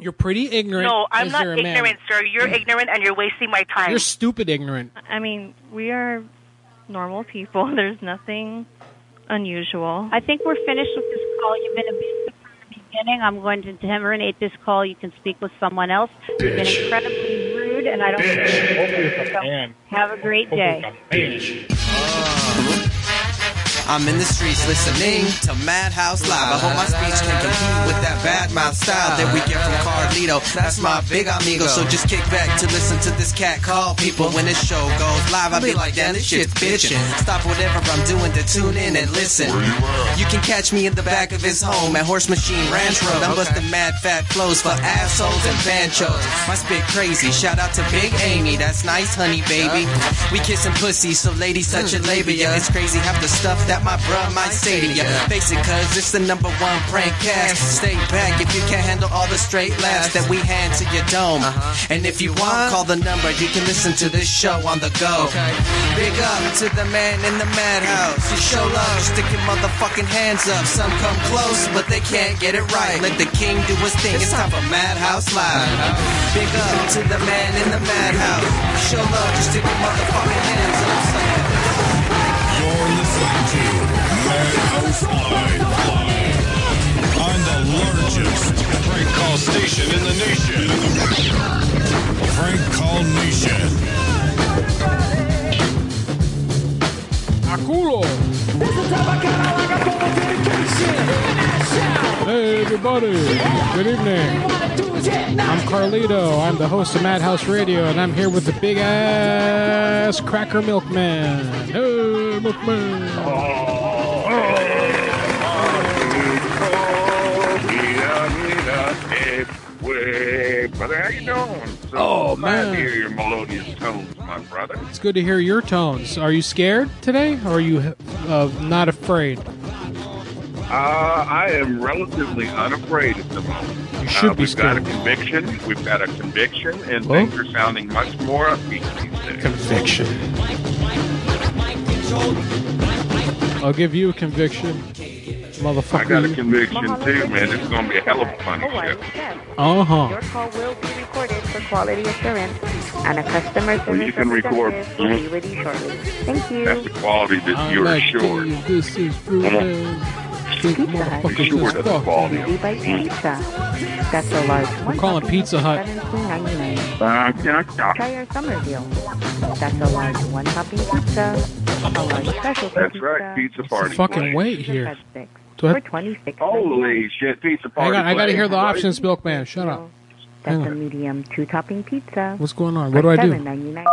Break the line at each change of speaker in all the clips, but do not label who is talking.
You're pretty ignorant.
No, I'm
as
not
you're a man.
ignorant, sir. You're ignorant and you're wasting my time.
You're stupid ignorant.
I mean, we are normal people. There's nothing unusual.
I think we're finished with this call. You've been a bit from the beginning. I'm going to terminate this call. You can speak with someone else. You've been
Bitch.
incredibly rude, and I don't. So, have a great day.
Ah. I'm in the streets listening to Madhouse Live. I hope my speech can compete with that bad mouth style that we get from Carlito. That's my big amigo. So just kick back to listen to this cat call people. When this show goes live, I be like, damn, this shit's bitchin'. Stop whatever I'm doing to tune in and listen. You can catch me in the back of his home at Horse Machine Ranch Road. I'm busting mad fat flows for assholes and banchos. My spit crazy. Shout out to Big Amy. That's nice, honey, baby. We kissin' pussy, so ladies touch your labia. It's crazy half the stuff that my bruh might say to ya. Face it, cuz it's the number one prank cast. Stay back if you can't handle all the straight laughs that we hand to your dome. And if you want, call the number. You can listen to this show on the go. Big up to the man in the madhouse. You show love, stick your motherfucking hands up. Some come close, but they can't get it right. Let the king do his thing. It's time for Madhouse Live. Big up to the man in the madhouse. Show love, just stick your motherfucking hands up. Some
You're listening to Madhouse Live, live on the largest prank call station in the nation. Prank Call Nation.
Aculo. Hey everybody, good evening. I'm Carlito. I'm the host of Madhouse Radio, and I'm here with the big ass Cracker Milkman. Hey, Milkman.
Hey, brother, how you doing? So
Oh,
glad
man.
to hear your melodious tones, my brother.
It's good to hear your tones. Are you scared today, or are you uh, not afraid?
Uh, I am relatively unafraid at the moment.
You should
uh,
be
we've got a
scared.
conviction. We've got a conviction, and
Well?
things are sounding much more upbeat these days.
Conviction. I'll give you a conviction,
I got a
motherfucker.
conviction too, man. It's going to be a hell of a funny
Oh, I
show.
understand.
Uh huh.
Your call will be recorded for quality assurance, and a customer
Well,
service
you can record.
representative will
Mm-hmm.
be with you shortly. Thank you.
That's the quality that you're assured.
This is Oh,
Be sure of Mm. the quality.
Easy Bite Pizza. That's a large one.
calling
topping
Pizza Hut.
$17.99.
Uh, can Uh, I stop?
Try our summer deal. That's a large one topping pizza. A large special
That's right, pizza party.
Fucking
place.
wait here. Do I-
For twenty six.
Holy shit, pizza
Hang
party.
on, I gotta
place.
hear the options, Milkman. Shut up. Hang
That's a
on.
medium two topping pizza.
What's going on? What do I
Seven
do?
ninety nine.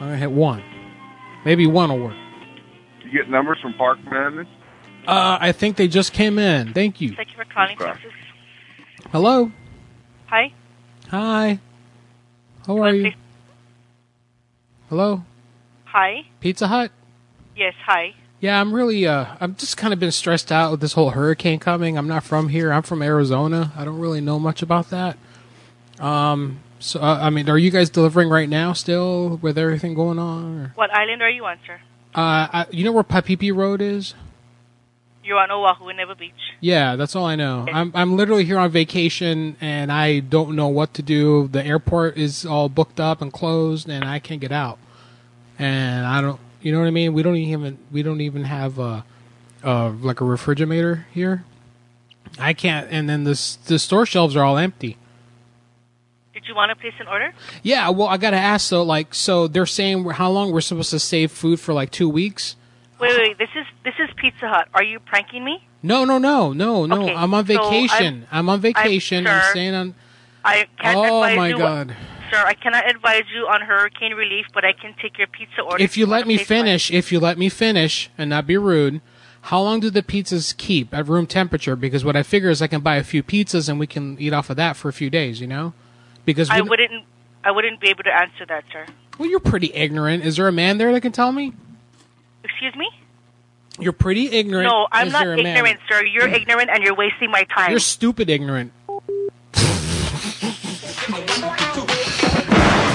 I'm gonna hit one. Maybe one will work.
You get numbers from Park Madness?
Uh, I think they just came in. Thank you.
Thank you for calling.
Okay.
This is-
Hello.
Hi.
Hi. How are you?
Please-
Hello.
Hi.
Pizza Hut.
Yes. Hi.
Yeah, I'm really uh I'm just kind of been stressed out with this whole hurricane coming. I'm not from here. I'm from Arizona. I don't really know much about that. Um so uh, I mean, are you guys delivering right now still with everything going on? Or?
What island are you on, sir?
Uh I, you know where Papipi Road is?
You're on Oahu, Never Beach.
Yeah, that's all I know. I'm I'm literally here on vacation and I don't know what to do. The airport is all booked up and closed and I can't get out. And I don't you know what I mean? We don't even we don't even have uh uh like a refrigerator here. I can't and then the s- the store shelves are all empty.
Did you want to place an order?
Yeah, well I got to ask though like so they're saying how long we're supposed to save food for like 2 weeks?
Wait, wait, wait. This is this is Pizza Hut. Are you pranking me?
No, no, no, no, no.
Okay,
I'm on
so I'm-
vacation. I'm, on vacation. I'm
sir,
staying on
I can't
Oh,
advise
my
you,
God.
sir. I cannot advise you on hurricane relief, but I can take your pizza order.
if you let
wanna
me
place one.
finish, if you let me finish and not be rude, how long do the pizzas keep at room temperature? Because what I figure is I can buy a few pizzas and we can eat off of that for a few days, you know? Because we,
I wouldn't. I wouldn't be able to answer that, sir.
well, you're pretty ignorant. Is there a man there that can tell me?
Excuse me?
You're pretty ignorant.
No, I'm
Is
not
there a man?
ignorant, sir. You're ignorant and you're wasting my time.
You're stupid ignorant.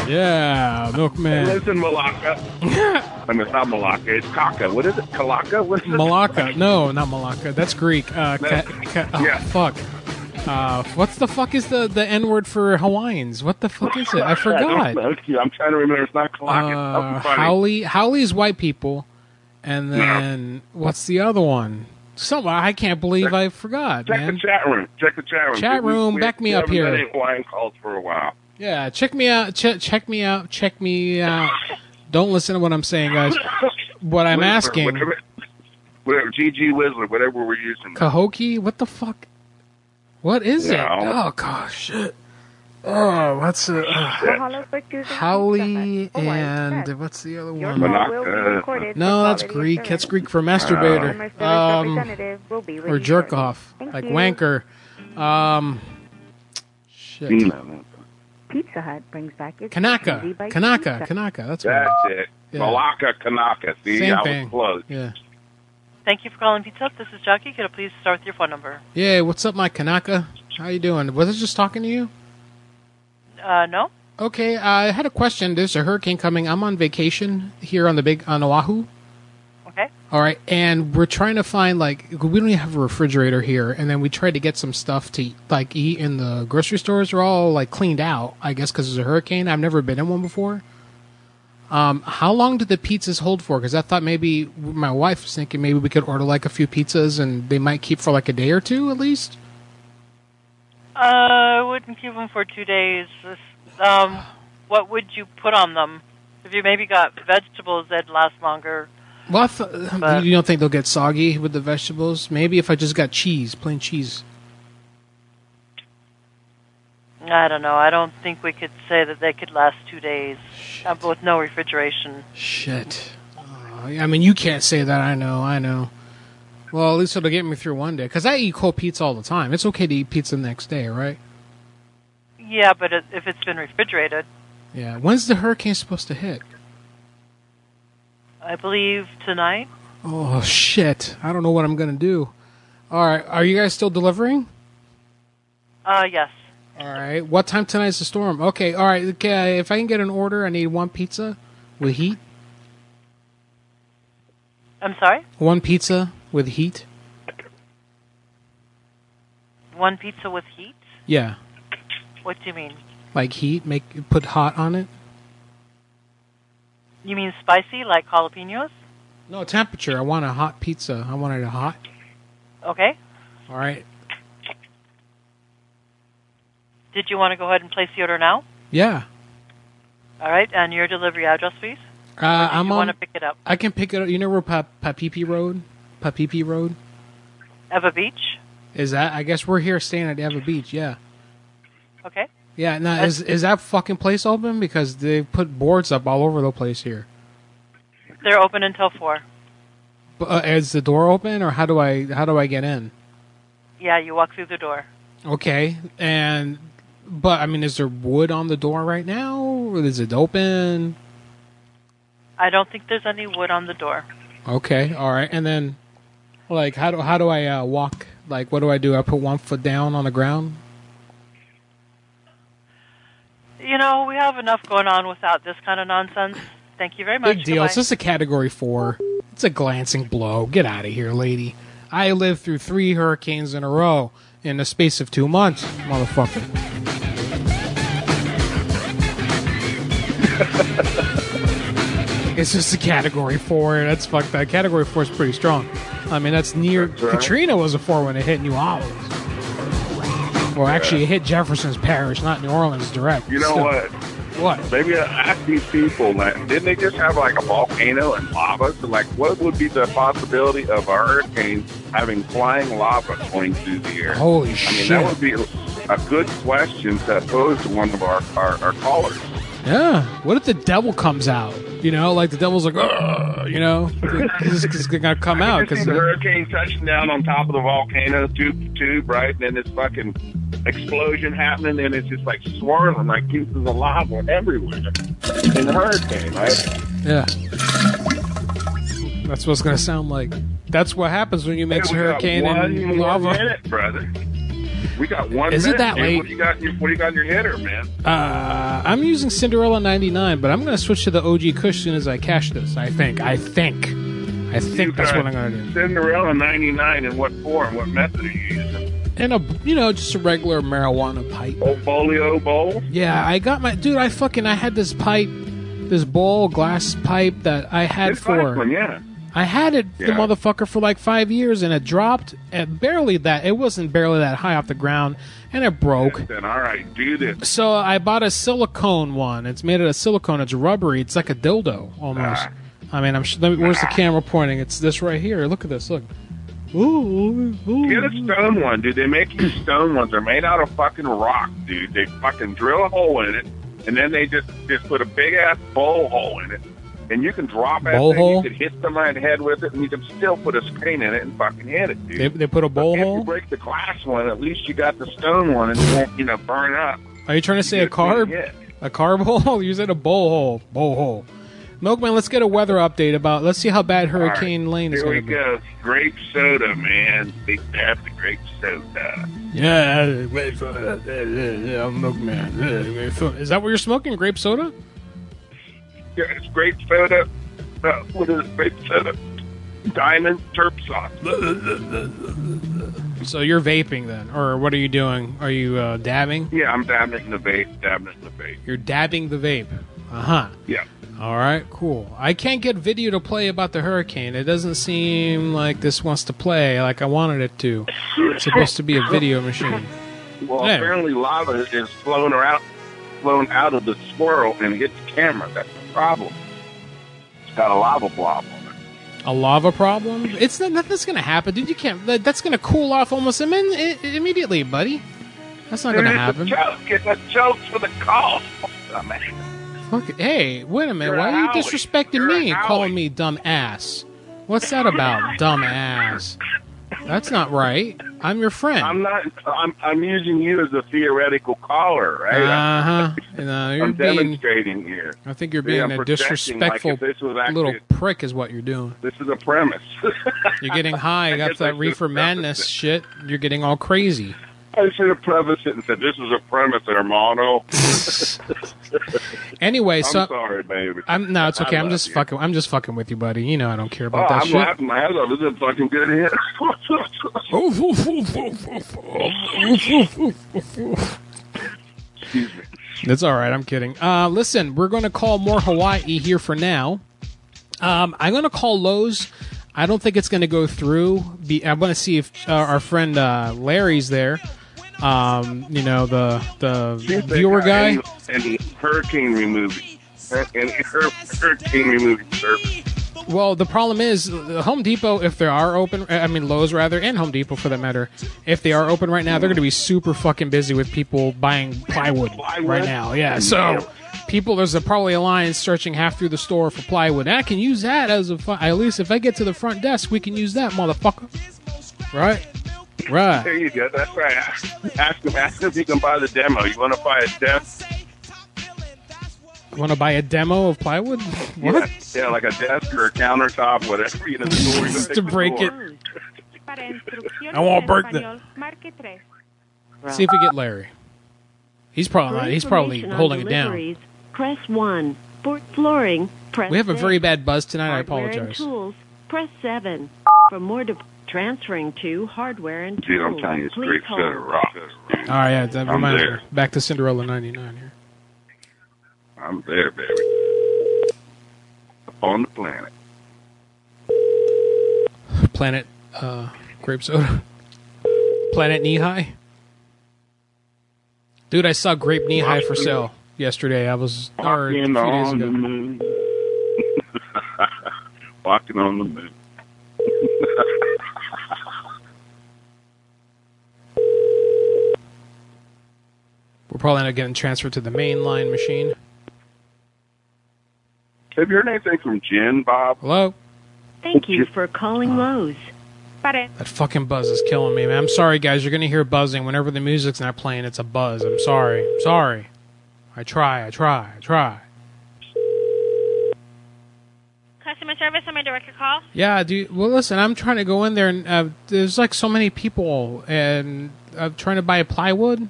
yeah, milkman.
Listen, Malacca. I mean, it's not Malacca. It's Kaka. What is it? Kalaka? What is it?
Malacca. No, not Malacca. That's Greek. Uh, ca- ca- oh,
Yeah.
fuck. Uh, what's the fuck is the, the N word for Hawaiians? What the fuck is it? I
I don't
forgot.
know. I'm trying to remember. It's not clocking.
Uh,
Something funny.
Howley Howley's white people, and then what's the other one? Some I can't believe I forgot,
Check
man.
the chat room. Check the chat room.
Chat
We-
room,
we-
back me
we
up
haven't
here.
had any Hawaiian calls for a while.
Yeah, check me out. Ch- check me out. Check me out. Don't listen to what I'm saying, guys. What I'm
Whatever-
asking,
Whatever, whatever, GG Wizard, whatever we're using.
Cahokia, what the fuck? What is it?
No.
Oh gosh, shit. Oh, what's it? Uh, Howley and what's the other
Your
one?
call will be recorded for
No, that's
quality
Greek.
assurance.
That's Greek for
And my
masturbator.
service
Um,
representative will be with
or
you
jerk
shortly.
off,
Thank
like
you.
wanker. Um, shit.
Pizza Hut brings back your
Kanaka,
Kentucky by
Kanaka,
Pizza.
Kanaka. That's what.
That's
it
it.
Yeah.
Malacca Kanaka. See,
Same
I
thing.
was close.
Yeah.
Thank you for calling Pizza Hut. This is Jackie. Could I please start with your phone number?
Yeah. What's up, my Kanaka? How you doing? Was I just talking to you?
Uh, no?
Okay. I had a question. There's a hurricane coming. I'm on vacation here on the big on Oahu.
Okay.
All right, and we're trying to find like we don't even have a refrigerator here, and then we tried to get some stuff to like eat in the grocery stores. They're all like cleaned out, I guess, because it's a hurricane. I've never been in one before. Um, how long did the pizzas hold for? Because I thought maybe my wife was thinking maybe we could order like a few pizzas and they might keep for like a day or two at least.
Uh, I wouldn't keep them for two days. This- Um, what would you put on them? If you maybe got vegetables, that'd last longer.
Well, I thought
But-
you don't think they'll get soggy with the vegetables? Maybe if I just got cheese, plain cheese.
I don't know. I don't think we could say that they could last two days uh, with no refrigeration.
Shit. Uh, I mean, you can't say that. I know. I know. Well, at least it'll get me through one day. Because I eat cold pizza all the time. It's okay to eat pizza the next day, right?
Yeah, but it, if it's been refrigerated,
Yeah. When's the hurricane supposed to hit?
I believe tonight.
Oh, shit. I don't know what I'm going to do. All right. Are you guys still delivering?
Uh, yes.
All right. What time tonight's the storm? Okay. All right. Okay, if I can get an order, I need one pizza with heat.
I'm sorry?
One pizza with heat.
One pizza with heat?
Yeah.
What do you mean?
Like heat, make put hot on it.
You mean spicy, like jalapenos?
No temperature. I want a hot pizza. I want it hot.
Okay.
All right.
Did you want to go ahead and place the order now?
Yeah.
All right, and your delivery address, please.
Uh,
Did
I'm
you
on.
want to pick it up?
I can pick it up. You know where Pa- Papipi Road, Papipi Road
Eva Beach?
is that? I guess we're here staying at Ava Beach. Yeah,
Okay.
yeah. Now is is that fucking place open? Because they put boards up all over the place here.
They're open until 4.
B- Uh, is the door open, or how do I how do I get in?
Yeah, you walk through the door.
Okay, and but I mean, is there wood on the door right now? Or is it open?
I don't think there's any wood on the door.
Okay, all right. And then, like, how do how do I uh, walk? Like, what do I do? I put one foot down on the ground.
You know, we have enough going on without this kind of nonsense. Thank you very much.
Big deal.
Goodbye.
It's just a category four. It's a glancing blow. Get out of here, lady. I lived through three hurricanes in a row in the space of two months, motherfucker. it's just a category four. That's fucked up. Category four is pretty strong. I mean, that's near.
right.
Katrina was a four when it hit New Orleans. Well, actually, it hit Jefferson's parish, not New Orleans direct.
You know
So-
what?
What?
Maybe I ask these people, like, didn't they just have like a volcano and lava? So, like, what would be the possibility of a hurricane having flying lava going through the air?
Holy
I mean,
shit.
that would be a good question to pose to one of our, our, our callers.
Yeah. What if the devil comes out? You know, like the devil's like, "Ugh," you know, he's, he's gonna come out
Just
because
see the hurricane touching down on top of the volcano, tube tube, right? And then this fucking explosion happening, and it's just like swirling, like pieces of lava everywhere in the hurricane, right?
yeah, that's what it's gonna sound like. That's what happens when you mix
Hey, we got
hurricane
one
and
more
lava.
minute, brother. We got one.
Is
minute,
it that
man.
late?
What do you got? in your- What do you got in your header, man?
Uh, I'm using Cinderella '99, but I'm gonna switch to the OG Kush soon as I cash this. I think. I think. I
You
think that's
got
what I'm gonna do.
Cinderella '99 in what form? What method are you using?
and a you know just a regular marijuana pipe.
Old folio bowl.
Yeah, I got my dude. I fucking I had this pipe, this bowl glass pipe that I had
It's
for.
nice one, yeah.
I had it, the
Yeah.
motherfucker, for like five years, and it dropped at barely that. It wasn't barely that high off the ground, and it broke.
Then all right, do this.
So I bought a silicone one. It's made out of silicone. It's rubbery. It's like a dildo almost.
Ah.
I mean, I'm. Sh- let me, where's the camera pointing? It's this right here. Look at this. Look. Ooh, ooh, ooh.
Get a stone one, dude. They make these stone ones. They're made out of fucking rock, dude. They fucking drill a hole in it, and then they just just put a big ass bowl hole in it, and you can drop that
Bowl
thing.
hole?
You can hit somebody in the head with it, and you can still put a screen in it and fucking hit it, dude.
They, they put a bowl
if you
hole.
break the glass one, at least you got the stone one, and it won't, you know, burn up.
Are you trying to say a carb?
Yeah.
A carb hole? You said a bowl hole. Bowl hole. Milkman, let's get a weather update about. Let's see how bad Hurricane Lane is
Here we
going to be.
go. Grape soda, man. They have the grape soda.
Yeah, wait for I'm Milkman. Yeah, wait for- Is that what you're smoking? Grape soda?
Yeah, it's grape soda. Uh, what is it? Grape soda. Diamond terp sauce.
So you're vaping then, or what are you doing? Are you uh, dabbing?
Yeah, I'm dabbing it in the vape. Dabbing it in the vape.
You're dabbing the vape. Uh huh.
Yeah.
All right, cool. I can't get video to play about the hurricane. It doesn't seem like this wants to play like I wanted it to. It's supposed to be a video machine.
Well,
Yeah.
apparently lava is flown around, flown out of the swirl and hit the camera. That's the problem. It's got a lava blob on it.
A lava problem? It's not, nothing's gonna happen, dude. You can't. That, that's gonna cool off almost imme- i- immediately, buddy. That's not gonna
Dude,
happen.
It's a joke. It's a joke for the call. Oh, I mean,
Fuck it. Hey, wait a minute.
You're
Why
a
are you
Howie.
disrespecting
You're a
me and calling
Howie.
me dumb ass? What's that about, dumb ass? That's not right. I'm your friend.
I'm not. I'm, I'm using you as a theoretical caller, right?
uh huh. No, you're
I'm
being.
demonstrating here.
I think you're
See,
being
I'm
a
projecting,
disrespectful
like, if this was actually-
little prick, is what you're doing.
This is a premise.
You're getting
guess
high
I
off that
should've
reefer
prefaced
madness
it.
shit. You're getting all crazy.
I should have prefaced it and said, "This is a premise, Hermano."
Anyway, so
I'm sorry, baby.
I'm no, it's okay.
I
I'm
love
just
you.
fucking. I'm just fucking with you, buddy. You know I don't care
Oh,
about that
I'm
shit.
laughing my ass off. This is a fucking good hit.
Oof, oof, oof, oof, oof, oof, oof, oof, oof, oof.
Excuse me.
That's all right. I'm kidding. Uh, listen, we're going to call more Hawaii here for now. Um, I'm going to call Lowe's. I don't think it's going to go through. Be, I want to see if uh, our friend uh, Larry's there. Um, you know the the viewer guy.
and, and hurricane removing and her, hurricane removing service.
Well, the problem is uh, Home Depot. If they are open, I mean Lowe's rather, and Home Depot for that matter, if they are open right now, they're going to be super fucking busy with people buying plywood,
Plywood?
right now. Yeah, so people, there's a, probably a line searching half through the store for plywood. And I can use that as a fu- at least if I get to the front desk, we can use that motherfucker. Right, right.
There you go. That's right. Ask, ask him. Ask him if you can buy the demo. You want to buy a demo?
Want to buy a demo of plywood?
Yeah,
What?
yeah, like a desk or a countertop, whatever. You know, the door, you
Just
pick
to
the
break
door.
it.
I won't break that.
See if we get Larry. He's probably not. He's probably holding it down.
Press one for flooring. Press.
We have a
six.
very bad buzz tonight. I
Hardware and
apologize.
Tools. Press seven for more. De- transferring to hardware and tools.
Dude, I'm telling you, it's
Please
great
hold.
set of rocks.
All right, yeah, that
I'm
reminds me.
there.
Back to Cinderella '99 here.
I'm there, baby. On the planet.
Planet uh, grape soda. Planet knee high. Dude, I saw grape knee high for sale yesterday. I was or a
Walking
few days
on the
ago.
moon. Walking on the moon.
We're probably not getting transferred to the mainline machine.
Have you heard anything from Jen, Bob?
Hello.
Thank you for
Uh,
calling Lowe's.
That fucking buzz is killing me, man. I'm sorry, guys. You're gonna hear buzzing whenever the music's not playing. It's a buzz. I'm sorry. I'm sorry. I try. I try. I try.
Customer service, am I direct your call?
Yeah, do you- well. Listen, I'm trying to go in there, and uh, there's like so many people, and I'm trying to buy a plywood.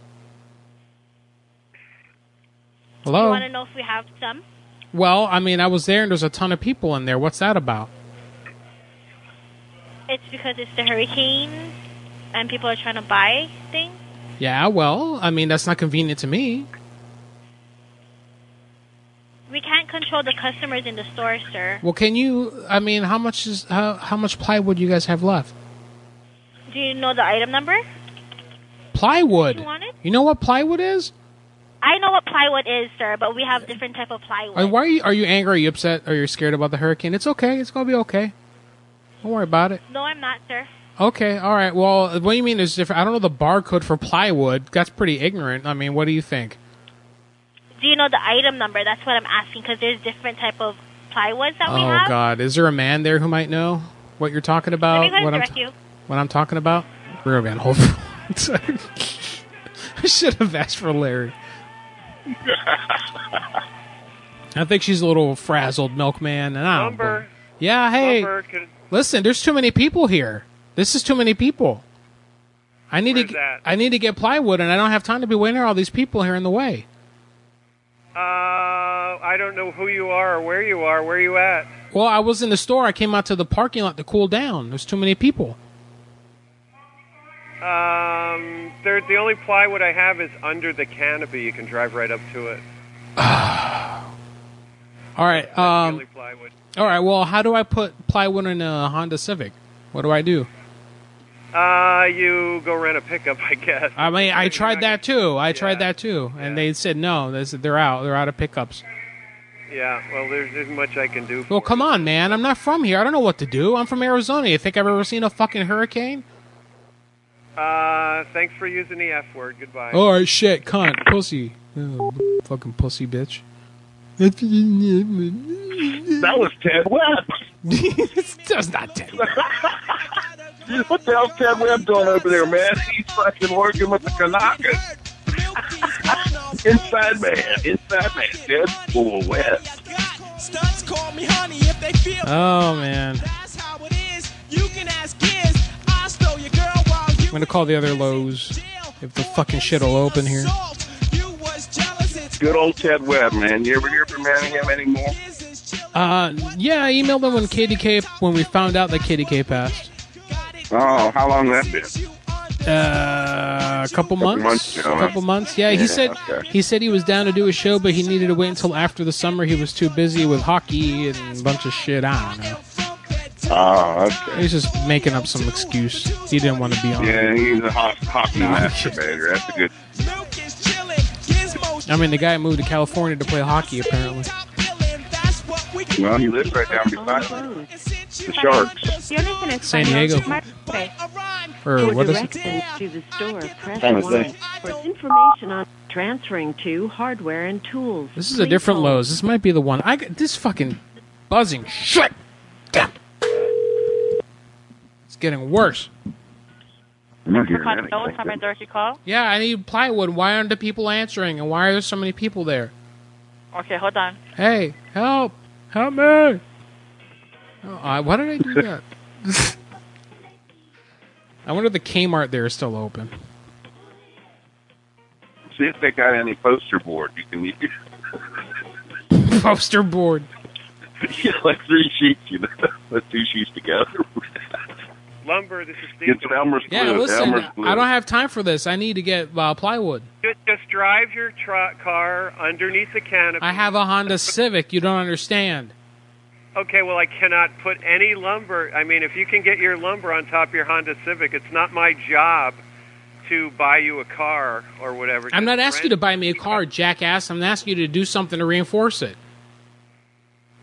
Hello.
know if we have some?
Well, I mean, I was there, and there's a ton of people in there. What's that about?
It's because it's the hurricane and people are trying to buy things.
Yeah, well, I mean that's not convenient to me.
We can't control the customers in the store, sir.
Well, can you? I mean, how much is how how much plywood you guys have left?
Do you know the item number?
Plywood.
You want it?
You know what plywood is?
I know what plywood is, sir, but we have different type of plywood.
And why are you, are you angry? Are you upset? Are you scared about the hurricane? It's okay. It's gonna be okay. Don't worry about it.
No, I'm not, sir.
Okay, all right. Well, what do you mean there's different? I don't know the barcode for plywood. That's pretty ignorant. I mean, what do you think?
Do you know the item number? That's what I'm asking because there's different type of plywoods that we
Oh
have.
God, is there a man there who might know what you're talking
Let
about?
me go ahead
what
and
I'm
direct
ta-
you.
what I'm talking about? Rear Van Hopeful. I should have asked for Larry. I think she's a little frazzled, milkman. And I don't
Lumber.
Yeah, hey.
Lumber can-
Listen, there's too many people here. This is too many people. I need
Where's
to.
that?
I need to get plywood, and I don't have time to be waiting for all these people here in the way.
Uh, I don't know who you are or where you are. Where you at?
Well, I was in the store. I came out to the parking lot to cool down. There's too many people.
Um, there, the only plywood I have is under the canopy. You can drive right up to it.
All right. Um,
plywood.
all right. Well, how do I put plywood in a Honda Civic? What do I do?
Uh, you go rent a pickup, I guess.
I mean, I tried that too. I tried that too, and they said no. They said they're out. They're out of pickups.
Yeah. Well, there's isn't much I can do. For
Well, come on, man. I'm not from here. I don't know what to do. I'm from Arizona. You think I've ever seen a fucking hurricane?
Uh, thanks for using the F word. Goodbye.
All right, shit, cunt, pussy, Oh, fucking pussy, bitch. That
was Ted Webb.
That's not Ted.
what the hell's Ted Webb doing over there, man? He's fucking working with the Kanakas. Inside man, inside man, Deadpool Webb.
Studs call me honey if they feel
Oh man,
that's how it is. You can ask kids. I stole your girl while
I'm gonna call the other Lowe's if the fucking shit will open here.
you was jealous. It's
Good old Ted Webb, man. You ever hear from him him anymore?
Uh, yeah, I emailed them when KDK when we found out that KDK passed.
Oh, how long that been?
Uh, a couple months.
months ago, huh?
a couple months. Yeah,
Yeah,
he said
okay.
he said he was down to do a show, but he needed to wait until after the summer. He was too busy with hockey and a bunch of shit. I don't know.
Oh, okay.
He's just making up some excuse. He didn't want to be on.
Yeah, he's a ho- hockey masturbator. That's a good.
I mean, the guy moved to California to play hockey apparently.
Well, he lives right down beside me. the Sharks.
San Diego. Or
For
what is it?
directions to the store, press
San Jose.
1. For information on transferring to hardware and tools.
This is a different
load.
Lowe's. This might be the one. I got this fucking buzzing shit. Damn. It's getting worse.
I'm not hearing
Con Lowe's, how may I direct your call?
Yeah, I need plywood. Why aren't the people answering? And why are there so many people there?
Okay, hold on.
Hey, help! Help me! Oh, I, why Uh, did I do that? I wonder if the Kmart there is still open.
See if they got any poster board you can use.
Poster board.
yeah, like three sheets, you know, put two sheets together.
Lumber. This is Steve.
Get some Elmer's glue.
Yeah, listen,
Elmer's glue.
I don't have time for this. I need to get uh, plywood.
Just, just drive your tr- car underneath the canopy.
I have a Honda Civic. You don't understand.
Okay, well, I cannot put any lumber. I mean, if you can get your lumber on top of your Honda Civic, it's not my job to buy you a car or whatever.
I'm not asking you to buy me a car, jackass. I'm asking you to do something to reinforce it.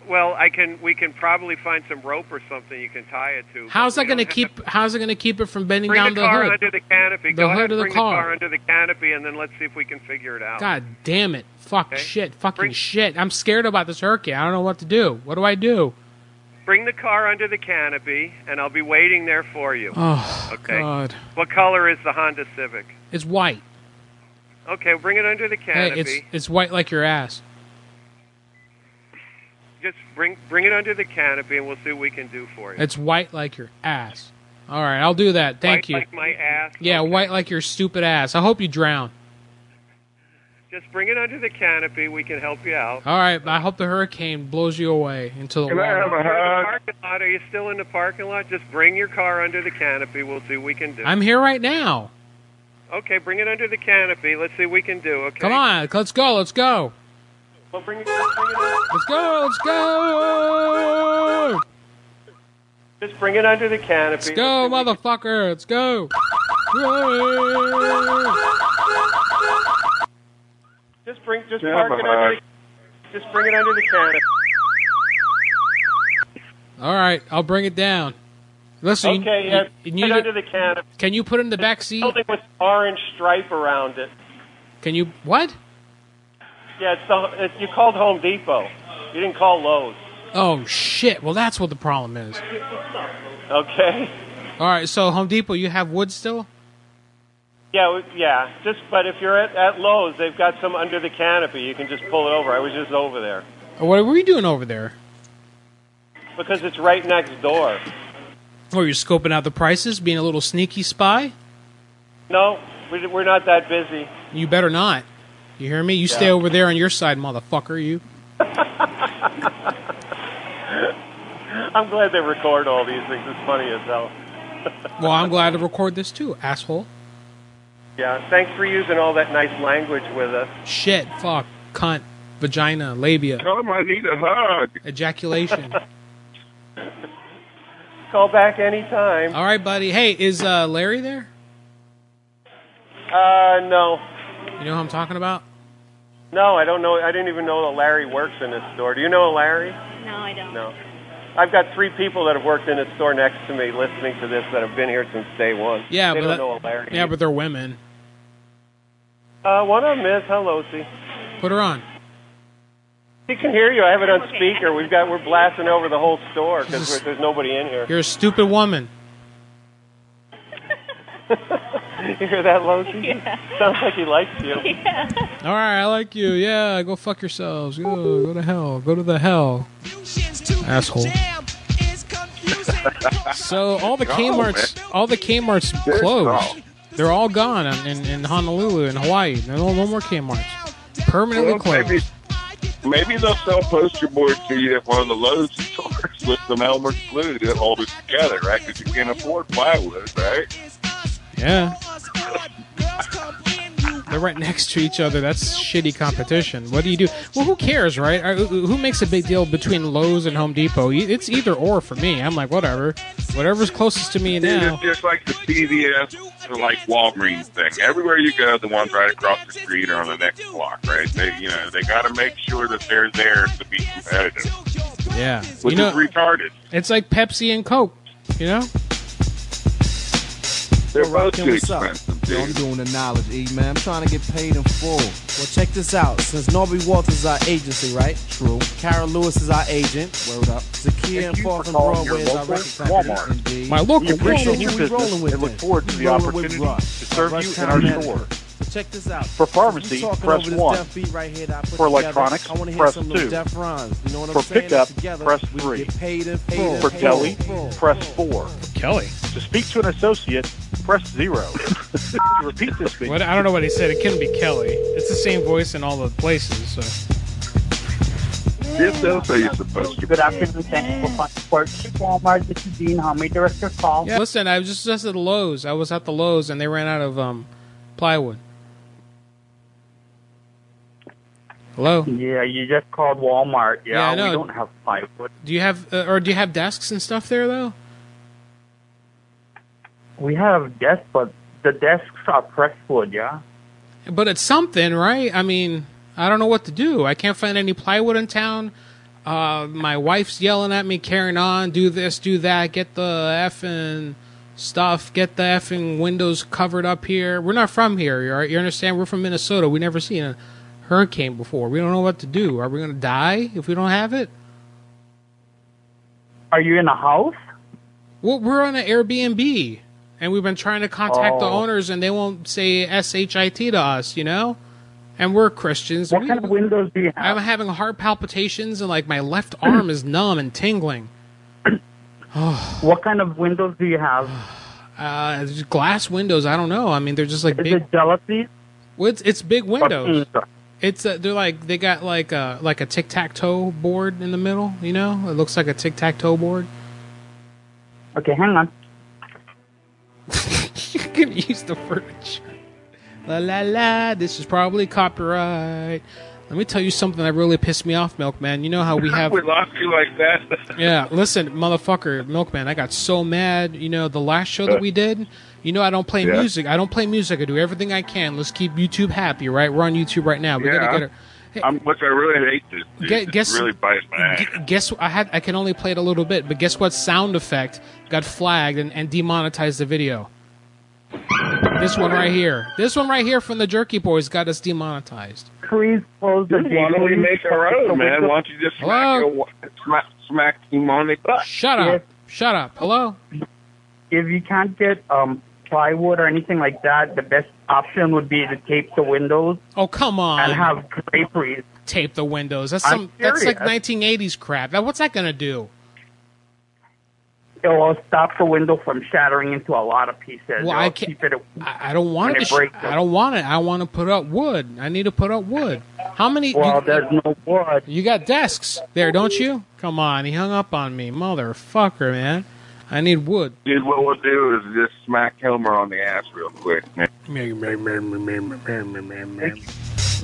Well, I can. We can probably find some rope or something you can tie it to.
How's that going to keep? How's it going to keep it from bending
Bring
down
the
the,
car
hood?
under the canopy.
The
Go ahead
hood of
and
the
bring
car.
the car under the canopy, and then let's see if we can figure it out.
God damn it! Fuck shit! Fucking shit! I'm scared about this hurricane. I don't know what to do. What do I do?
Bring the car under the canopy, and I'll be waiting there for you.
Oh
okay.
God!
What color is the Honda Civic?
It's white.
Okay, bring it under the
Hey,
canopy.
it's it's white like your ass.
Just bring bring it under the canopy, and we'll see what we can do for you.
It's white like your ass. All right, I'll do that. Thank
White
you.
Like my ass.
yeah, white like your stupid ass. I hope you drown.
Just bring it under the canopy. We can help you out.
All right, I hope the hurricane blows you away into the
Can I
water.
have a hug? Parking lot, Are you still in the parking lot? Just bring your car under the canopy. We'll see what we can do.
I'm here right now.
Okay, bring it under the canopy. Let's see what we can do. Okay.
Come on, let's go, let's go.
Well, bring it, bring it
Let's go, let's go.
Just bring it under the canopy.
Let's go, motherfucker, let's go.
Just bring, just
Yeah,
park
but,
it
uh,
under. The, just bring it under the canopy.
All right, I'll bring it down. Listen, you-
okay,
you,
yeah, put
you
it
need
under
to-
the canopy.
can you put in the back seat?
Building with orange stripe around it.
Can you what?
Yeah, it's the, it's, you called Home Depot. You didn't call Lowe's.
Oh shit! Well, that's what the problem is.
Okay.
All right, so Home Depot, you have wood still?
Yeah, we- yeah. Just but if you're at, at Lowe's, they've got some under the canopy. You can just pull it over. I was just over there
Or What were you doing over there?
because it's right next door.
Or you're scoping out the prices, being a little sneaky spy?
No, we, we're not that busy.
You better not. You hear me? You stay
Yeah.
over there on your side, motherfucker. You.
I'm glad they record all these things. It's funny as hell.
Well, I'm glad to record this too, asshole.
Yeah. Thanks for using all that nice language with us.
Shit, fuck, cunt, vagina, labia.
Come, I need a hug.
Ejaculation.
Call back anytime.
All right, buddy. Hey, is uh, Larry there?
Uh, no,
You know who I'm talking about?
no, I don't know. I didn't even know that Larry works in this store. Do you know Larry?
No, I don't.
No. I've got three people that have worked in this store next to me listening to this that have been here since day one.
Yeah,
they
but
don't
that-
know Larry.
Yeah, but they're women.
Uh, one of them is Helosi.
Put her on.
She can hear you. I have it on speaker. We've got we're blasting over the whole store because there's nobody in here.
You're a stupid woman.
you hear that, Losi? Sounds like he likes you.
All right, I like you. Yeah, go fuck yourselves. Go, go to hell. Go to the hell. Asshole. so all
Oh,
the
Oh,
No,
Kmart's, all the Kmart's closed. They're all gone in- in, in Honolulu in Hawaii. No, no more Kmart's. Permanently
Well, maybe,
closed.
maybe they'll sell poster boards to you at one of the Lowe's stores with some Elmer's glue to hold it together, right? Because you can't afford plywood, right?
Yeah. They're right next to each other. That's shitty competition. What do you do? Well, who cares, right? Uh, Who who makes a big deal between Lowe's and Home Depot? E- It's either or for me. I'm like, whatever. Whatever's closest to me now.
It's just like the CVS or like Walgreens thing. Everywhere you go, the ones right across the street are on the next block, right? They, you know, they got to make sure that they're there to be competitive,
Yeah.
which
you know,
is retarded.
it's like Pepsi and Coke, you know?
They're both
Rockin'
too
what's up?
expensive,
Yo, I'm
dude.
doing the knowledge, E man. I'm trying to get paid in full. Well, check this out. Since Norby Walters is our agency, right? True. Karen Lewis is our agent. Word up. Zakia and Falk and Broadway is our record company. Indeed.
My local We appreciate
Who
your
we
business
rolling with
and look
then?
forward to
We
the
rolling with
opportunity
Russ.
to serve
Russ
you in
Town
our
Manager.
store.
So check this out.
For pharmacy,
We talking
press
over this
one.
deaf beat right here that I put
For
together.
electronics,
I wanna hear
press
some little
two.
deaf rhymes. You know what I'm
For
saying?
pickup,
Together,
press
we
three.
Get paid in full.
For
Paid in
Kelly,
full.
press 4. Kelly? To speak to an associate, press 0. to repeat this speech.
What, I don't know what he said. It couldn't be Kelly. It's the same voice in all the places. So.
This else are you supposed to
Good afternoon. Thank you for finding work. Walmart. This is Dean Homie, Director of Call.
Yeah, listen, I was just, just at the Lowe's. I was at the Lowe's and they ran out of um, plywood. Hello?
Yeah, you just called Walmart.
Yeah, I
Yeah,
know.
we don't have plywood.
Do you have, uh, or do you have desks and stuff there, though?
We have desks, but the desks are pressed wood, yeah?
But it's something, right? I mean, I don't know what to do. I can't find any plywood in town. Uh, my wife's yelling at me, carrying on, do this, do that, get the effing stuff, get the effing windows covered up here. We're not from here, all right? You understand? We're from Minnesota. We never seen a hurricane before. We don't know what to do. Are we going to die if we don't have it?
Are you in a house?
Well, we're on an Airbnb, and we've been trying to contact the
Oh.
owners, and they won't say shit to us, you know. And we're Christians. What kind of
windows do you
have? I'm having heart palpitations, and like my left arm is numb and tingling.
what kind of windows do you have?
Uh, it's just glass windows. I don't know. I mean, they're just like
Is
big.
it jealousy?
Well, it's, it's big windows. It's a, they're like they got like a like a tic tac toe board in the middle. You know, it looks like a tic tac toe board.
Okay, hang on.
you can use the furniture. La la la. This is probably copyright. Let me tell you something that really pissed me off, Milkman. You know how we have
we lost you like that.
Yeah, listen, motherfucker, Milkman, I got so mad. You know, the last show that we did, you know, I don't play
Yeah.
music. I don't play music. I do everything I can. Let's keep YouTube happy, right? We're on YouTube right now. We gotta
yeah.
get her.
I'm, which I really hate this. Dude.
Gue-
This
guess-
really bites my ass.
Gu- Guess I had I can only play it a little bit, but guess what? Sound effect got flagged and, and demonetized the video. This one right here. This one right here from the Jerky Boys got us demonetized.
Please close the
Dude, why don't we
please
make our
close the
own, man?
window.
Why
Why don't you just smack, your, smack, smack him on the butt?
Shut up. Shut up. Hello?
If you can't get um, plywood or anything like that, the best option would be to tape the windows.
Oh, come on.
And have draperies.
Tape the windows. That's
I'm
some. That's like
serious.
1980s crap. Now, what's that gonna do?
It will stop the window from shattering into a lot of pieces.
Well,
It'll
I can't-
keep it
I don't want
When
it.
it
To sh-
breaks,
I don't want it. I want to put up wood. I need to put up wood. How many?
Well,
you,
there's no wood.
You got desks there, don't you? Come on, he hung up on me, motherfucker, man. I need wood.
Dude, what we'll do is just smack Helmer on the ass real quick, man.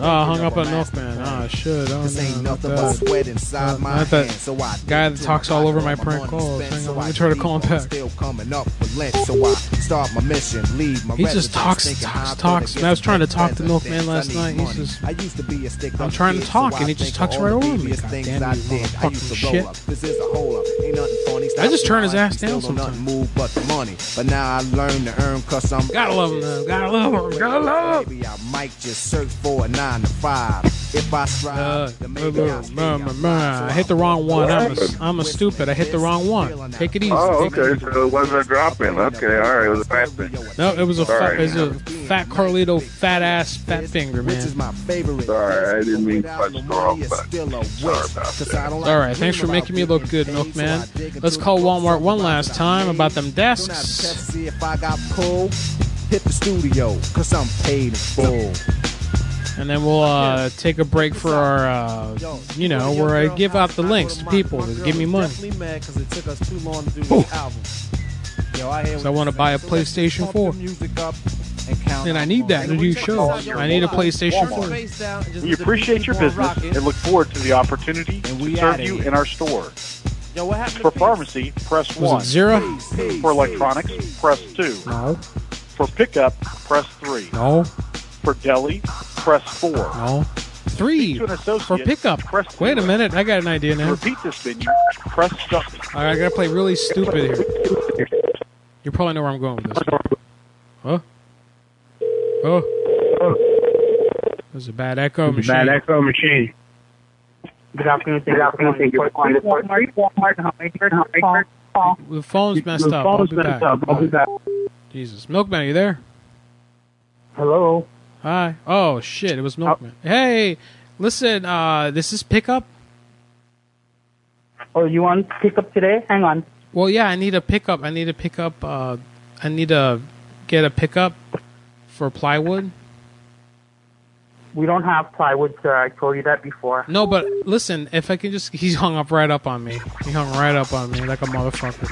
Oh, I hung up on Northman. Oh shit. Oh,
This
no,
ain't
not
nothing
that.
but sweat inside
Uh,
my
not that
hands, so I
guy
dip
that
to
talks
my
all over
pocket
my
on my
prank
morning
calls.
spend,
Hang
so
on, let
I
me try to
keep
call him back.
Still coming up with lint, so I start my mission, leave my
He just
residence,
talks,
thinking
talks,
how I'm
talks,
gonna
man. I was
get
trying to
some
talk to
residence.
Milkman
I
last
need
night. He's
money.
just-
I used to be a stick
I'm trying to talk, and he just talks right over me.
Things
Goddamn
I
you,
did. I used to
motherfucking
roll
shit.
up. This is a hole up. Ain't nothing funny.
I just turn his ass down
Still nothing move but the money. But now I learn to earn cause I'm
Gotta love him, though. Gotta love him. Gotta love
Maybe I might just search for a nine to five. If I strive, then maybe I'll
Uh, ma- ma- ma. I hit the wrong one. I'm a, I'm a stupid. I hit the wrong one. Take it easy.
Oh, okay. So it wasn't a drop in. Okay, all right. It was a fast thing.
No, it was a fat,
Sorry.
it was a fat Carlito, fat ass, fat finger, man.
Sorry, I didn't mean to touch the wrong button. Sorry about that.
All right, thanks for making me look good, Milkman. Let's call Walmart one last time about them desks.
see if I got pulled. Hit the studio, cause I'm paid in full.
and then we'll uh, take a break for our, uh, you know, where I give out the links to people to give me money.
Definitely mad because it took us too long to do this album. Yo, I hear
So I want to buy a PlayStation 4,
music up and count.
and I need that to do shows. I need a PlayStation 4.
We appreciate your business and look forward to the opportunity to serve
outta
you
here.
in our store.
Yo, what happened?
For pharmacy, press
Was
1.
it zero?
For electronics, press 2.
No,
For pickup, press 3.
no,
For deli, press 4.
no. Three
To an associate,
for pickup.
press
Wait a
zero.
minute, I got an idea
To
now.
repeat this menu, press stop.
All right, I gotta play really stupid here. You probably know where I'm going with this. Huh? Oh. That was a bad echo machine.
Bad echo machine. Good afternoon. Good afternoon. Thank you for calling Walmart. Walmart. Hummingbird. Call. Call.
The phone's messed
The
up.
phone's
I'll be
messed
back.
up. I'll be back.
Jesus. Milkman, are you there?
Hello.
Hi. Oh, shit. It was Milkman. Hey, listen, uh, this is pickup.
Oh, you want pickup today? Hang on.
Well, yeah, I need a pickup. I need a pickup. Uh, I need to get a pickup for plywood.
We don't have plywood, sir. I told you that before.
No, but listen, if I can just. He hung up right up on me. He hung right up on me like a motherfucker.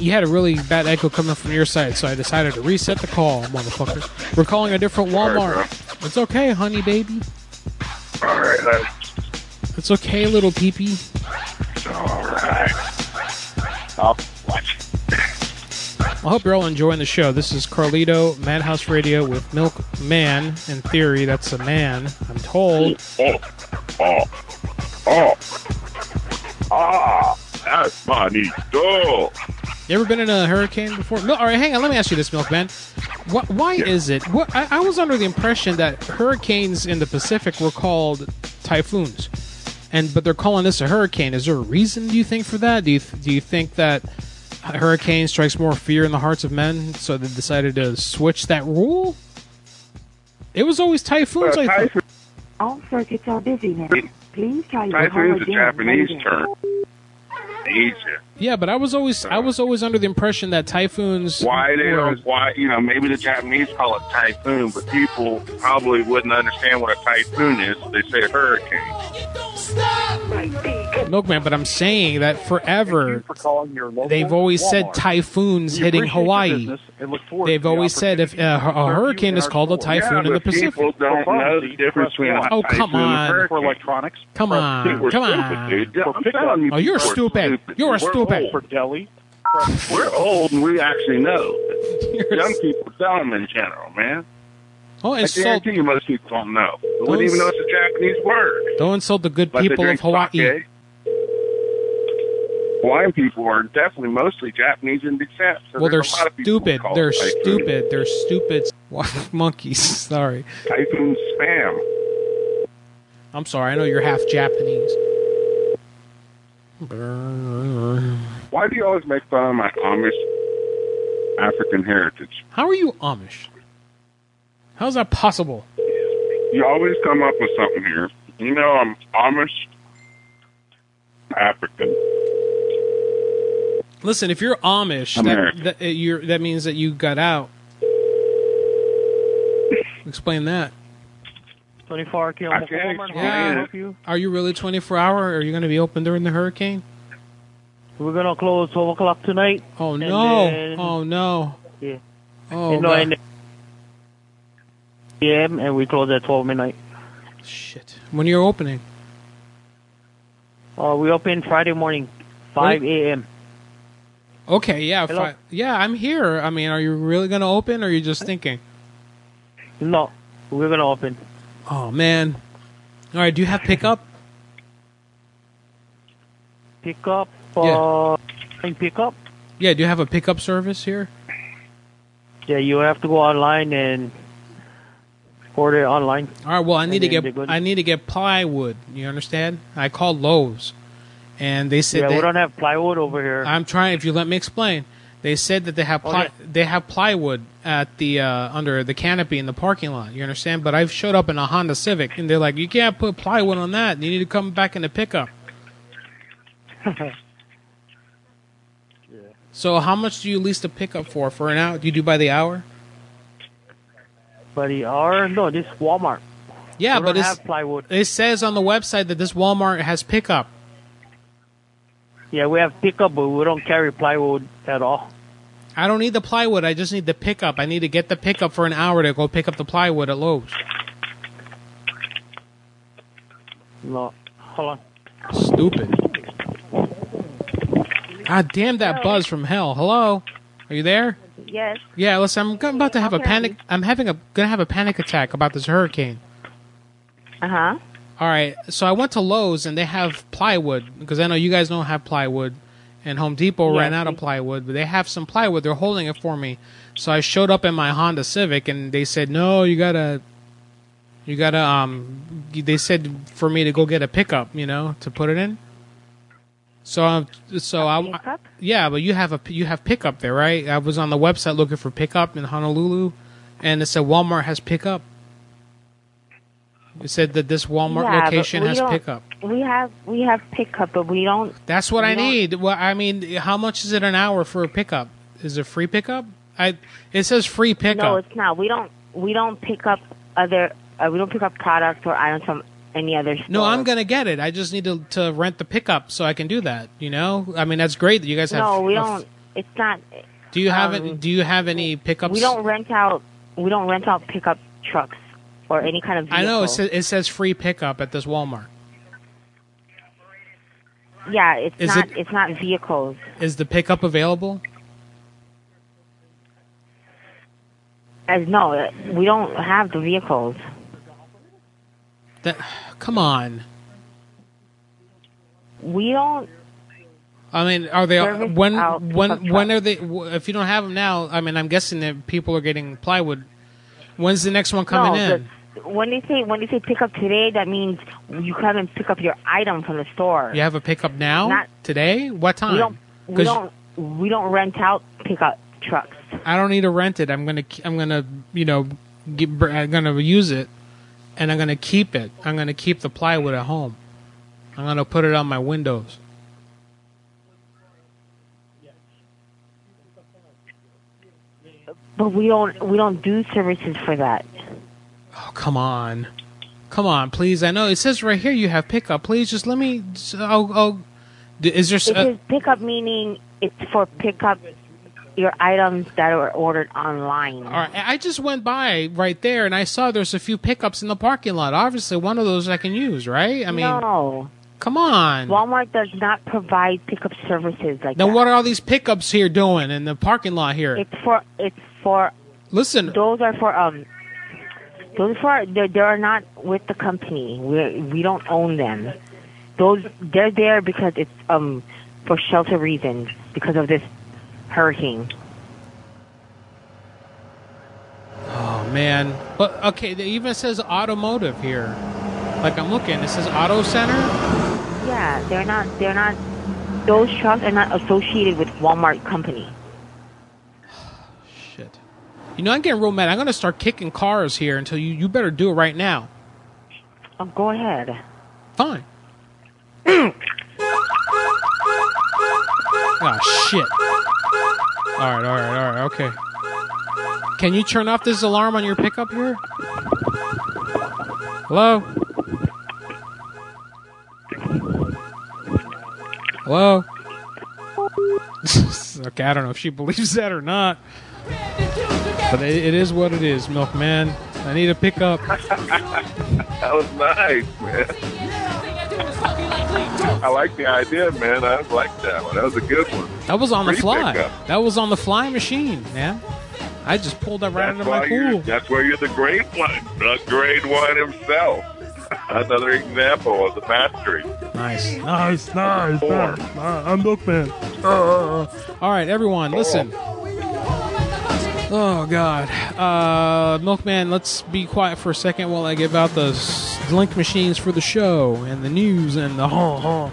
You had a really bad echo coming from your side, so I decided to reset the call, motherfucker. We're calling a different Walmart. It's okay, honey baby.
All right.
It's okay, little peepee.
All right. I'll watch.
I hope you're all enjoying the show. This is Carlito Madhouse Radio with Milk Man. In theory, that's a man. I'm told.
Oh, oh, oh. Ah, that's my needle.
You ever been in a hurricane before? No. All right, hang on. Let me ask you this, Milkman. What, why is it? What I, I was under the impression that hurricanes in the Pacific were called typhoons, and but they're calling this a hurricane. Is there a reason? Do you think for that? Do you th- do you think that a hurricane strikes more fear in the hearts of men, so they decided to switch that rule? It was always
Uh,
typhoons. I thought.
All circuits
Mm.
are busy now. Please try your
Typhoon's
call
a
again.
Japanese
later.
term. Asia.
Yeah, but I was always I was always under the impression that typhoons.
Why they
were-
don't, why, you know, maybe the Japanese call it typhoon, but people probably wouldn't understand what a typhoon is. They say hurricane.
Milkman, but I'm saying that forever they've always said typhoons
We
hitting
appreciate your
Hawaii. They've always said if uh, a, a hurricane is called a typhoon
yeah,
in the
but
Pacific.
People don't know the difference between a
Oh, come
typhoon and a
on.
hurricane.
electronics.
Come
Press
on.
two. We're
Come
stupid,
on.
dude. Yeah, I'm telling you,
Oh, you're
we're
stupid. You're a
We're
stupid.
old.
deli.
We're old and we actually know. Young people tell them in general, man.
Oh,
I
insult-
guarantee you most people don't know. They wouldn't even know it's a Japanese word.
Don't insult the good
But they
people of
drink
Hawaii.
sake. Hawaiian people are definitely mostly Japanese and descent. So
Well, they're
there's a lot of people who
stupid.
call
They're
it typhoon.
stupid. They're stupid monkeys. Sorry.
Typhoon spam.
I'm sorry. I know you're half Japanese.
Why do you always make fun of my Amish African heritage?
How are you Amish? How is that possible?
You always come up with something here. You know, I'm Amish African.
Listen, if you're Amish,
American.
that, that, uh, you're, that means that you got out. Explain that.
24
I can't
Uh,
explain it.
Are you really 24 hour? Or are you going to be open during the hurricane?
We're gonna close 12 o'clock tonight.
Oh
and
no!
then-
oh no!
Yeah.
Oh
you know,
God.
and p.m. and we close at 12 oh, midnight.
Shit. When you're opening?
Uh, we open Friday morning, 5 a.m.
Okay, yeah,
Hello?
fi- yeah. I'm here. I mean, are you really going to open, or are you just thinking?
No, we're gonna open.
Oh man! All right. Do you have pickup?
Pick up. Uh, and pick up.
Yeah. Do you have a pickup service here?
Yeah, you have to go online and order online.
All right. Well, I
And
need to
then they
get
go-
I need to get plywood. You understand? I called Lowe's, and they said
yeah,
that
we don't have plywood over here.
I'm trying. If you let me explain, they said that they
Oh,
have ply- they have plywood at the uh, under the canopy in the parking lot. You understand? But I've showed up in a Honda Civic, and they're like, "You can't put plywood on that. You need to come back in the pickup." So, how much do you lease the pickup for? For an hour? Do you do by the hour?
By the hour? No, this is Walmart.
Yeah,
We
but
don't
it's,
have plywood.
it says on the website that this Walmart has pickup.
Yeah, we have pickup, but we don't carry plywood at all.
I don't need the plywood. I just need the pickup. I need to get the pickup for an hour to go pick up the plywood at Lowe's.
No. Hold
Stupid. God damn that buzz from hell. Hello, are you there?
Yes.
Yeah, listen, I'm g- about to have a
Okay.
panic. I'm having a gonna have a panic attack about this hurricane.
Uh huh.
All right, so I went to Lowe's and they have plywood because I know you guys don't have plywood, and Home Depot
Yeah,
ran out of plywood, but they have some plywood. They're holding it for me, so I showed up in my Honda Civic and they said, "No, you gotta, you gotta." Um, they said for me to go get a pickup, you know, to put it in. So, um, so I, yeah, but you have a you have pickup there, right? I was on the website looking for pickup in Honolulu, and it said Walmart has pickup. It said that this Walmart
Yeah, but
location
we
has
don't-
pickup.
We have we have pickup, but we don't.
That's what
we
I
don't-
need. Well, I mean, how much is it an hour for a pickup? Is it free pickup? I it says free
No,
pickup.
it's not. We don't we don't pick up other. Uh, we don't pick up products or items from any other. Store.
No, I'm gonna get it. I just need to to rent the pickup so I can do that. You know, I mean, that's great that you guys have.
No, we
a f-
don't. It's not.
Do you have
um,
it? Do you have any pickups?
We don't rent out. We don't rent out pickup trucks or any kind of. Vehicle.
I know it says, it says free pickup at this Walmart.
yeah, it's
Is
not.
it-
it's not vehicles.
Is the pickup available?
As no, uh, we don't have the vehicles.
That come on.
We don't.
I mean, are they
Service
when
out
when when are they? w- If you don't have them now, I mean, I'm guessing that people are getting plywood. When's the next one coming
no,
in?
but When they say when they say pick up today, that means you come and pick up your item from the store.
You have a pickup now
Not-
today? What time?
We don't. We
'Cause
don't. We don't rent out pickup trucks.
I don't need to rent it. I'm gonna ke- I'm gonna you know get, br- I'm gonna use it, and I'm gonna keep it. I'm gonna keep the plywood at home. I'm gonna put it on my windows.
But we don't we don't do services for that.
Oh, come on. Come on, please. I know it says right here you have pickup. Please just let me. s- I'll. I'll d- is there? s-
It
Uh,
is pickup meaning it's for pickup your items that are ordered online.
all right. I I just went by right there and I saw there's a few pickups in the parking lot. Obviously, one of those I can use, right? I mean,
no.
come on.
Walmart does not provide pickup services like
Then
that.
what are all these pickups here doing in the parking lot here?
It's for it's for
Listen,
those are for um those are they they are not with the company. We we don't own them. Those they're there because it's um for shelter reasons because of this hurricane.
oh man. But okay, it even says automotive here. Like I'm looking, it says auto center.
Yeah, they're not they're not those shops are not associated with Walmart company.
You know, I'm getting real mad. I'm gonna start kicking cars here until you. You better do it right now.
Oh, go ahead.
Fine. Ah, oh shit. All right, all right, all right. Okay. Can you turn off this alarm on your pickup here? Hello. Hello. okay, I don't know if she believes that or not, but it, it is what it is, Milkman. I need a pickup.
that was nice, man. I like the idea, man. I like that one. That was a good one.
That was on the
Free
fly.
pickup.
That was on the fly machine, man. I just pulled that right out of
That's
my
why you're,
pool.
that's where you're the great one, the great one himself. Another example of the mastery.
Nice. Uh,
Nice, nice,
Four.
nice. nice. I'm Milkman.
All right, everyone, listen. Oh God, uh, Milkman, let's be quiet for a second while I give out the s- link machines for the show and the news and the ha ha.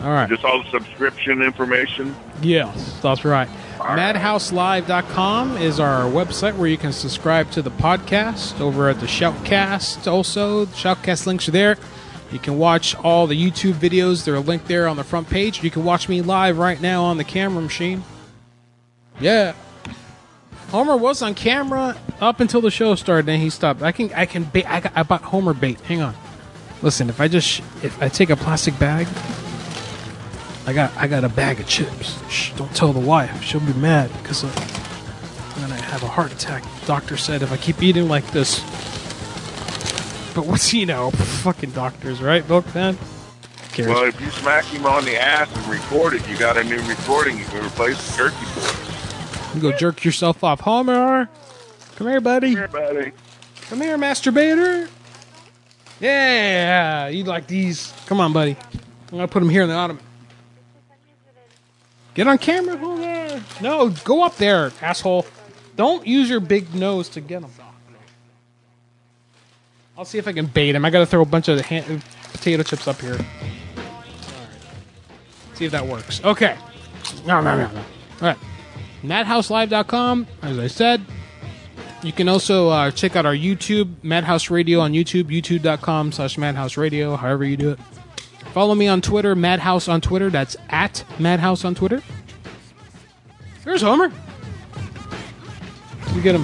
All right.
Just all the subscription information.
Yes, that's right. MadhouseLive.com is our website where you can subscribe to the podcast over at the Shoutcast. Also, the Shoutcast links are there. You can watch all the YouTube videos. They're linked there on the front page. You can watch me live right now on the camera machine. Yeah. Homer was on camera up until the show started, and he stopped. I can, I can bait. I, got, I bought Homer bait. Hang on. Listen, if I just, sh- if I take a plastic bag, I got, I got a bag of chips. Shh, don't tell the wife; she'll be mad because I'm gonna have a heart attack. Doctor said if I keep eating like this. But what's he know? Fucking doctors, right, Milkman? Cares.
Well, if you smack him on the ass and record it, you got a new recording. You can replace the turkey boy.
You go jerk yourself off, Homer. Come here, buddy.
buddy.
Come here, masturbator. Yeah, you like these? Come on, buddy. I'm gonna put him here in the ottoman. Get on camera, Homer. No, go up there, asshole. Don't use your big nose to get him. I'll see if I can bait him. I gotta throw a bunch of hand, potato chips up here. See if that works. Okay. No, no, no, no. All right. MadhouseLive.com, as I said. You can also uh, check out our YouTube, Madhouse Radio on YouTube, youtube.com slash Madhouse Radio, however you do it. Follow me on Twitter, Madhouse on Twitter. That's at Madhouse on Twitter. There's Homer. You get him.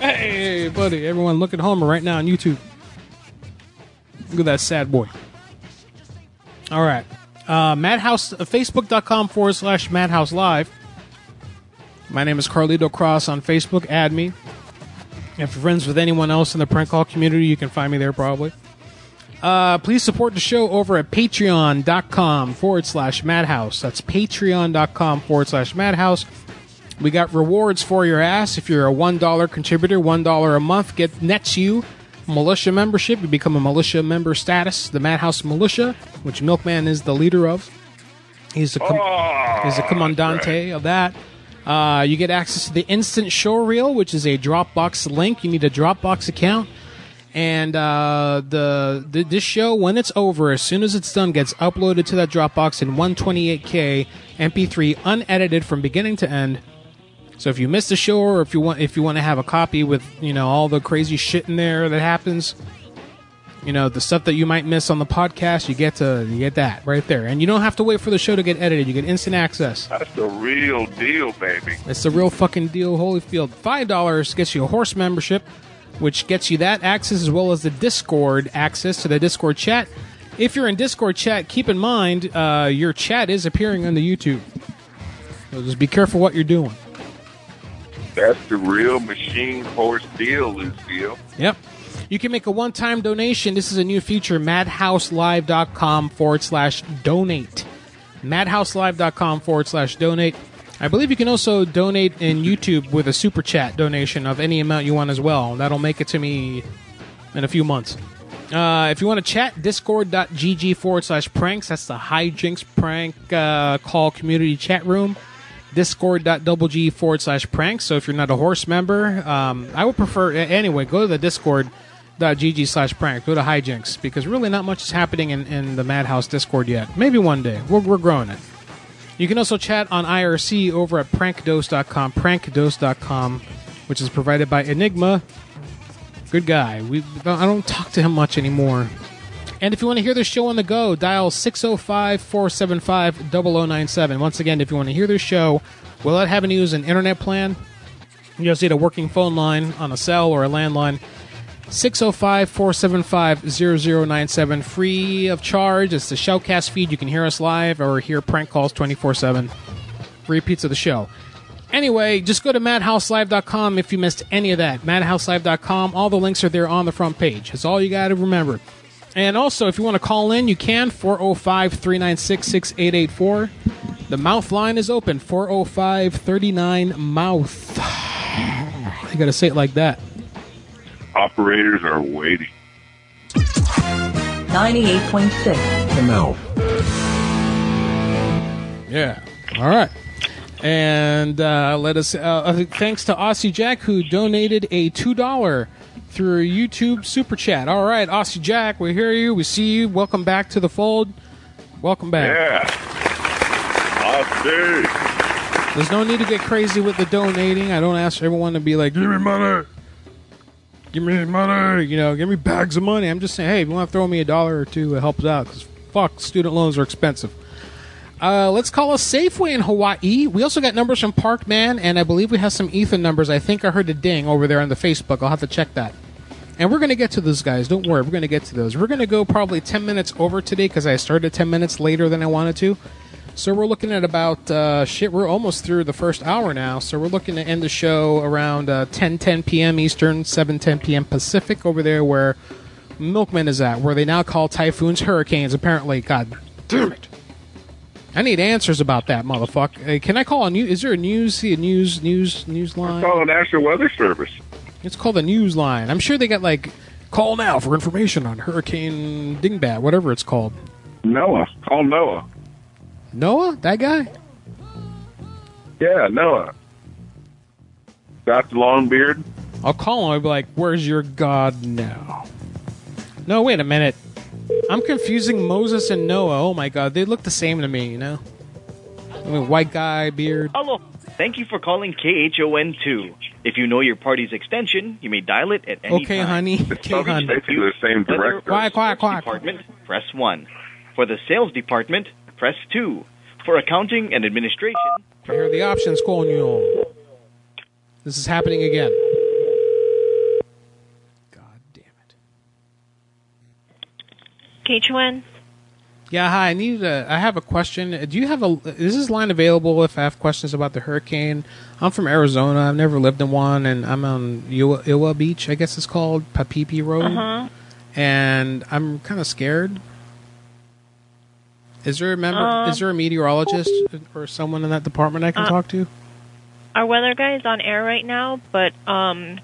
Hey, buddy. Everyone, look at Homer right now on YouTube. Look at that sad boy. All right. Uh, Madhouse, uh, facebook.com forward slash Madhouse Live. My name is Carlito Cross on Facebook. Add me. If you're friends with anyone else in the prank call community, you can find me there probably. Uh, please support the show over at patreon.com forward slash madhouse. That's patreon.com forward slash madhouse. We got rewards for your ass. If you're a $1 contributor, $1 a month get nets you militia membership. You become a militia member status, the Madhouse Militia, which Milkman is the leader of. He's the, com- he's the commandante of that. Uh, you get access to the instant show reel, which is a Dropbox link. You need a Dropbox account. And uh, the, the this show, when it's over, as soon as it's done, gets uploaded to that Dropbox in 128k MP3, unedited from beginning to end. So if you missed the show, or if you want if you want to have a copy with you know all the crazy shit in there that happens, You know, the stuff that you might miss on the podcast, you get to you get that right there, and you don't have to wait for the show to get edited. You get instant access.
That's the real deal, baby.
It's the real fucking deal, Holyfield. Five dollars gets you a horse membership, which gets you that access as well as the Discord access to the Discord chat. If you're in Discord chat, keep in mind uh, your chat is appearing on the YouTube. So just be careful what you're doing.
That's the real machine horse deal, Lucille.
Yep. You can make a one time donation. This is a new feature, madhouselive.com forward slash donate. Madhouselive.com forward slash donate. I believe you can also donate in YouTube with a super chat donation of any amount you want as well. That'll make it to me in a few months. Uh, if you want to chat, discord.gg forward slash pranks. That's the hijinks prank uh, call community chat room. Discord.gg forward slash pranks. So if you're not a horse member, um, I would prefer, a- anyway, go to the discord.gg slash prank. Go to hijinks because really not much is happening in, in the Madhouse Discord yet. Maybe one day. We're, we're growing it. You can also chat on IRC over at prankdose.com, prankdose.com, which is provided by Enigma. Good guy. We I don't talk to him much anymore. And if you want to hear this show on the go, dial 605 475 0097. Once again, if you want to hear this show without having to use an internet plan, you just need a working phone line on a cell or a landline. 605 475 0097. Free of charge. It's the Shoutcast feed. You can hear us live or hear prank calls 24 7. Repeats of the show. Anyway, just go to madhouselive.com if you missed any of that. Madhouselive.com. All the links are there on the front page. That's all you got to remember. And also, if you want to call in, you can 405 396 6884. The mouth line is open 405 39 mouth. You got to say it like that.
Operators are waiting.
98.6.
The mouth. Yeah. All right. And uh, let us uh, uh, thanks to Aussie Jack who donated a two dollar through a YouTube super chat. All right, Aussie Jack, we hear you, we see you. Welcome back to the fold. Welcome back.
Yeah. Aussie.
There's no need to get crazy with the donating. I don't ask everyone to be like, give me money, give me money, you know, give me bags of money. I'm just saying, hey, if you want to throw me a dollar or two, it helps out because fuck, student loans are expensive. Uh, let's call a Safeway in Hawaii. We also got numbers from Parkman, and I believe we have some Ethan numbers. I think I heard a ding over there on the Facebook. I'll have to check that. And we're going to get to those guys. Don't worry, we're going to get to those. We're going to go probably 10 minutes over today because I started 10 minutes later than I wanted to. So we're looking at about, uh, shit, we're almost through the first hour now. So we're looking to end the show around uh, 10 10 p.m. Eastern, 7 10 p.m. Pacific over there where Milkman is at, where they now call typhoons hurricanes, apparently. God damn it. I need answers about that, motherfucker. Uh, can I call on you? Is there a news, see a news, news, news line?
Call the National Weather Service.
It's called the news line. I'm sure they got like call now for information on Hurricane Dingbat, whatever it's called.
Noah. Call Noah.
Noah, that guy.
Yeah, Noah. Dr. Longbeard.
I'll call him. I'll be like, "Where's your God now?" No, wait a minute. I'm confusing Moses and Noah. Oh my God, they look the same to me. You know, I mean, white guy beard.
Hello. Thank you for calling KHON2. If you know your party's extension, you may dial it at any
Okay,
time.
honey. Okay, honey.
Basically the same
Weather
director.
Quiet, quiet, quiet.
department, press 1. For the sales department, press 2. For accounting and administration,
Here are the options calling you on. This is happening again.
KHON.
Yeah, hi. I need. A, I have a question. Do you have a? Is this line available if I have questions about the hurricane? I'm from Arizona. I've never lived in one, and I'm on Iwa, Iwa Beach. I guess it's called Papipi Road,
Uh-huh.
and I'm kind of scared. Is there a member?
Um,
is there a meteorologist or someone in that department I can
Uh,
talk to?
Our weather guy is on air right now, but um,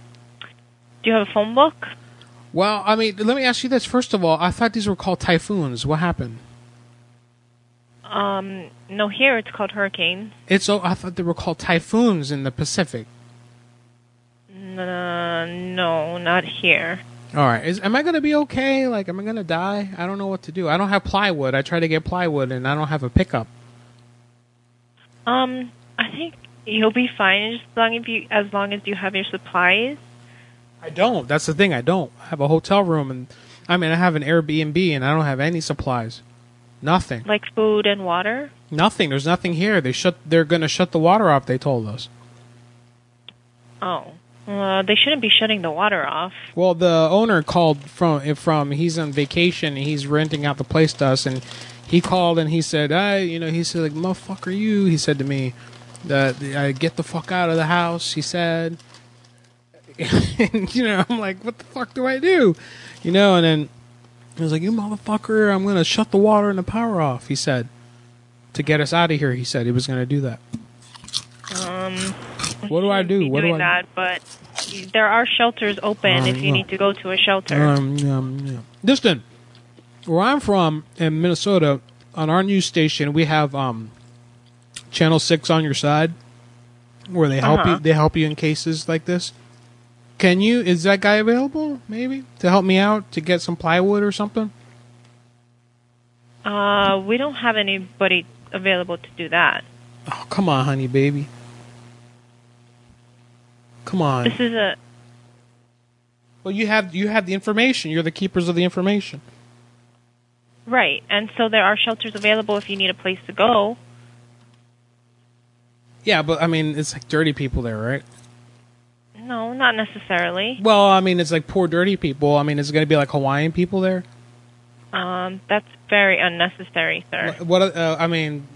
do you have a phone book?
Well, I mean, let me ask you this. First of all, I thought these were called typhoons. What happened?
Um, no, here it's called hurricane.
It's. Oh, I thought they were called typhoons in the Pacific.
N- uh, no, not here.
All right. Is, am I going to be okay? Like, am I going to die? I don't know what to do. I don't have plywood. I try to get plywood, and I don't have a pickup.
Um, I think you'll be fine as long as you as long as you have your supplies.
I don't. That's the thing. I don't. I have a hotel room, and I mean, I have an Airbnb and I don't have any supplies. Nothing.
Like food and water?
Nothing. There's nothing here. They shut. They're going to shut the water off. They told us.
Oh. Uh, they shouldn't be shutting the water off.
Well, the owner called from from he's on vacation. And he's renting out the place to us, and he called and he said, "I, you know, he said like motherfucker, you." He said to me, "That I get the fuck out of the house." He said, and you know, I'm like, "What the fuck do I do?" You know, and then he was like, "You motherfucker, I'm gonna shut the water and the power off." He said to get us out of here. He said he was gonna do that.
Um,
What do I do?
be
What do
doing
I?
that, but there are shelters open
Um,
if you
no.
need to go to a shelter.
Um, um, yeah. Listen, where I'm from in Minnesota, on our news station, we have um, Channel Six on your side, where they help
Uh-huh.
you. They help you in cases like this. Can you? Is that guy available? Maybe to help me out to get some plywood or something.
Uh, we don't have anybody available to do that.
Oh, come on, honey, baby. Come on.
This is a
well, you have you have the information. You're the keepers of the information.
right, and so there are shelters available if you need a place to go.
Yeah, but I mean, it's like dirty people there, right?
No, not necessarily.
Well, I mean, it's like poor, dirty people. I mean, is it going to be like Hawaiian people there?
Um, that's very unnecessary, sir.
What uh, I mean,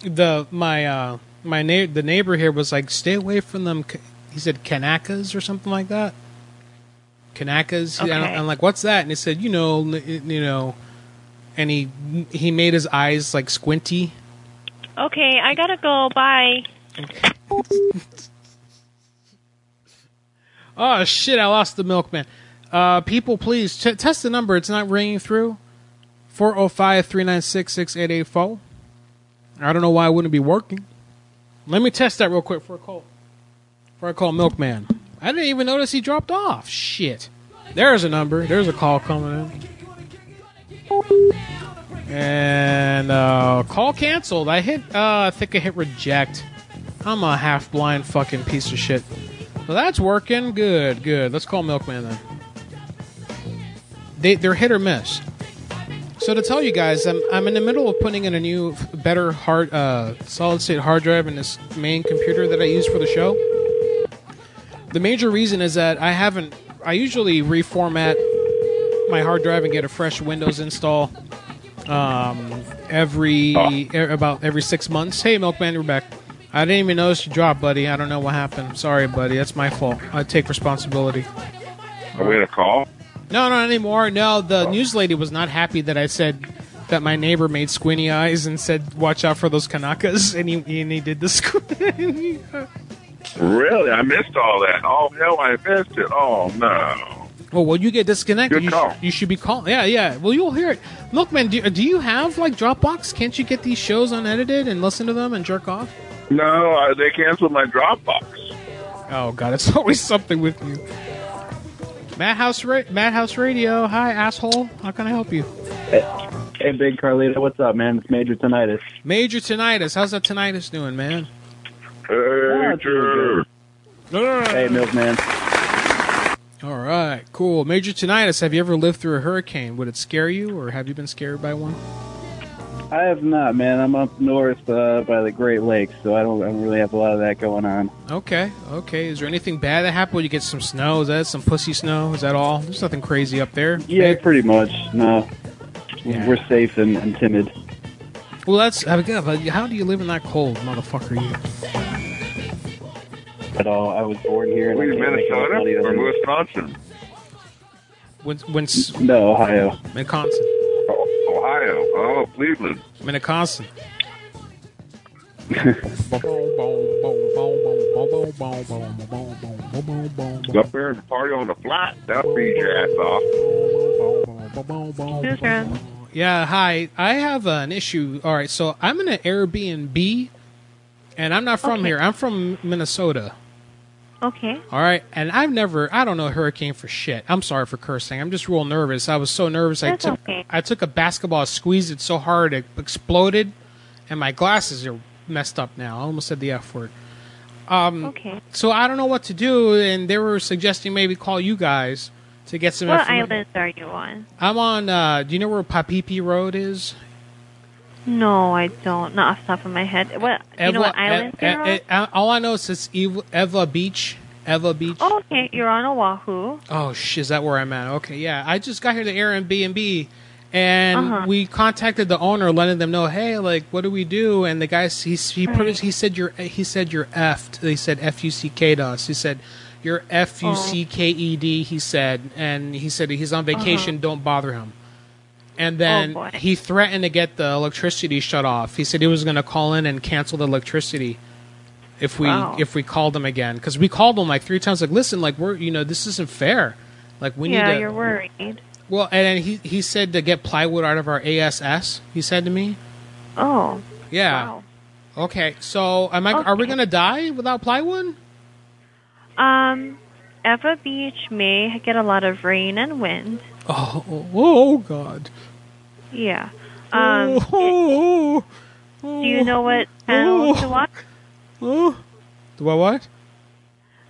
the my uh, my na- the neighbor here was like, stay away from them. K-" He said Kanakas or something like that. Kanakas. And
Okay.
I'm, I'm like, what's that? And he said, you know, n- you know, and he he made his eyes like squinty.
Okay, I gotta go. Bye.
Oh shit! I lost the milkman. Uh, people, please t- test the number. It's not ringing through. 405-396-6884. I don't know why it wouldn't be working. Let me test that real quick for a call. For a call, milkman. I didn't even notice he dropped off. Shit. There's a number. There's a call coming in. And uh, call canceled. I hit. Uh, I think I hit reject. I'm a half blind fucking piece of shit. So that's working. Good, good. Let's call Milkman then. They they're hit or miss. So to tell you guys, I'm I'm in the middle of putting in a new, f- better hard, uh, solid state hard drive in this main computer that I use for the show. The major reason is that I haven't. I usually reformat my hard drive and get a fresh Windows install um, every e- about every six months. Hey, Milkman, you're back. I didn't even notice you dropped, buddy. I don't know what happened. Sorry, buddy. That's my fault. I take responsibility.
Are we gonna call?
No, not anymore. No, the news lady was not happy that I said that my neighbor made squinty eyes and said, "Watch out for those Kanakas," and he and he did the squint.
Really? I missed all that. Oh no, I missed it. Oh no.
Oh well, you get disconnected.
Good
you, sh-
call.
you should be calling. Yeah, yeah. Well, you'll hear it. Look, man, do, do you have like Dropbox? Can't you get these shows unedited and listen to them and jerk off?
No, I, they canceled my Dropbox.
Oh God, it's always something with you. Madhouse, Ra- Madhouse Radio. Hi, asshole. How can I help you?
Hey, hey, Big Carlito, what's up, man? It's Major Tinnitus.
Major Tinnitus. How's that tinnitus doing, man?
Major. Hey, Milkman.
All right, cool. Major Tinnitus. Have you ever lived through a hurricane? Would it scare you, or have you been scared by one?
I have not, man. I'm up north uh, by the Great Lakes, so I don't, I don't really have a lot of that going on.
Okay, okay. Is there anything bad that happened? Will you get some snow? Is that some pussy snow? Is that all? There's nothing crazy up there.
Yeah, pretty much. No.
Yeah.
We're safe and, and timid.
Well, that's I guess, but how do you live in that cold, motherfucker? You.
At all. I was born here in
Wait, Minnesota or
Minnesota.
Wisconsin?
When, when,
No, Ohio.
Wisconsin.
Ohio. Oh, Cleveland.
Minneconsin.
Go up there and party on the flat. That'll feed your ass off.
Yeah, hi. I have an issue. All right, so I'm in an Airbnb, and I'm not from here. I'm from Minnesota.
Okay.
All right, and I've never, I don't know hurricane for shit. I'm sorry for cursing. I'm just real nervous. I was so nervous.
That's
I took,
okay.
I took a basketball, squeezed it so hard it exploded, and my glasses are messed up now. I almost said the f word. Um,
Okay.
So I don't know what to do, and they were suggesting maybe call you guys to get some
what
information.
islands are you on?
I'm on. Uh, do you know where Papipi Road is?
No, I don't. Not off the top of my head. What you know? What islands
E-
you're on?
E- E- all I know is it's Eva, Eva Beach. Eva Beach.
Oh, okay, you're on Oahu.
Oh, sh Is that where I'm at? Okay, yeah. I just got here to Airbnb, and
Uh-huh.
we contacted the owner, letting them know, hey, like, what do we do? And the guy, he he, put us- he said you're he said you're effed. They said f u c k to us. He said you're f u c k e d. He said, and he said he's on vacation.
Uh-huh. Oh,
Don't bother him. And then
boy.
he threatened to get the electricity shut off. He said he was going to call in and cancel the electricity if we
Wow.
if we called them again because we called them like three times. Like, listen, like we're you know this isn't fair. Like we
yeah,
need to.
you're worried.
Well, and then he he said to get plywood out of our ASS. He said to me.
Oh.
Yeah. Okay, so am I? Are we
Okay.
going to die without plywood?
Um, Eva Beach may get a lot of rain and wind.
Oh, oh, oh God.
Yeah. Um,
oh,
do you know what channels to watch?
Do I what?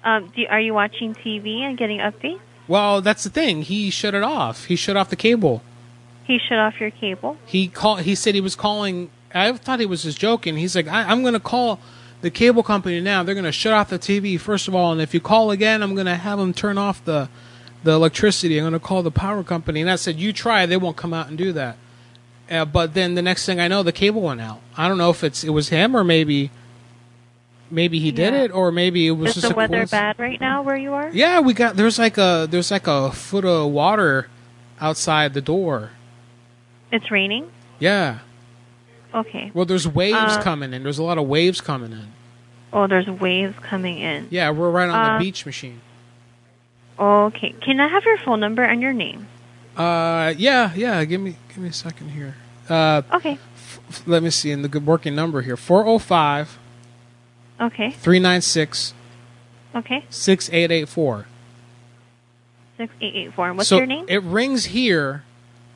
Um, do, are you watching TV and getting updates?
Well, that's the thing. He shut it off. He shut off the cable.
He shut off your cable.
He call. He said he was calling. I thought he was just joking. He's like, I, I'm going to call the cable company now. They're going to shut off the TV first of all, and if you call again, I'm going to have them turn off the the electricity. I'm going to call the power company. And I said, you try. They won't come out and do that. Uh, but then the next thing I know, the cable went out. I don't know if it's it was him or maybe maybe he did
Yeah.
it or maybe it was
Is
just
the
a
weather
coincidence.
bad right now where you are?
Yeah, we got there's like a there's like a foot of water outside the door.
It's raining.
Yeah.
Okay.
Well, there's waves
Uh,
coming in. There's a lot of waves coming in.
Oh, there's waves coming in.
Yeah, we're right on
Uh,
the beach machine.
Okay. Can I have your phone number and your name?
Uh, yeah, yeah. Give me give me a second here. Uh,
okay.
F- f- let me see in the good working number here 405
Okay.
396
Okay.
6884.
Six eight eight four. What's
So
your name?
It rings here,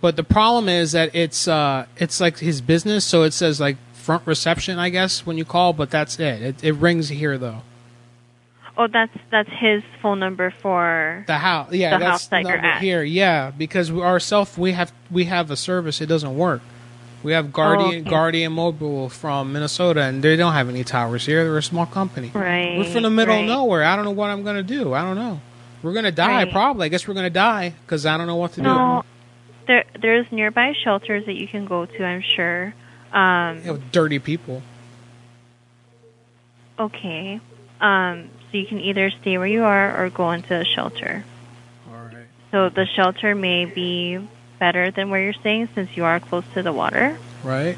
but the problem is that it's uh it's like his business, so it says like front reception, I guess, when you call, but that's it. It, it rings here though.
Oh, that's that's his phone number for
The house, yeah,
the
that's
house that
the
you're
number
at.
here, yeah, because we, ourself we have we have a service. It doesn't work. We have Guardian
Oh, okay.
Guardian Mobile from Minnesota, and they don't have any towers here. They're a small company.
Right.
We're from the middle
right.
of nowhere. I don't know what I'm gonna do. I don't know. We're gonna die
Right.
probably. I guess we're gonna die because I don't know what to
No, there there's nearby shelters that you can go to. I'm sure. Um,
do. You know, dirty people.
Okay. Um, so you can either stay where you are or go into a shelter.
All right.
So the shelter may be better than where you're staying since you are close to the water.
Right.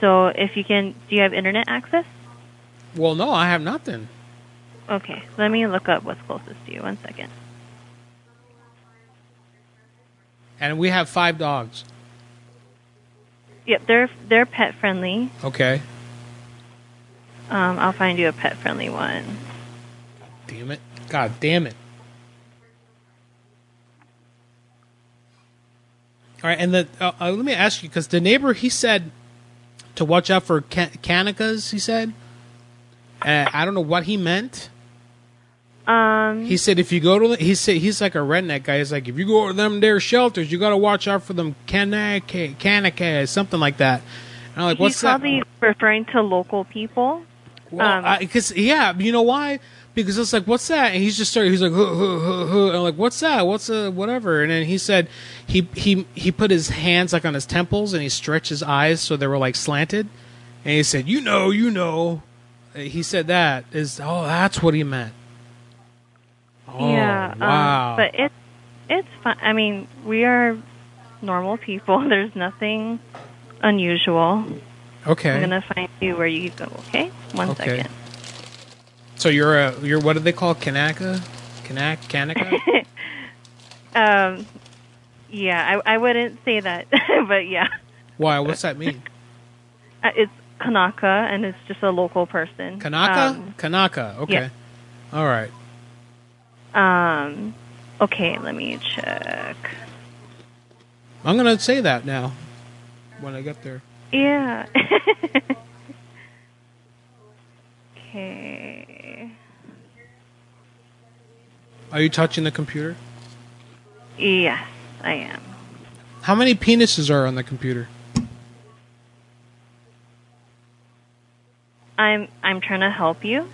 So if you can, do you have internet access?
Well, no, I have nothing.
Okay, let me look up what's closest to you. One second.
And we have five dogs.
Yep, they're they're pet friendly.
Okay.
Um, I'll find you a pet friendly one.
Damn it. God damn it. All right, and the, uh, uh, let me ask you because the neighbor he said to watch out for can- canicas. He said, uh, I don't know what he meant.
Um,
He said if you go to the, he said he's like a redneck guy. He's like if you go to them their shelters, you got to watch out for them canica canicas, something like that. And I'm like, what's
He's
that?
probably referring to local people. Um,
Well, because yeah, you know why? Because it's like, what's that? And he's just started. He's like, huh, huh, huh, huh. and I'm like, what's that? What's a whatever? And then he said, he he he put his hands like on his temples and he stretched his eyes so they were like slanted, and he said, you know, you know, Uh, he said that is oh that's what he meant. Oh,
yeah.
wow.
Um, but it's it's fun. I mean, we are normal people. There's nothing unusual.
okay.
I'm gonna find you where you go. Okay. One
okay.
second.
So you're a you're what do they call Kanaka? Kanak Kanaka?
Um, yeah, I I wouldn't say that, but yeah,
why? What's that mean?
Uh, it's Kanaka, and it's just a local person. Um,
Kanaka? Kanaka. Okay.
yeah.
All right.
Um, um, okay, let me check.
I'm gonna say that now. When I get there.
Yeah. okay.
Are you touching the computer?
Yes, I am.
How many penises are on the computer?
I'm I'm trying to help you.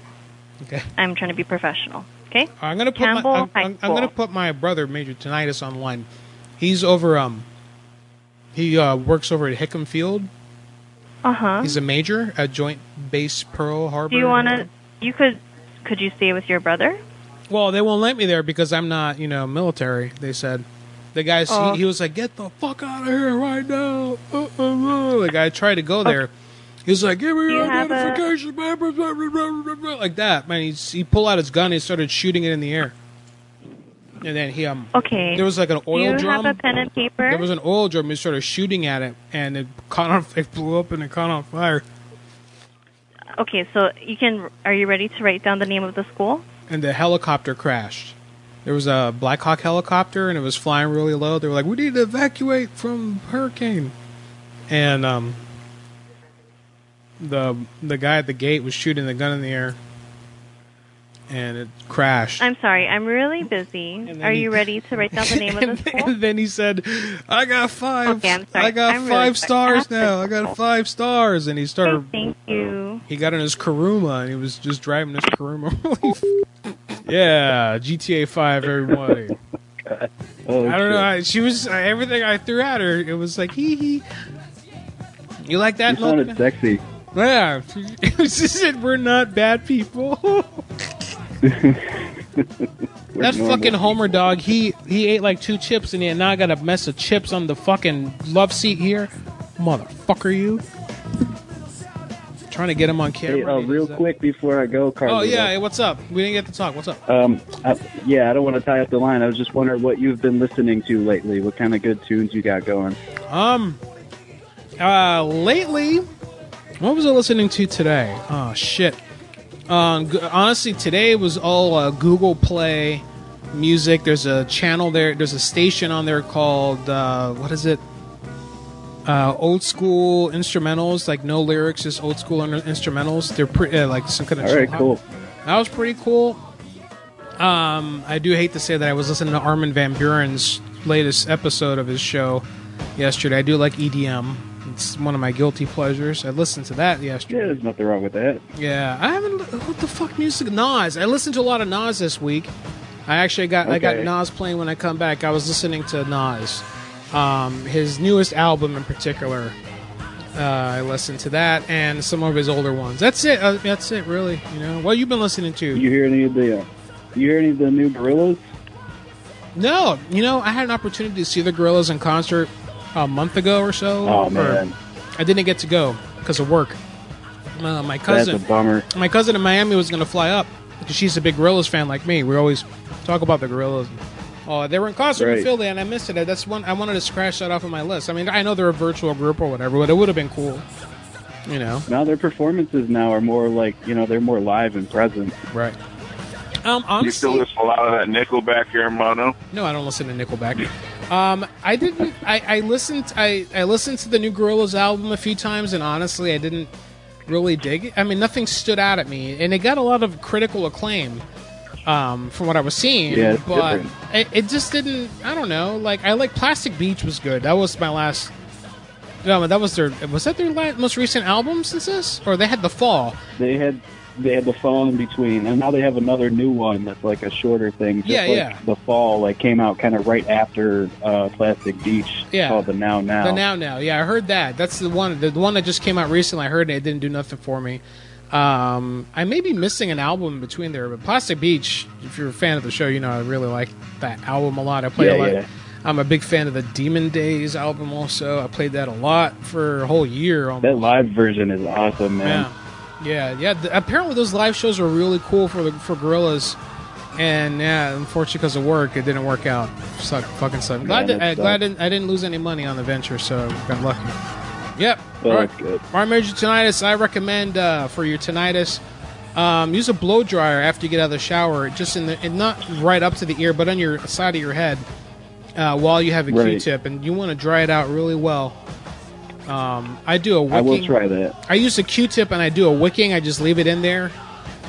Okay.
I'm trying to be professional. Okay.
I'm gonna put
Campbell
my I'm,
High
I'm, I'm
School.
gonna put my brother Major Tinnitus online. He's over um he uh, works over at Hickam Field.
Uh huh.
He's a major at Joint Base Pearl Harbor.
Do you want to? You could. Could you stay with your brother?
Well, they won't let me there because I'm not, you know, military. They said. The guy,
Oh.
he, he was like, "Get the fuck out of here right now!" Uh, uh, uh. Like I tried to go there. He's like, "Give me
You
your
have a-
identification, man, blah, blah, blah, blah, blah, blah," like that. Man, he, he pulled out his gun and he started shooting it in the air. And then he um.
Okay.
There was like an
Do
oil
you
drum.
have a pen and paper?
There was an oil drum. He started shooting at it, and it caught on. It blew up and it caught on fire.
okay, so you can. Are you ready to write down the name of the school?
and the helicopter crashed. There was a Black Hawk helicopter, and it was flying really low. They were like, "We need to evacuate from hurricane," and um, the the guy at the gate was shooting the gun in the air, and it crashed.
I'm sorry, I'm really busy. Are
he-
you ready to write down the name of the school?
And then he said, "I got five.
Okay, I'm sorry.
I got
I'm really
five
sorry. Ah,
stars now. I got five stars." And he started.
Thank you.
He got in his Karuma, and he was just driving his Karuma. really f- yeah, GTA Five, everybody.
Oh,
I don't know. I, she was I, everything I threw at her. It was like hee hee. You like that?
You sounded
Milkman?
sexy.
Yeah. She said we're not bad people. that
normal
fucking Homer dog. He he ate like two chips and he now I got a mess of chips on the fucking love seat here. Motherfucker, you. Trying to get him on camera.
Hey, uh, real quick before I go, Carlos.
Oh yeah, hey, what's up? We didn't get to talk. What's up?
Um, I, yeah, I don't want to tie up the line. I was just wondering what you've been listening to lately. What kind of good tunes you got going?
Um, uh, lately, what was I listening to today? Oh shit. Um, g- honestly, today was all uh, Google Play music. There's a channel there. There's a station on there called uh, what is it? Uh, old school instrumentals, like no lyrics, just old school in- instrumentals. They're pretty uh, like some kind of.
All right,
chill out.
cool.
That was pretty cool. Um, I do hate to say that I was listening to Armin van Buren's latest episode of his show yesterday. I do like EDM. It's one of my guilty pleasures. I listened to that yesterday.
Yeah, there's nothing wrong with that.
Yeah, I haven't. What the fuck music? Nas. I listened to a lot of Nas this week. I actually got I got
Okay.
Nas playing when I come back. I was listening to Nas, um, his newest album in particular. Uh, I listened to that and some of his older ones. That's it. Uh, that's it, really. You know what you've been listening to?
You hear any of the? Uh, you hear any of the new Gorillas?
No, you know, I had an opportunity to see the Gorillas in concert a month ago or so.
Oh,
or-
man.
I didn't get to go because of work. Uh, my cousin,
That's a bummer.
my cousin in Miami was going to fly up because she's a big Gorillas fan like me. We always talk about the Gorillas. Oh, they were in concert in
Right.
Philly, and I missed it. That's one I wanted to scratch that off of my list. I mean, I know they're a virtual group or whatever, but it would have been cool. You know.
Now their performances now are more like you know they're more live and present.
Right. Um, honestly,
You still
There's a lot of that Nickelback here, mono.
No, I don't listen to Nickelback. Um, I didn't. I, I listened. I, I listened to the new Gorillaz album a few times, and honestly, I didn't really dig it. I mean, nothing stood out at me, and it got a lot of critical acclaim um, from what I was seeing.
Yeah, it's
but
different.
it, it just didn't. I don't know. Like I like Plastic Beach was good. That was my last. No, that was their. Was that their last, most recent album since this? Or they had the Fall.
They had they had the fall in between, and now they have another new one that's like a shorter thing. Just
Yeah,
like
yeah.
The fall like came out kind of right after uh, Plastic Beach.
Yeah.
Called the Now Now.
The now now, yeah, I heard that. That's the one. The one that just came out recently. I heard it. It didn't do nothing for me. Um, I may be missing an album in between there, but Plastic Beach. If you're a fan of the show, you know I really like that album a lot. I play a
Yeah,
lot.
yeah.
I'm a big fan of the Demon Days album. Also, I played that a lot for a whole year. Almost.
That live version is awesome, man.
Yeah, yeah. th apparently, those live shows were really cool for the for gorillas, and yeah, unfortunately, because of work, it didn't work out. Suck, fucking suck. I'm glad
Man,
that, I,
it sucks.
glad I didn't, I didn't lose any money on the venture, so I got lucky. Yep.
Well,
All right.
that's Oh, good.
All right, Major Tinnitus, I recommend uh, for your tinnitus. Um, use a blow dryer after you get out of the shower, just in the, and not right up to the ear, but on your side of your head, uh, while you have a
Right.
tip and you want to dry it out really well. Um, I do a wicking.
I will try that.
I use a Q-tip and I do a wicking. I just leave it in there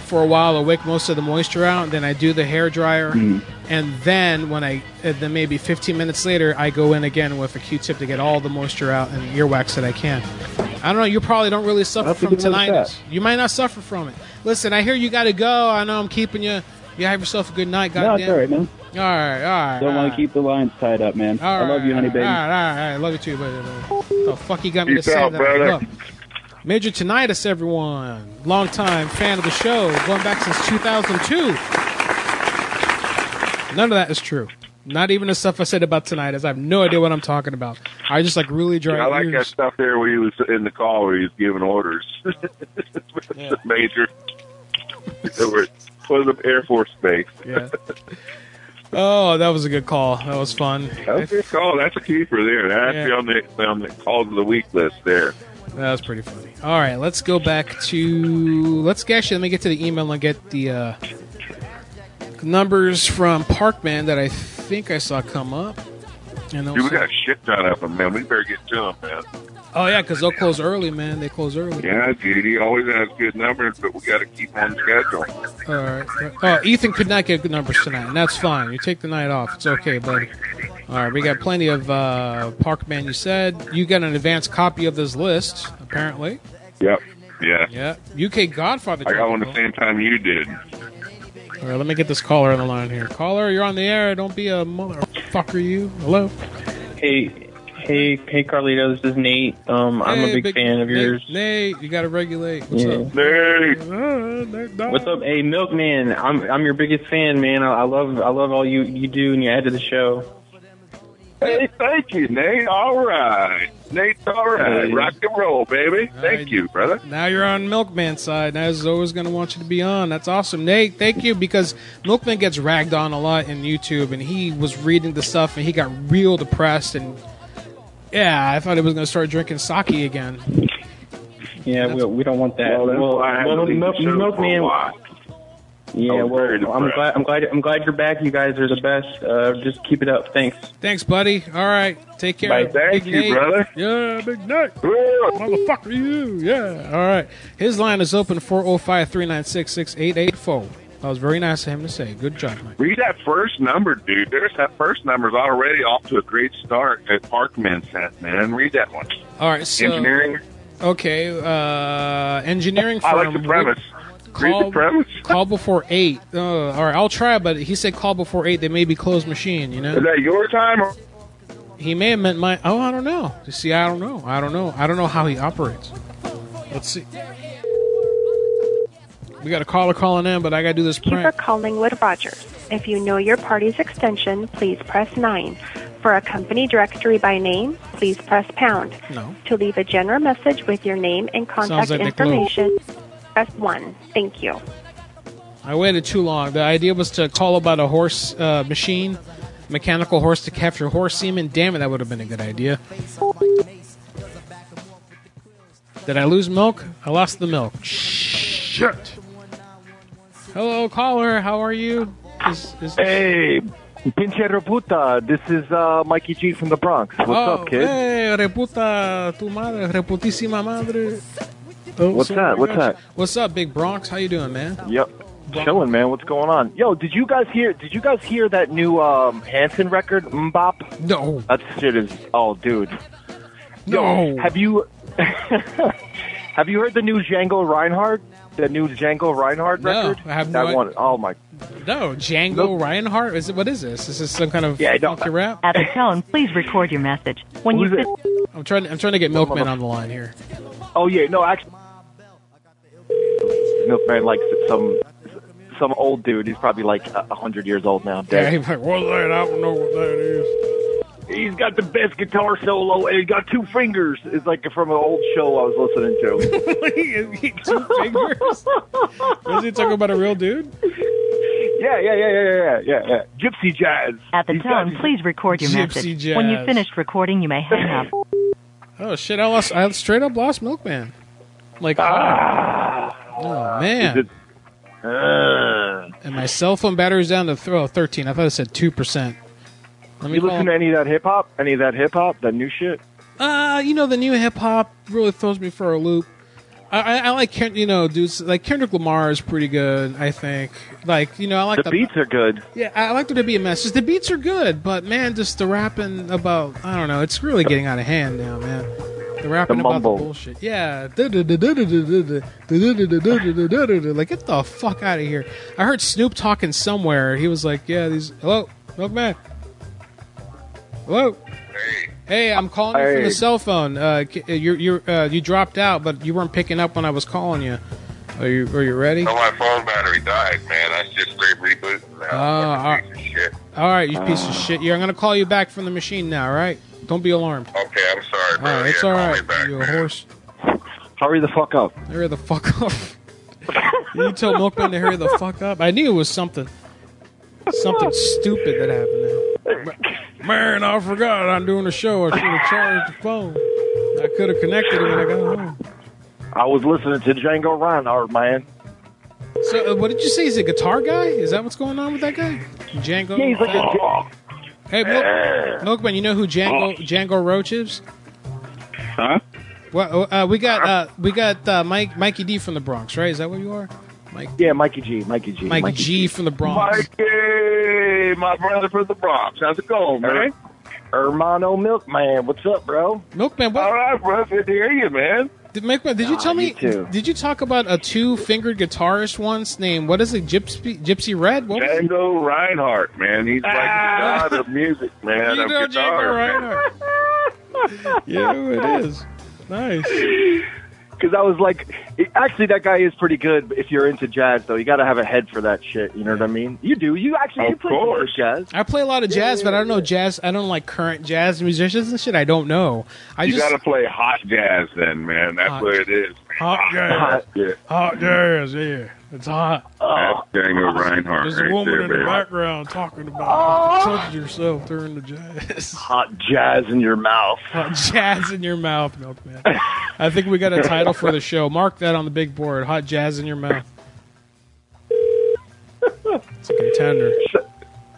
for a while. I wake most of the moisture out. Then I do the hair dryer,
Mm-hmm.
Mm.
and then when I uh, then maybe 15 minutes later, I go in again with a Q-tip to get all the moisture out and earwax that I can. I don't know. You probably don't really suffer
That's a
from
good little
tinnitus.
step.
You might not suffer from it. Listen, I hear you got to go. I know I'm keeping you. You have yourself a good night.
No,
Goddamn.
it's all right, man.
All right, all right.
Don't
all
want
right.
to keep the lines tied up, man.
All
I love
right,
you, honey
all
baby.
right, all right, all right. Love you too, brother. The fuck you got me
Peace
to say
out,
that?
brother.
Look, Major Tinnitus, everyone. Long time fan of the show. Going back since 2002. None of that is true. Not even the stuff I said about tinnitus. I have no idea what I'm talking about. I just like really dry
I like
ears.
that stuff there where he was in the call where he was giving orders. Major. Over at Pleasant Air Force Base.
Yeah. Oh, that was a good call. That was fun.
That's a good call. That's a keeper there. That's
Yeah.
actually on the on the calls of the week list there.
That was pretty funny. All right, let's go back to. Let's actually let me get to the email and get the uh, numbers from Parkman that I think I saw come up. And
Dude, we
also-
got a shit ton of them, man. We better get to them, man.
oh yeah, because they'll close early, man. They close early.
Yeah, dude, he always has good numbers, but we got to keep on schedule.
All right. Oh, Ethan could not get good numbers tonight, and that's fine. You take the night off. It's okay, buddy. All right, we got plenty of uh, Parkman. You said you got an advanced copy of this list, apparently.
Yep. Yeah.
Yeah. UK Godfather.
I got one the same time you did.
All right, let me get this caller on the line here. Caller, you're on the air. Don't be a motherfucker, you. Hello.
Hey, hey, hey, Carlito. This is Nate. Um, I'm a
Hey,
big, fan of
Nate-
yours.
Nate, you got to regulate. What's
Yeah.
up? Uh, Nate Dogg.
What's up? Hey, Milkman. I'm I'm your biggest fan, man. I, I love I love all you you do and you add to the show.
Hey, thank you, Nate. All right. Nate, all right.
Hey.
Rock and roll, baby.
right.
Thank you, brother.
Now you're on Milkman's side. Now Zoe's going to want you to be on. That's awesome, Nate. Thank you because Milkman gets ragged on a lot in YouTube, and he was reading the stuff and he got real depressed. And yeah, I thought he was going to start drinking sake again.
Yeah, we, we don't want that.
Well, that's why I haven't
well,
seen the
Milk-
show for a
Milkman.
while.
Yeah,
was very
well, I'm
depressed.
glad I'm glad I'm glad you're back. You guys are the best. Uh, just keep it up. Thanks.
Thanks, buddy. All right, take care.
Bye. Thank
Big
you,
Nate.
brother.
Yeah, big Nate. Motherfucker, you. Yeah. All right. His line is open 405 396 6884. That was very nice of him to say. Good job, Mike.
Read that first number, dude. There's that first number's already off to a great start at Parkman sent, man. Read that one.
All right. So,
Engineering.
Okay. Uh, engineering
I
firm.
like the premise. Read
Call,
the premise.
call before 8. Uh, all right. I'll try, but he said call before 8. They may be closed machine, you know?
Is that your time? Or-
He may have meant my. Oh, I don't know. You see, I don't know. I don't know. I don't know how he operates. Let's see. We got a caller calling in, but I got to do this
Keeper
prank.
Collingwood Rogers. If you know your party's extension, please press 9. For a company directory by name, please press pound.
No.
To leave a general message with your name and
Sounds
contact
like the clue.
information, press 1. Thank you.
I waited too long. The idea was to call about a horse uh, machine, mechanical horse to capture horse semen. Damn it, that would have been a good idea. Did I lose milk? I lost the milk. Shit. Hello, caller. How are you? Is, is
Hey, pinche puta. This is uh, Mikey G from the Bronx. What's
oh,
up, kid?
Hey, reputa tu madre, reputísima madre.
What's that? What's that?
Oh, What's up, Big Bronx? How you doing, man?
Yep. Chilling, man. What's going on? Yo, did you guys hear? Did you guys hear that new um, Hanson record, Mbop?
No.
That shit is. Oh, dude.
No.
have you? have you heard the new Django Reinhardt? The new Django Reinhardt
No,
record?
I have no
that
idea.
one. Oh my.
No, Django Reinhardt. Is it? What is this? Is this some kind of
Yeah, I don't-
funky rap?
At the tone, please record your message. When you
Who's
I'm trying. I'm trying to get Milkman on the line here.
Oh yeah, no, actually, Milkman likes some some old dude. He's probably like a hundred years old now.
Yeah,
Dead.
he's like, what's that? I don't know what that is.
He's got the best guitar solo, and he's got two fingers. It's like from an old show I was listening to.
Two fingers. Is he talking about a real dude?
yeah, yeah, yeah, yeah, yeah, yeah, yeah. Gypsy jazz.
At the
He's
tone,
got-
please record your
Gypsy
message. When
jazz.
you've finished recording, you may hang up.
Oh shit! I lost. I straight up lost Milkman. Like, oh man.
Ah. Is it- Uh,
And my cell phone battery's down to th- oh, 13. I thought it said 2%. Let me
you
call-
listen to any of that hip hop? Any of that hip hop? That new shit?
Uh, you know, the new hip hop really throws me for a loop. I, I- I like Ken- you know dudes like Kendrick Lamar is pretty good. I think like you know I like
the beats are good.
Yeah, I I like the WMS. Just the beats are good, but man, just the rapping about I don't know, it's really getting out of hand now, man. The rapping
The
about
mumble.
the bullshit. Yeah, like get the fuck out of here. I heard Snoop talking somewhere. He was like, "Yeah, these hello, milkman, hello." Hey, I'm calling you from
Hey.
the cell phone. Uh, c- uh, you're, you're, uh, you dropped out, but you weren't picking up when I was calling you. Are you Are you ready?
No, Oh, my phone battery died, man. I just straight rebooting
Oh,
now.
all right.
Shit.
All right, you piece of shit. Yeah, I'm gonna call you back from the machine now. All right, don't be alarmed.
Okay, I'm sorry,
All
bro.
right, it's
yeah,
all
call
right.
me back,
you
man.
horse.
Hurry the fuck up.
Hurry the fuck up. you tell Milkman to hurry the fuck up. I knew it was something, something stupid that happened. Now. Man, I forgot I'm doing a show. I should have charged the phone. I could have connected it when I got home.
I was listening to Django Reinhardt, man.
So, uh, what did you say? He's a guitar guy? Is that what's going on with that guy? Django.
Yeah, he's like a-
Hey, Milk, Milkman, you know who Django Django Roach is?
Huh?
Well, uh, we got uh, we got uh, Mike Mikey D from the Bronx, right? Is that what you are? Mike.
Yeah, Mikey G. Mikey G.
Mike
Mikey
G from the Bronx.
Mikey, my brother from the Bronx. How's it going, man? Hermano Milkman, what's up, bro?
Milkman, what? All
right, bro. Good to hear you, man.
Did, Milkman, did you
Uh,
tell me?
too.
Did you talk about a two-fingered guitarist once named what is it? Gypsy Gypsy Red? What was it?
Django Reinhardt, man. He's like the god of music, man.
You
of
know Django
guitar, man.
yeah, it is. Nice.
Because I was like, it- actually, that guy is pretty good. If you're into jazz, though, you got to have a head for that shit. You know what I mean? You do. You actually you
Of
play some good
course.
jazz.
I play a lot of jazz, but I don't know jazz. I don't like current jazz musicians and shit. I don't know. I
you
just
got to play hot jazz, then, man. That's
Hot.
what it is.
hot
Hot jazz.
Hot jazz, yeah. It's hot.
That's Django Reinhardt
There's
right
a woman
there,
in
baby.
the background talking about touch yourself during the jazz.
Hot jazz in your mouth.
Hot jazz in your mouth, milkman. I think we got a title for the show. Mark that on the big board. Hot jazz in your mouth. It's a contender.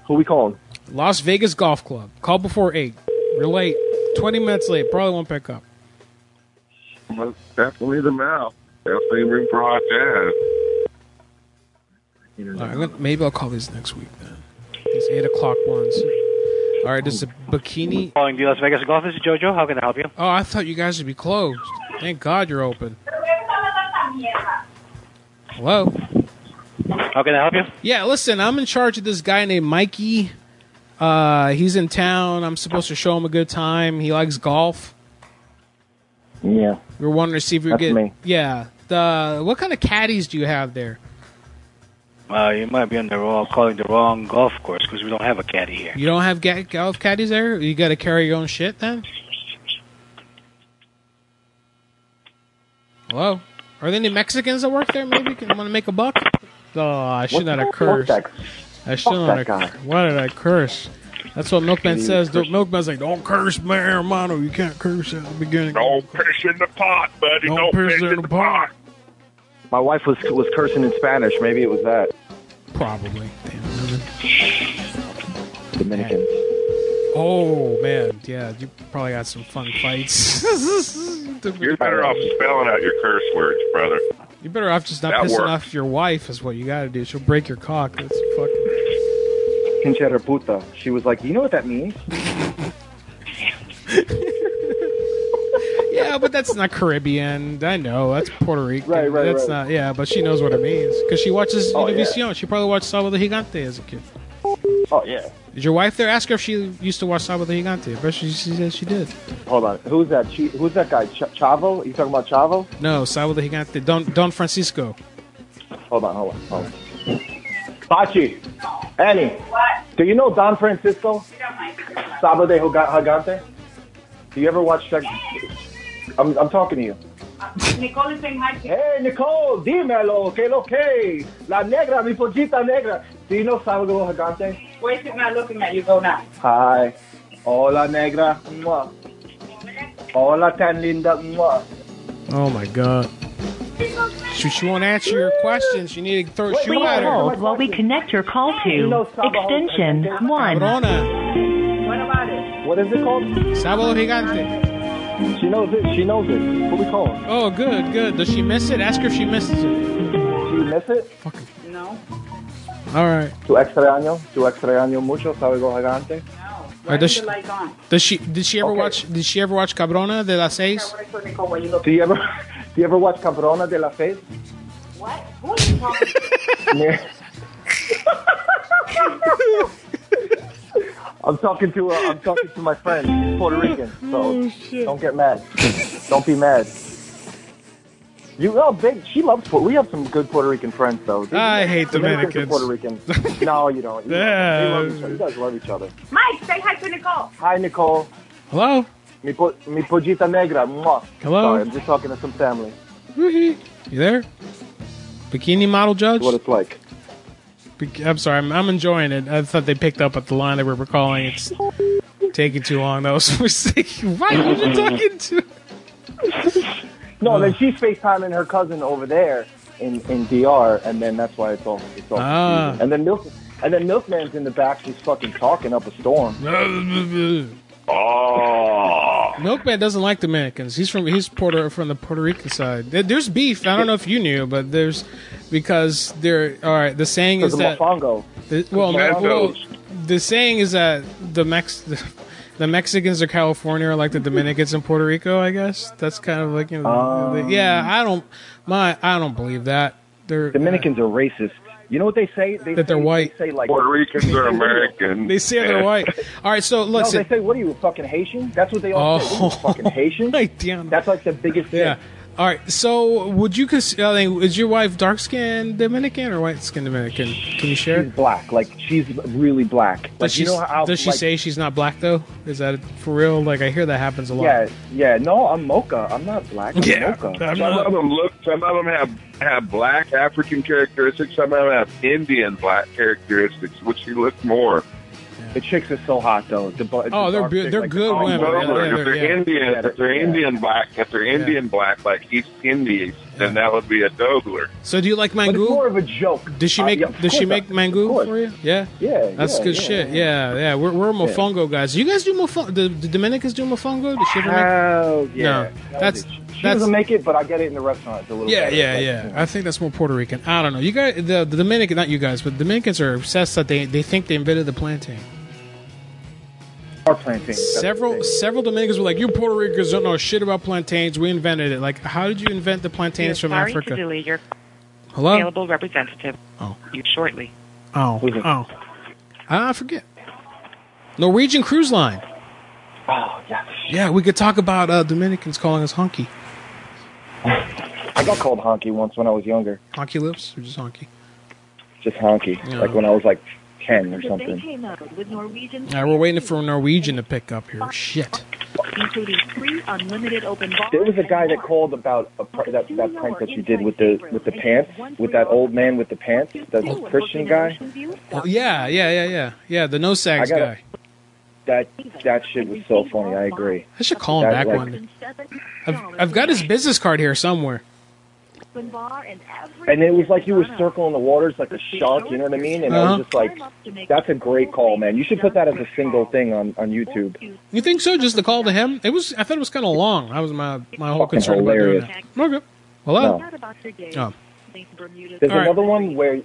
Who we calling?
Las Vegas Golf Club. Call before eight. You're late. Twenty minutes late. Probably won't pick up.
Most definitely the mouth. Definitely room for hot jazz.
All right, I'm gonna- maybe I'll call these next week then. These eight o'clock ones. All right, this is a bikini.
Calling the Las Vegas Golf. This is JoJo. How can I help you?
Oh, I thought you guys would be closed. Thank God you're open. Hello.
How can I help you?
Yeah, listen, I'm in charge of this guy named Mikey. Uh, he's in town. I'm supposed to show him a good time. He likes golf.
Yeah.
We are wondering to see if we
That's
get
me.
yeah. The what kind of caddies do you have there?
Uh, you might be on the wrong, calling the wrong golf course because we don't have a caddy here.
You don't have ga- golf caddies there. You got to carry your own shit then. Hello, are there any Mexicans that work there? Maybe can want to make a buck. Oh, I should not have cursed. I should not have. Why did I curse? That's what Milkman
You
says.
cursed.
Milkman's like, "Don't curse, man, Hermano. You can't curse at the beginning."
Don't piss in the pot, buddy. Don't, piss, in the, pot.
My wife was was cursing in Spanish. Maybe it was that.
Probably. Damn,
Dominican.
Oh man, yeah, you probably had some fun fights.
You're better off spelling out your curse words, brother.
you better off just not
That
pissing
worked.
off your wife, is what you got to do. She'll break your cock. That's fucking.
Pinche reputa. She was like, you know what that means?
Yeah, but that's not Caribbean. I know that's Puerto Rican.
Right, right,
That's
right.
not. Yeah, but she knows what it means because she watches
Oh,
Univision. She probably watched Sábado Gigante as a kid.
Oh yeah.
Is your wife there? Ask her if she used to watch Sábado Gigante. I bet she, she says she did.
Hold on. Who's that? She, who's that guy? Ch- Chavo? You talking about Chavo?
No, Sábado Gigante. Don Don Francisco.
Hold on. Hold on. Hold on. Pachi, Annie, do you know Don Francisco? Sábado de Juga- Gigante? Do you ever watch that? I'm, I'm talking to you.
Nicole is saying hi.
Hey, Nicole, dímelo, que lo que? La negra, mi pollita negra. Do you know Sábado Gigante?
Why is it not looking at you? Go now.
Hi. Hola, negra. Mwah. Hola, tan linda. Mwah.
Oh my god. She, she won't answer your questions. You need to throw a
Please
shoe at her.
hold while we connect your call to extension one.
Corona.
What about it?
What is it called?
Sábado Gigante.
She knows it. She knows it. What we call her?
Oh, good, good. Does she miss it? Ask her if she misses it.
Do you miss it?
No.
All right.
Tu extraño? Tu extraño mucho? Salgo gigante?
Or does she,
Like on.
does she did she ever watch did she ever watch Cabrona de las Seis?
Do you ever do you ever watch Cabrona de la Fe?
What? Who are you talking
to? I'm talking to uh, I'm talking to my friend. He's Puerto Rican,
Oh,
so don't get mad. don't be mad. You oh, big. She loves. Puerto. We have some good Puerto Rican friends, though.
I hate
Dominicans and
Dominicans.
Puerto Ricans. no, you don't. You,
Yeah.
you, love each other. you guys love each other.
Mike, say hi to Nicole.
Hi, Nicole.
Hello.
Mi, po- mi pollita negra. Mwah.
Hello.
Sorry, I'm just talking to some family.
You there? Bikini model judge. What
it's like?
I'm sorry, I'm, I'm enjoying it. I thought they picked up at the line that we were calling. It's taking too long. That was a mistake. Why are you talking to?
No, then she's FaceTiming her cousin over there in, in DR, and then that's why it's all it's all.
Ah.
confusing. And then milk, and then Milkman's in the back just fucking talking up a storm. Ah.
oh. Milkman doesn't like Dominicans. He's from he's Puerto from the Puerto Rican side. There- There's beef. I don't know if you knew, but there's because there. All right, the saying
Because
is
of
that
mofongo.
The- well,
Yeah,
no, well,
those.
the saying is that the Mex the Mexicans of California are like the Dominicans in Puerto Rico. I guess that's kind of like you know,
Um.
yeah. I don't my I don't believe that. They're
Dominicans are racist. You know what they say? They
That they're
say-
white.
They say like
Puerto Ricans are
American.
They say they're white. All right, so
No,
let's
they say, "What are you, a fucking Haitian?" That's what they all say. What are you, a fucking Haitian. That's like the biggest.
Oh. yeah. All right, so would you consider? I mean, is your wife dark skinned Dominican or white skinned Dominican? Can you share?
She's black. Like she's really black.
Does
Like
she,
you know how?
does she
like,
say she's not black though? Is that for real? Like I hear that happens a lot.
Yeah, yeah. No, I'm mocha. I'm not black. I'm
Yeah,
mocha.
I'm
So I'm-
not-
Some of them look. Some of them have have black African characteristics. Some of them have Indian black characteristics, which she looks more.
The chicks are so hot though. The, bu-
Oh,
the
they're
dark
beau-
chicks,
they're
like,
good
the-
women.
No,
Yeah, they're-
if they're
yeah.
Indian,
Yeah,
if they're
yeah.
Indian black, if they're Indian black, like East Indies, then that would be a dogler.
So do you like
But it's
mangoo?
more of a joke.
Does she
Uh,
make?
yeah, of
does she
course I-
make mangoo for you? Yeah.
Yeah,
That's
yeah,
good
yeah.
shit. Yeah, yeah. We're we're mofongo guys. You guys do mofongo? The, the Dominicans do mofongo. Does she ever make?
Hell yeah.
No, that's
She
that's
doesn't make it, but I get it in the restaurant. It's a little
yeah,
better.
yeah,
Like,
yeah. I think that's more Puerto Rican. I don't know. You guys, the, the Dominican, not you guys, but Dominicans are obsessed that they they think they invented the plantain.
Our plantain. That's
Several several Dominicans were like, "You Puerto Ricans don't know shit about plantains. We invented it." Like, how did you invent the plantains from
sorry
Africa?
to delay your
Hello?
available representative.
Oh.
You shortly.
Oh, oh, I forget. Norwegian Cruise Line.
Oh yes.
Yeah, we could talk about uh, Dominicans calling us honky.
I got called honky once when I was younger.
Honky lips or just honky?
Just honky.
Yeah.
Like when I was like ten or something.
came up with Norwegian,
Yeah, we're waiting for Norwegian to pick up here. Shit.
including three unlimited open bars.
There was a guy that called about a pr- that that prank that you did with the with the pants with that old man with the pants, that Christian guy.
Oh, yeah, yeah, yeah, yeah. Yeah, the no
I
sags
got-
guy.
That that shit was so funny. I agree.
I should call him
That, like,
back one. I've, I've got his business card here somewhere.
Open bar and every
And it was like you were circling the waters like a shark. You know what I mean? And I
Uh-huh.
was just like, that's a great call, man. You should put that as a single thing on on YouTube.
You think so? Just the call to him? It was. I thought it was kind of long. That was my my whole
Fucking
concern about doing that. Okay. Hello.
No.
Oh.
There's
All right.
another one where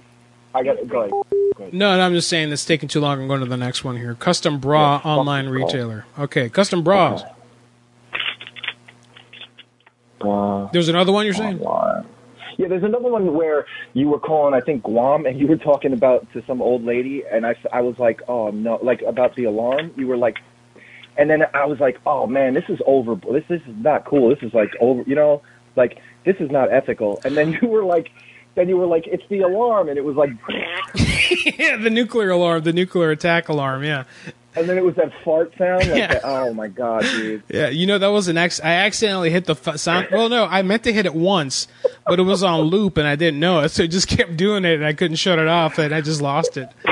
I got go ahead.
No, no, I'm just saying it's taking too long. I'm going to the next one here. Custom bra online retailer. Okay, custom bras. There's another one you're saying?
Uh, Yeah, there's another one where you were calling, I think Guam, and you were talking about to some old lady, and I, I was like, oh no, like about the alarm. You were like, and then I was like, oh man, this is over. This this is not cool. This is like over. You know, like this is not ethical. And then you were like, then you were like, it's the alarm, and it was like,
yeah, the nuclear alarm, the nuclear attack alarm. Yeah.
and then it was that fart sound. Like
Yeah.
that, oh my god, dude.
Yeah, you know that was an acc- I accidentally hit the f- sound. Well, no, I meant to hit it once, but it was on loop and I didn't know it, so it just kept doing it and I couldn't shut it off and I just lost it.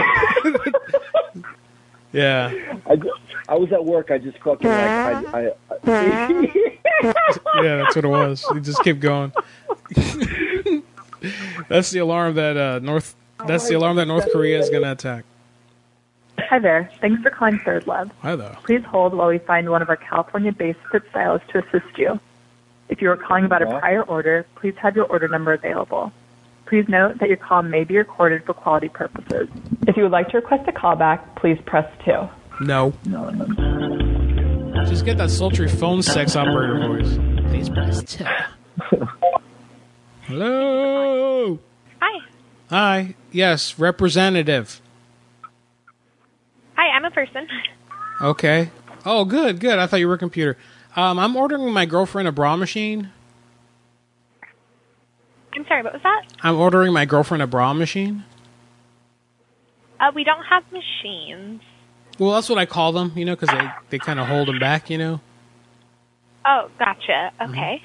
yeah.
I, ju- I was at work. I just fucking like I. I, I
Yeah, that's what it was. It just kept going. that's the alarm that uh North that's the alarm that North Korea is going to attack.
Hi there. Thanks for calling Third Love.
Hi there.
Please hold while we find one of our California-based fit stylists to assist you. If you are calling about a prior order, please have your order number available. Please note that your call may be recorded for quality purposes. If you would like to request a callback, please press 2.
No.
No,
Just get that sultry phone sex operator voice. Please press two. Hello.
Hi.
Hi. Yes, representative.
Hi, I'm a person.
Okay. Oh, good, good. I thought you were a computer. Um, I'm ordering my girlfriend a bra machine.
I'm sorry, what was that?
I'm ordering my girlfriend a bra machine.
Uh, we don't have machines.
Well, that's what I call them, you know, because they, they kind of hold them back, you know.
Oh, gotcha.
Mm-hmm.
Okay.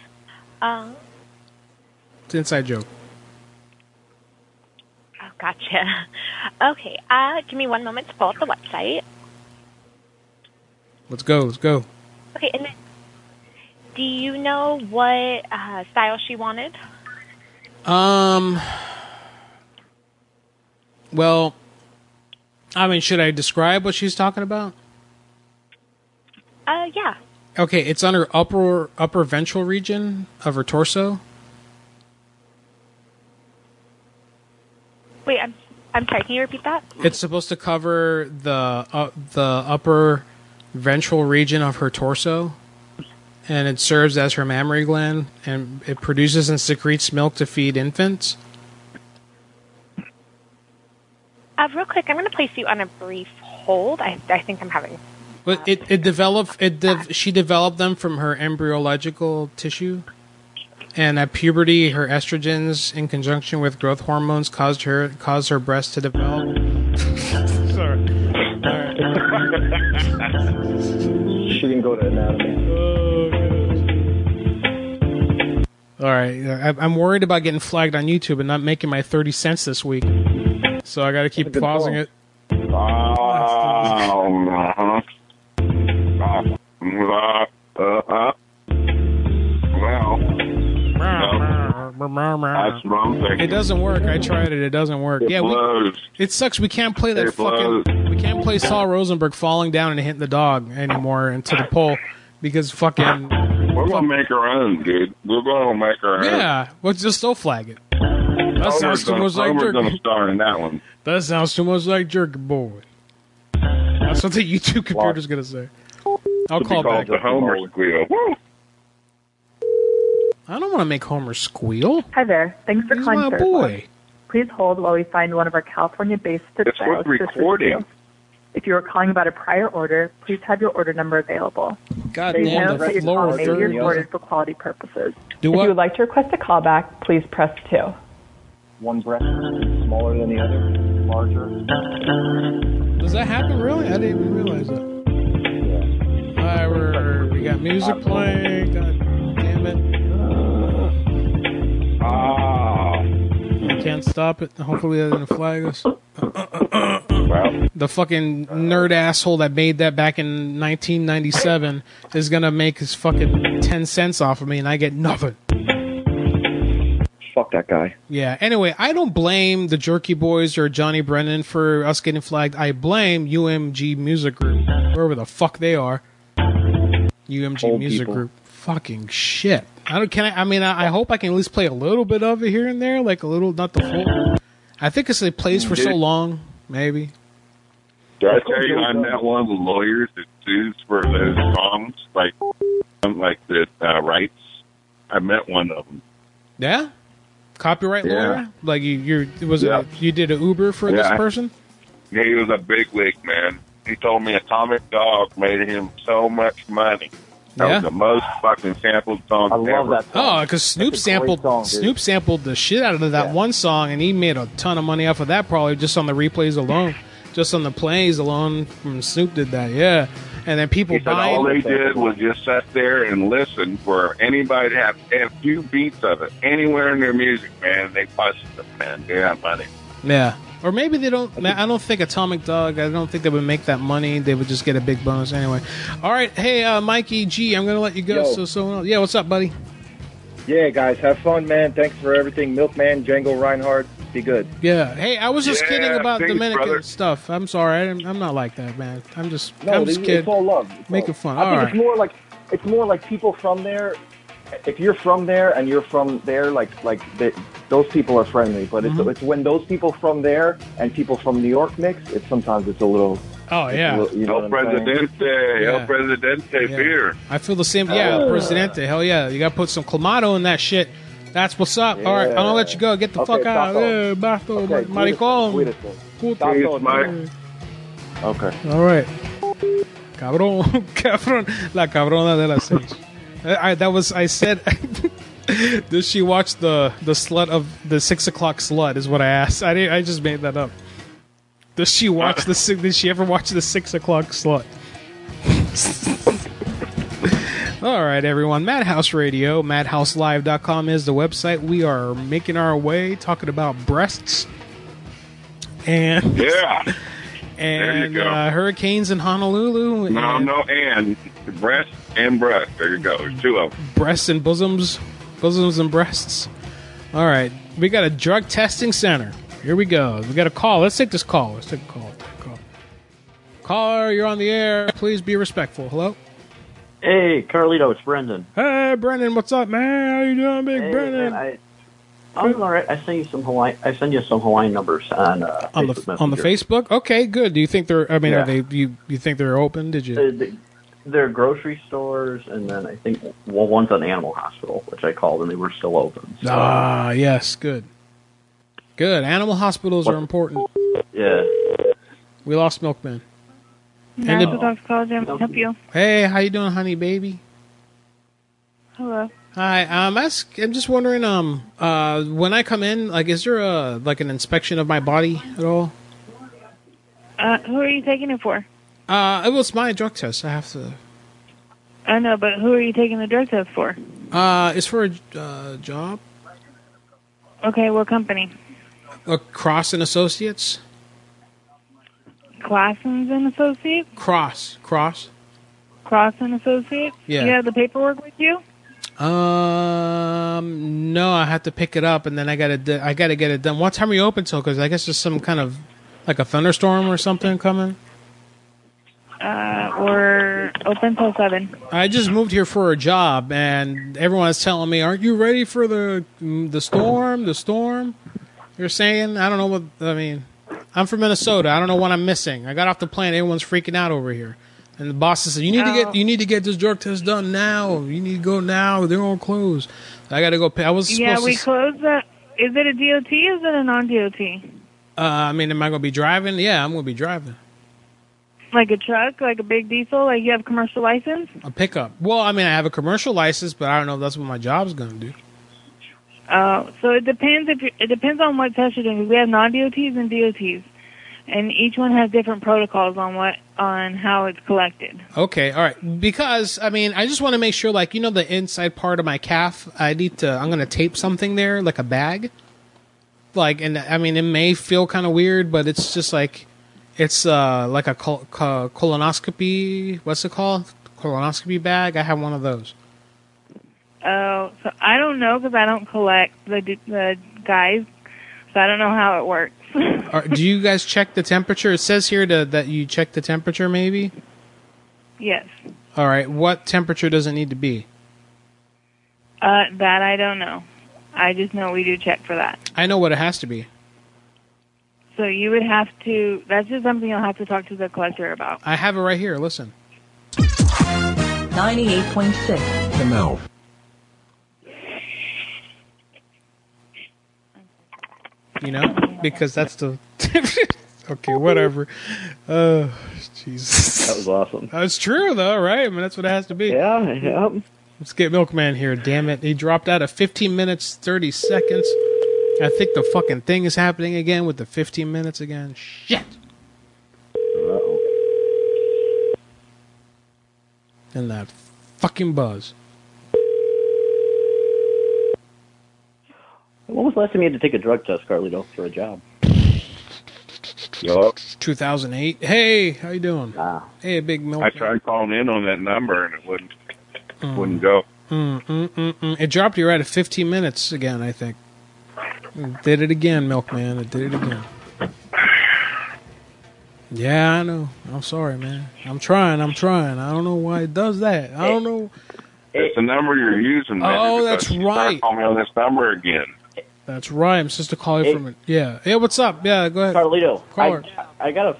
Um,
It's an inside joke.
oh, gotcha. Okay. Uh, give me one moment to pull up the website.
Let's go, let's go.
Okay, and then do you know what uh, style she wanted?
Um. Well, I mean, should I describe what she's talking about?
Uh, yeah.
Okay, it's on her upper upper ventral region of her torso.
Wait, I'm I'm sorry. Can you repeat that?
It's supposed to cover the uh, the upper ventral region of her torso, and it serves as her mammary gland, and it produces and secretes milk to feed infants.
Uh, real quick, I'm going to place you on a brief hold. I I think I'm having.
But it, it developed it de- she developed them from her embryological tissue, and at puberty, her estrogens in conjunction with growth hormones caused her caused her breasts to develop.
Sorry.
She didn't go to anatomy.
All right, I, I'm worried about getting flagged on YouTube and not making my thirty cents this week, so I got to keep pausing it.
Oh, no. Uh-huh. Well, that's what I'm thinking.
It doesn't work. I tried it. It doesn't work.
It
yeah, we,
blows.
it sucks. We can't play that
It
fucking. We can't play Saul Rosenberg falling down and hitting the dog anymore into the pole because fucking
We're going to make our own, dude. We're going to make our own.
yeah. Well, just so flag it. That
Homer's
sounds too
gonna-
much like
Homer's going to
jerky.
star in that one.
That sounds too much like jerky boy. That's what the YouTube computer's gonna say. I'll
It'll be
call
called
back.
the Homer squeal. Woo!
I don't want to make Homer squeal.
Hi there. Thanks for
He's
calling
my
Third Love.
boy.
Please hold while we find one of our California-based fit
It's
stylists
worth
to assist
recording.
you. If you are calling about a prior order, please have your order number available.
God
Please
damn,
note
the
that your
floor
call may be
dirty.
recorded for quality purposes.
Do
if
what?
you would like to request a callback, please press 2.
One breast is smaller than the other, larger.
Does that happen really? I didn't even realize that. All right, we're, we got music playing. God damn it. I can't stop it. Hopefully, they didn't flag us. The fucking nerd asshole that made that back in 1997 is gonna make his fucking 10 cents off of me, and I get nothing.
Fuck that guy.
Yeah. Anyway, I don't blame the Jerky Boys or Johnny Brennan for us getting flagged. I blame UMG Music Group, wherever the fuck they are. UMG
Old
Music
people.
Group. Fucking shit. I don't. Can I? I mean, I, I hope I can at least play a little bit of it here and there, like a little, not the full. I think it's it plays for so
Dude.
long, maybe.
Did I tell you I met one of the lawyers that sues for those songs, like like the uh, rights? I met one of them.
Yeah. Copyright
Yeah.
lawyer. Like you, you're was it a- you did an Uber for this
Yeah.
person?
He was a big wig man. He told me Atomic Dog made him so much money. That
Yeah.
was the most fucking sampled song
I love
ever.
that Oh, because Snoop sampled Snoop sampled the shit out of that one song, and he made a ton of money off of that. Probably just on the replays alone, just on the plays alone. From Snoop did that, yeah. And then people
He said
buying.
all they did was just sit there and listen for anybody to have a few beats of it anywhere in their music, man. They busted them, man. They got money.
yeah. Or maybe they don't. I don't think Atomic Dog. I don't think they would make that money. They would just get a big bonus anyway. All right, hey uh, Mikey G, I'm gonna let you go.
Yo.
So someone else. Yeah, what's up, buddy?
Yeah, guys, have fun, man. Thanks for everything, Milkman, Django Reinhardt,
Be good.
Yeah. Hey, I was just
Yeah,
kidding about
thanks,
Dominican
brother.
stuff. I'm sorry. I'm, I'm not like that, man. I'm just.
No,
I'm just
it's-
kidding.
it's all love. It's
Making
all-
fun.
I
All
think
right.
it's more like it's more like people from there. If you're from there and you're from there, like like they, those people are friendly. But it's
Mhm.
it's when those people from there and people from New York mix, it's sometimes it's a little.
Oh
it's a
yeah.
little- you know
El
what I'm saying?
Presidente,
Yeah.
El Presidente beer.
I feel the same. Yeah,
Oh.
Presidente. Hell yeah. You got to put some clamato in that shit. That's what's up. All right. I'm going to let you go. Get the
Okay,
fuck out.
taco.
Yeah, bato,
Okay,
maricón.
cuídate, cuídate.
Puta.
Tacos, Mike. Okay.
All right. Cabrón, cabrón, la cabrona de las seis. Eh, I, I- that was I said. Does she watch the the slut of the six o'clock slut? Is what I asked. I didn't, I just made that up. Does she watch the six? Did she ever watch the six o'clock slut? All right, everyone. Madhouse Radio, madhouselive.com is the website. We are making our way talking about breasts and
Yeah. there you
and
go.
uh, hurricanes in Honolulu.
no,
and
no, and breast and breast. There you go. There's two of them.
Breasts and bosoms, bosoms and breasts. All right, we got a drug testing center. Here we go. We got a call. Let's take this call. Let's take a call. Call. Caller, you're on the air. Please be respectful. Hello.
Hey, Carlito, it's Brendan.
Hey, Brendan. What's up, man? How you doing, big
Hey,
Brendan?
man, I, I'm all right. I send you some Hawaii. I send you some Hawaiian numbers on uh,
on
Facebook
the on the
Messenger.
Facebook. Okay, good. Do you think they're? I mean,
Yeah.
are they? You you think they're open? Did you?
Uh, the- They're grocery stores, and then I think well, one's an animal hospital, which I called, and they were still open. So,
Ah, yes. Good. Good. Animal hospitals are important.
yeah.
We lost Milkman. And the-
National Dog College, I'm help you.
Hey, how you doing, honey, baby?
Hello.
Hi. Um, ask, I'm just wondering. Um, uh, when I come in, like, is there a like an inspection of my body at all?
Uh, who are you taking it for?
Uh, it was my drug test. I have to.
I know, but who are you taking the drug test for?
Uh, it's for a uh, job.
Okay, what company?
Uh, Cross and Associates.
Classens and Associates?
Cross. Cross.
Cross and Associates?
Yeah.
You have the paperwork with you?
Um, no, I have to pick it up, and then I gotta d- I gotta get it done. What time are you open till? Because I guess there's some kind of like a thunderstorm or something coming.
Uh, we're open till 7.
I just moved here for a job, and everyone's telling me, "Aren't you ready for the mm, the storm? The storm?" You're saying, "I don't know what I mean." I'm from Minnesota. I don't know what I'm missing. I got off the plane. Everyone's freaking out over here, and the boss said, "You need to
Oh.
get you need to get this drug test done now. You need to go now. They're all closed." I got to go pay. I was
Yeah,
supposed
we
to.
close the. Is it a DOT? Is it a non DOT?
uh, I mean, am I going to be driving? Yeah, I'm going to be driving
Like a truck? Like a big diesel? Like you have commercial license?
a pickup. Well, I mean, I have a commercial license, but I don't know if that's what my job's going to do.
Uh, so it depends if you it depends on what test you're doing. 'cause We have non-DOTs and DOTs, and each one has different protocols on what on how it's collected.
Okay, all right. Because I mean, I just want to make sure, like you know, the inside part of my calf. I need to. I'm gonna tape something there, like a bag. Like, and I mean, it may feel kind of weird, but it's just like, it's uh like a col- co- colonoscopy. What's it called? Colonoscopy bag. I have one of those.
Oh, so I don't know because I don't collect the d- the guys, so I don't know how it works.
Are, do you guys check the temperature? It says here to, that you check the temperature, maybe.
yes,
All right. What temperature does it need to be?
uh, that I don't know. I just know we do check for that.
I know what it has to be.
So you would have to. That's just something you'll have to talk to the collector about.
I have it right here. Listen.
Ninety-eight point six.
No. You know, because that's the. okay, whatever. Oh, Jesus. That
was awesome.
That's true, though, right? I mean, that's what it has to be. Yeah,
yeah.
Let's get Milkman here. Damn it, he dropped out at 15 minutes 30 seconds. I think the fucking thing is happening again with the 15 minutes again. Shit. And that fucking buzz.
When was the last time you had to take a drug test, Carlito, for a job?
2008. Hey, how you doing? Ah. Hey, big
I
Milkman.
tried calling in on that number and it wouldn't
Mm.
wouldn't go.
Mm, mm, mm, mm. It dropped you right at 15 minutes again, I think. It did it again, Milkman. It did it again. Yeah, I know. I'm sorry, man. I'm trying. I'm trying. I don't know why it does that. I don't know.
It's the number you're using. man.
Oh,
Because
that's
you start
right.
Calling me on this number again.
That's right. I'm supposed to call you from it. Yeah. Hey, what's up? Yeah, go ahead.
Carlito,
Call her.
I, I got a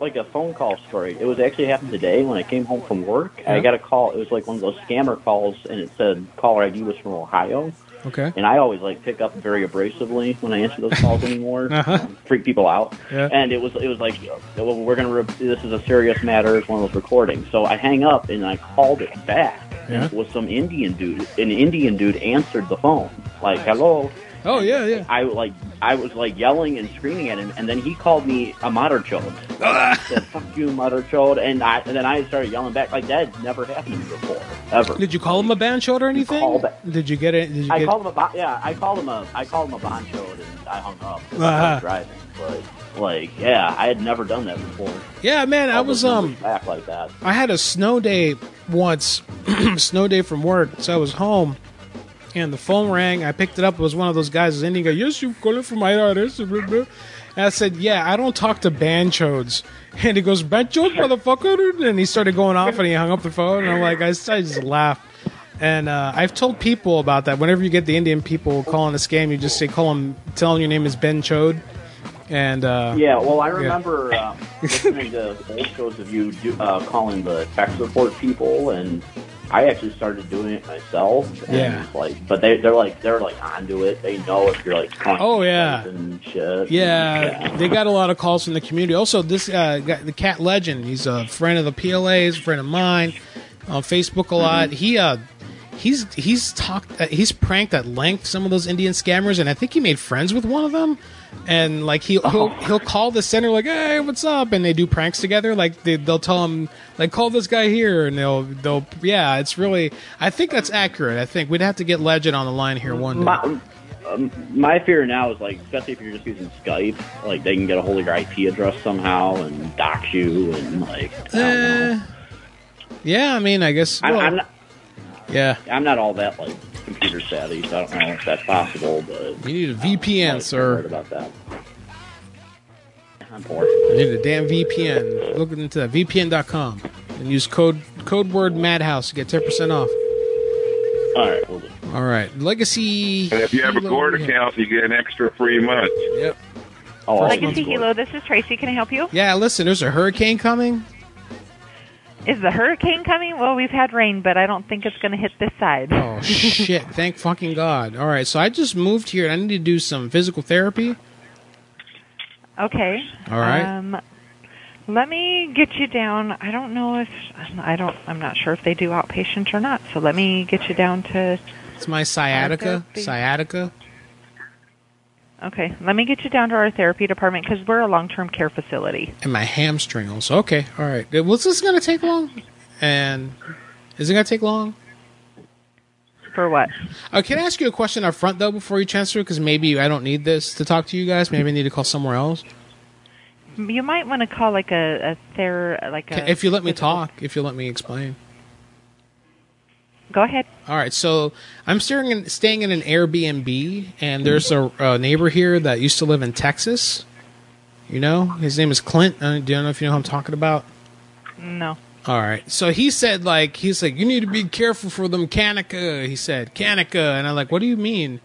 like a phone call story. It was actually happened today when I came home from work. I
Yeah.
got a call. It was like one of those scammer calls, and it said caller ID was from Ohio.
Okay.
And I always like pick up very abrasively when I answer those calls anymore, Um,
Uh-huh.
freak people out.
Yeah.
And it was it was like, well, we're gonna re- this is a serious matter. It's one of those recordings. So I hang up and I called it back. And
Yeah.
it was some Indian dude. An Indian dude answered the phone like, hello.
Oh yeah, yeah.
I like I was like yelling and screaming at him, and then he called me a mutter chode. said, "Fuck you, mutter chode," and I and then I started yelling back like that had never happened to me before ever.
Did you call him a banshot or anything? Did you get it? Did you
I
get
called him a bo- yeah. I called him a I called him a boncho and I hung up. 'cause I
Uh-huh.
was driving, but like yeah, I had never done that before.
Yeah, man. I
Called
was
those
um.
numbers back like that.
I had a snow day once, snow day from work. So I was home, and the phone rang. I picked it up. It was one of those guys was Indian. Go, yes, you calling from my artist. blah, blah." And I said, yeah, I don't talk to banchos. And he goes, banchos, motherfucker. And he started going off, and he hung up the phone. And I'm like, I, s- I just laughed. And uh, I've told people about that. Whenever you get the Indian people calling a scam, you just say, call them, tell them your name is Ben Chode. And uh,
Yeah, well, I
yeah.
remember um, listening to old shows of you do, uh, calling the tech support people, and I actually started doing it myself. And,
Yeah.
Like, but they they're like they're like onto it. They know if you're like calling
Oh, yeah.
and shit.
Yeah, they got a lot of calls from the community. Also, this uh, guy, the cat legend, he's a friend of the PLA's, a friend of mine, on Facebook a lot. He uh, he's he's talked, uh, he's pranked at length some of those Indian scammers, and I think he made friends with one of them. And like he
Oh.
he'll, he'll call the center like, hey, what's up? And they do pranks together. Like they, they'll tell him like, call this guy here, and they'll they'll yeah, it's really I think that's accurate. I think we'd have to get legend on the line here one day.
My, um, my fear now is like, especially if you're just using Skype, like they can get a hold of your IP address somehow and dox you and like.
Eh, yeah, I mean, I guess.
I'm,
well-
I'm not.
Yeah.
I'm not all that like computer savvy, so I don't know if that's possible. But
you need a VPN, sir.
Oh, about that. I'm poor.
I need a damn VPN. Look into that VPN.com and use code code word Madhouse to get ten percent off.
All right.
All right, legacy.
And if you have a Gord account, you get an extra free month.
Yep.
Oh,
Legacy Hilo, this is Tracy. Can I help you?
Yeah, listen. There's a hurricane coming.
Is the hurricane coming? Well, we've had rain, but I don't think it's going to hit this side.
Oh shit! Thank fucking god. All right, so I just moved here and I need to do some physical therapy.
Okay.
All right.
Um, let me get you down. I don't know if I don't. I'm not sure if they do outpatient or not. So let me get you down to.
It's my sciatica.
Therapy.
Sciatica.
Okay. Let me get you down to our therapy department because we're a long-term care facility.
and my hamstring also. Okay, all right. Uh, Was this going to take long? And is it going to take long?
For what?
Uh, can I ask you a question up front though before you transfer? Because maybe I don't need this to talk to you guys. Maybe I need to call somewhere else.
You might want to call like a, a ther like
Ca-
a.
if you let me talk, if you let me explain.
Go ahead.
All right, so I'm staying in, staying in an Airbnb, and there's a, a neighbor here that used to live in Texas. You know, his name is Clint. I don't, do you know if you know who I'm talking about?
No.
All right. So he said, like, he's like, you need to be careful for them Kanaka. He said, Kanaka. And I'm like, what do you mean?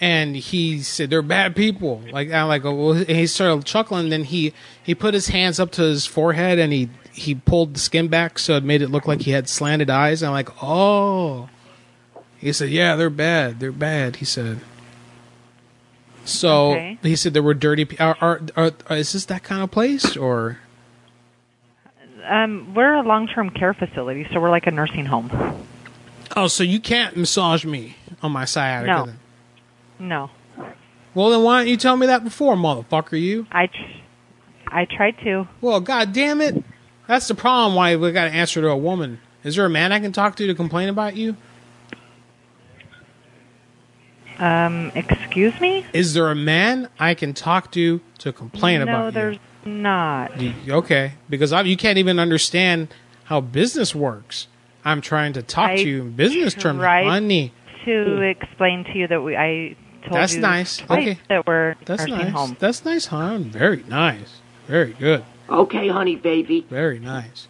And he said, they're bad people. Like, I'm like, oh, well, and he started chuckling. Then he, he put his hands up to his forehead and he, he pulled the skin back so it made it look like he had slanted eyes. And I'm like, oh. He said, yeah, they're bad. They're bad. He said. So
Okay.
he said there were dirty. pe- Are, are, are, is this that kind of place or?
Um, we're a long-term care facility, so we're like a nursing home.
Oh, so you can't massage me on my sciatica?
No.
then?
No.
Well, then why didn't you tell me that before, motherfucker? You.
I. Tr- I tried to.
Well, god damn it! That's the problem. Why we got to answer to a woman? Is there a man I can talk to to complain about you?
Um, excuse me?
Is there a man I can talk to to complain
no,
about
there's not.
you? you? Okay, because I, you can't even understand how business works. I'm trying to talk
I
to you in business terms,
tried
honey.
To explain to you that we, I told
That's
you
nice.
twice
Okay.
that we're
That's
nursing
nice.
home.
That's nice, hon. Very nice. Very good.
Okay, honey, baby.
Very nice.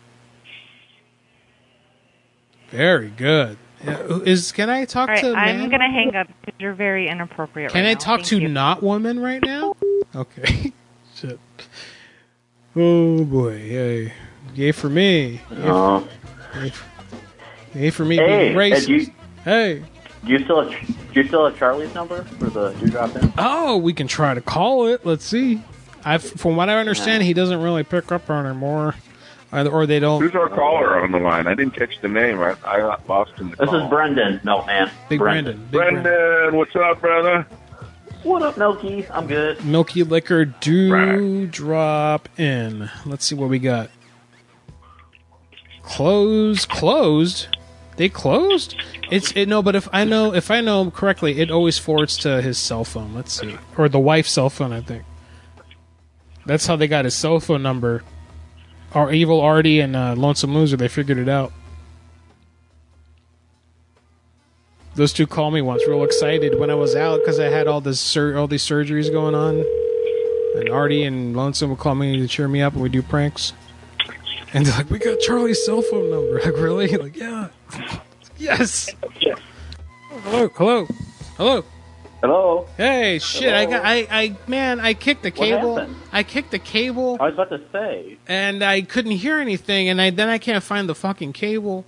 Very good. Yeah, who- Is can I talk
All right,
to?
I'm
man?
going to hang up because you're very inappropriate.
Can
right
I
now.
talk
Thank
to
you.
not woman right now? Okay. Shit. Oh boy. Yay. Yay for me. Yay
Aw.
Uh-huh.
for, yay for, yay for me
Hey,
being
and
racist.
you-
hey.
Do you still have, do you still have Charlie's number for the do drop in?
Oh, we can try to call it. Let's see. I, from what I understand, he doesn't really pick up on her more, or or they don't.
Who's our caller on the line? I didn't catch the name. I, I got lost in the
This
call.
is Brendan. No man.
Big Brandon.
Brendan, what's up, brother?
What up, Milky? I'm good.
Milky Liquor do drop in. Let's see what we got. Closed, closed. They closed. It's it, no, but if I know if I know correctly, it always forwards to his cell phone. Let's see, or the wife's cell phone, I think. That's how they got his cell phone number. Our evil Artie and uh, Lonesome Loser, they figured it out. Those two called me once, real excited when I was out because I had all this sur- all these surgeries going on. And Artie and Lonesome would call me to cheer me up, and we do pranks. And they're like, "We got Charlie's cell phone number." Like, really? Like, yeah. Yes. Hello. Hello. Hello.
Hello.
Hey, shit! I got. I. I. Man, I kicked the
What
cable.
happened?
I kicked the cable,
I was about to say.
and I couldn't hear anything. And I then I can't find the fucking cable.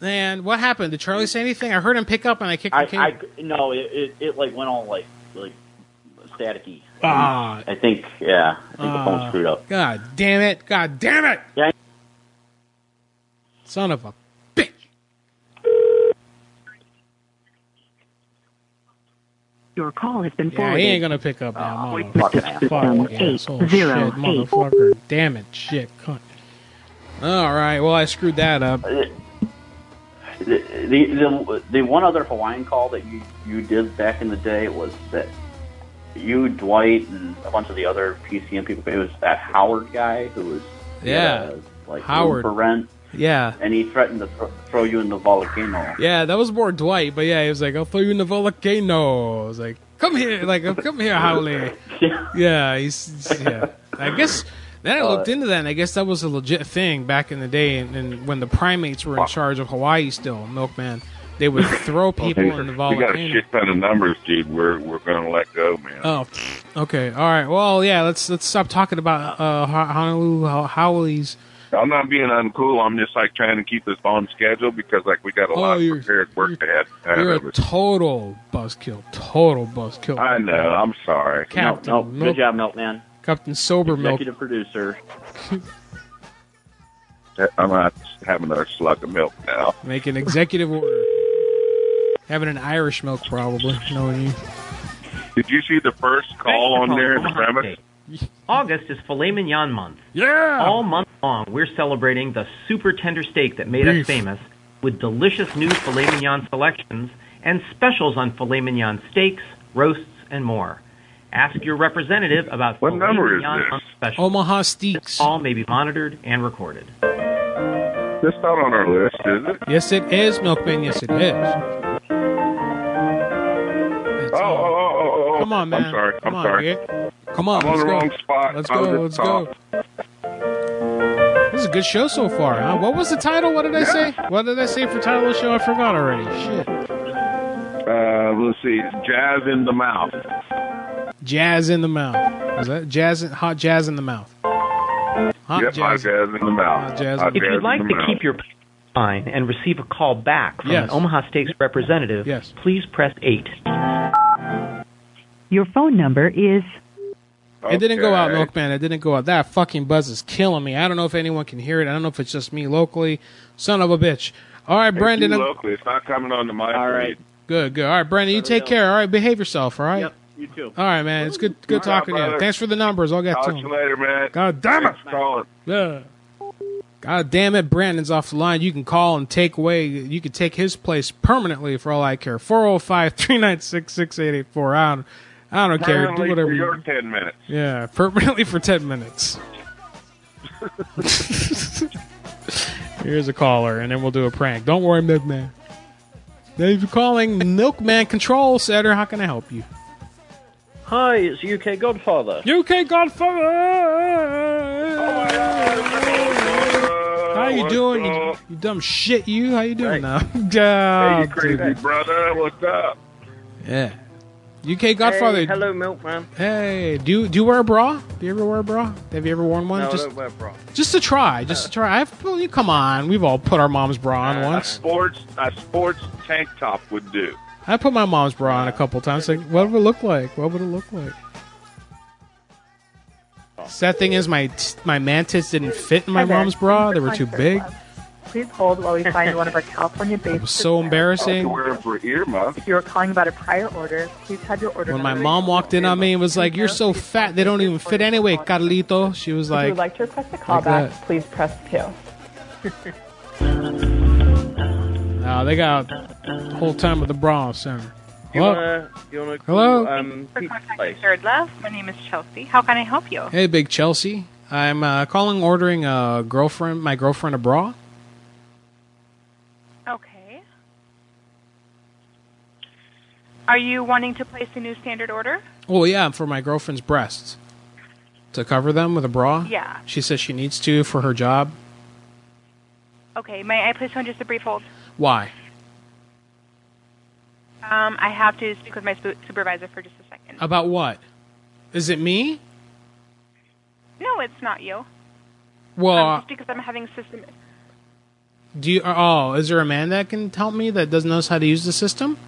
And what happened? Did Charlie say anything? I heard him pick up, and I kicked
I,
the cable.
I no, it, it it like went all like like staticky.
Uh,
Ah.
I think yeah. I think the phone
Ah.
screwed up.
God damn it! God damn it!
Yeah.
Son of a.
Your call has been
Yeah,
forwarded.
he ain't gonna pick up now. motherfucker.
fucking
Fuck,
asshole.
asshole,
Eight, zero,
shit,
eight.
motherfucker. Damn it, shit, cunt. All right, well I screwed that up.
Uh, The, the the the one other Hawaiian call that you you did back in the day was that you Dwight and a bunch of the other PCM people. It was that Howard guy who was
Yeah.
uh, like
Howard.
room for rent,
Yeah.
and he threatened to thro- throw you in the volcano.
Yeah, that was more Dwight, but yeah, he was like, I'll throw you in the volcano. I was like, come here, like, "Oh, come here, Howley. Yeah, he's, he's- yeah. I guess, then I looked into that, and I guess that was a legit thing back in the day, and, and when the primates were in charge of Hawaii still, Milkman, they would throw people in the
we got a
volcano.
shit ton of numbers, dude. We're we're gonna let go, man.
Oh, okay, all right. Well, yeah, let's let's stop talking about uh, Ho- Honolulu Ho- Howleys.
I'm not being uncool. I'm just like trying to keep this on schedule because like we got a
Oh,
lot of
you're-
prepared work Um, ahead. ahead
You're
of
a
us.
total buzzkill, total buzzkill.
I know. I'm sorry.
Captain.
No, no, good job, Milkman.
Captain Sober Milk.
Executive producer.
I'm not having another slug of milk now.
Make an executive order. Having an Irish milk, probably. Knowing you.
Did you see the first call on there in the premise?
August is filet mignon month.
Yeah!
All month long, we're celebrating the super tender steak that made
Beef.
us famous with delicious new filet mignon selections and specials on filet mignon steaks, roasts, and more. Ask your representative about what filet
number is
mignon
this?
month specials.
Omaha Steaks.
All may be monitored and recorded.
That's not on our list, is it?
Yes, it is, Milkman. Yes, it is.
Oh, oh, oh, oh, oh.
Come on, man.
I'm sorry. I'm
Come on,
sorry.
yeah. Come on,
I'm on
let's
the
go.
wrong spot.
Let's
I was
go.
at
Let's
the
go. This is a good show so far. Huh? What was the title? What did I say? What did I say for title of the show? I forgot already. Shit.
Uh, let's see. Jazz in the mouth.
Jazz in the mouth. Was that jazz? in- Hot jazz in the mouth. Hot
yep, hot
jazz.
jazz in the mouth.
Hot jazz.
If you'd like to keep your line and receive a call back from
Yes.
an Omaha Steaks representative, please press 8.
Your phone number is
It didn't go out,
Okay.
Milkman. It didn't go out. That fucking buzz is killing me. I don't know if anyone can hear it. I don't know if it's just me locally. Son of a bitch. All right, Brendan.
It's too local. It's not coming on the mic. All right.
Good, good. All right, Brendan, you take care. All right, behave yourself. All right. Yep.
You too.
All right, man. It's good,
All
good
right,
talking to you.
brother.
Thanks for the numbers. I'll get
Talk
to
to you
him.
later, man.
God damn it!
Thanks for calling.
Yeah. God damn it, Brandon's off the line. You can call and take away. You can take his place permanently for all I care. 405 396 6884. I don't, I don't care. Do
Permanently
whatever
for
you
your 10 minutes.
yeah, permanently for 10 minutes. Here's a caller, and then we'll do a prank. Don't worry, Milkman. Now, if you're calling Milkman Control Center, how can I help you?
Hi, it's UK Godfather.
UK Godfather.
Uh,
How you doing? You, you dumb shit. You how you doing now?
hey, you crazy brother, what's up?
Yeah. UK Godfather.
Hey, hello, Milkman.
Hey, do you, do you wear a bra? Do you ever wear a bra? Have you ever worn one?
no, I
just
don't wear bra.
just to try, just to try. I've well, you- come on, we've all put our mom's bra on
A
once.
sports, a sports tank top would do.
I put my mom's bra on a couple times. Like, what would it look like? What would it look like? So that thing is my t- my mantis didn't fit in my
Oh. Hi there.
mom's bra. They were too
Concert
big.
Club. Please hold while we find one of our California-based.
It was so embarrassing.
for earmuffs.
If you are calling about a prior order, please have your order.
When my
number.
mom walked in on me and was like, "You're so fat, they don't even fit anyway, Carlito." She was
if you
like,
would like to request a
like
callback,
that.
please press two.
"No, they got the whole time with the bra on center."
You
Hello?
wanna, you wanna
Hello?
call, um, pizza place?
Third Love. My name is Chelsea. How can I help you?
Hey, Big Chelsea. I'm uh, calling ordering a girlfriend, my girlfriend, a bra.
Okay. Are you wanting to place a new standard order?
Oh yeah, for my girlfriend's breasts to cover them with a bra.
Yeah.
She says she needs to for her job.
Okay. May I place on just a brief hold?
Why?
Um, I have to speak with my sp- supervisor for just a second.
About what? Is it me?
No, it's not you.
Well,
Um, just because I'm having system.
do you? Oh, is there a man that can help me that doesn't knows how to use the system?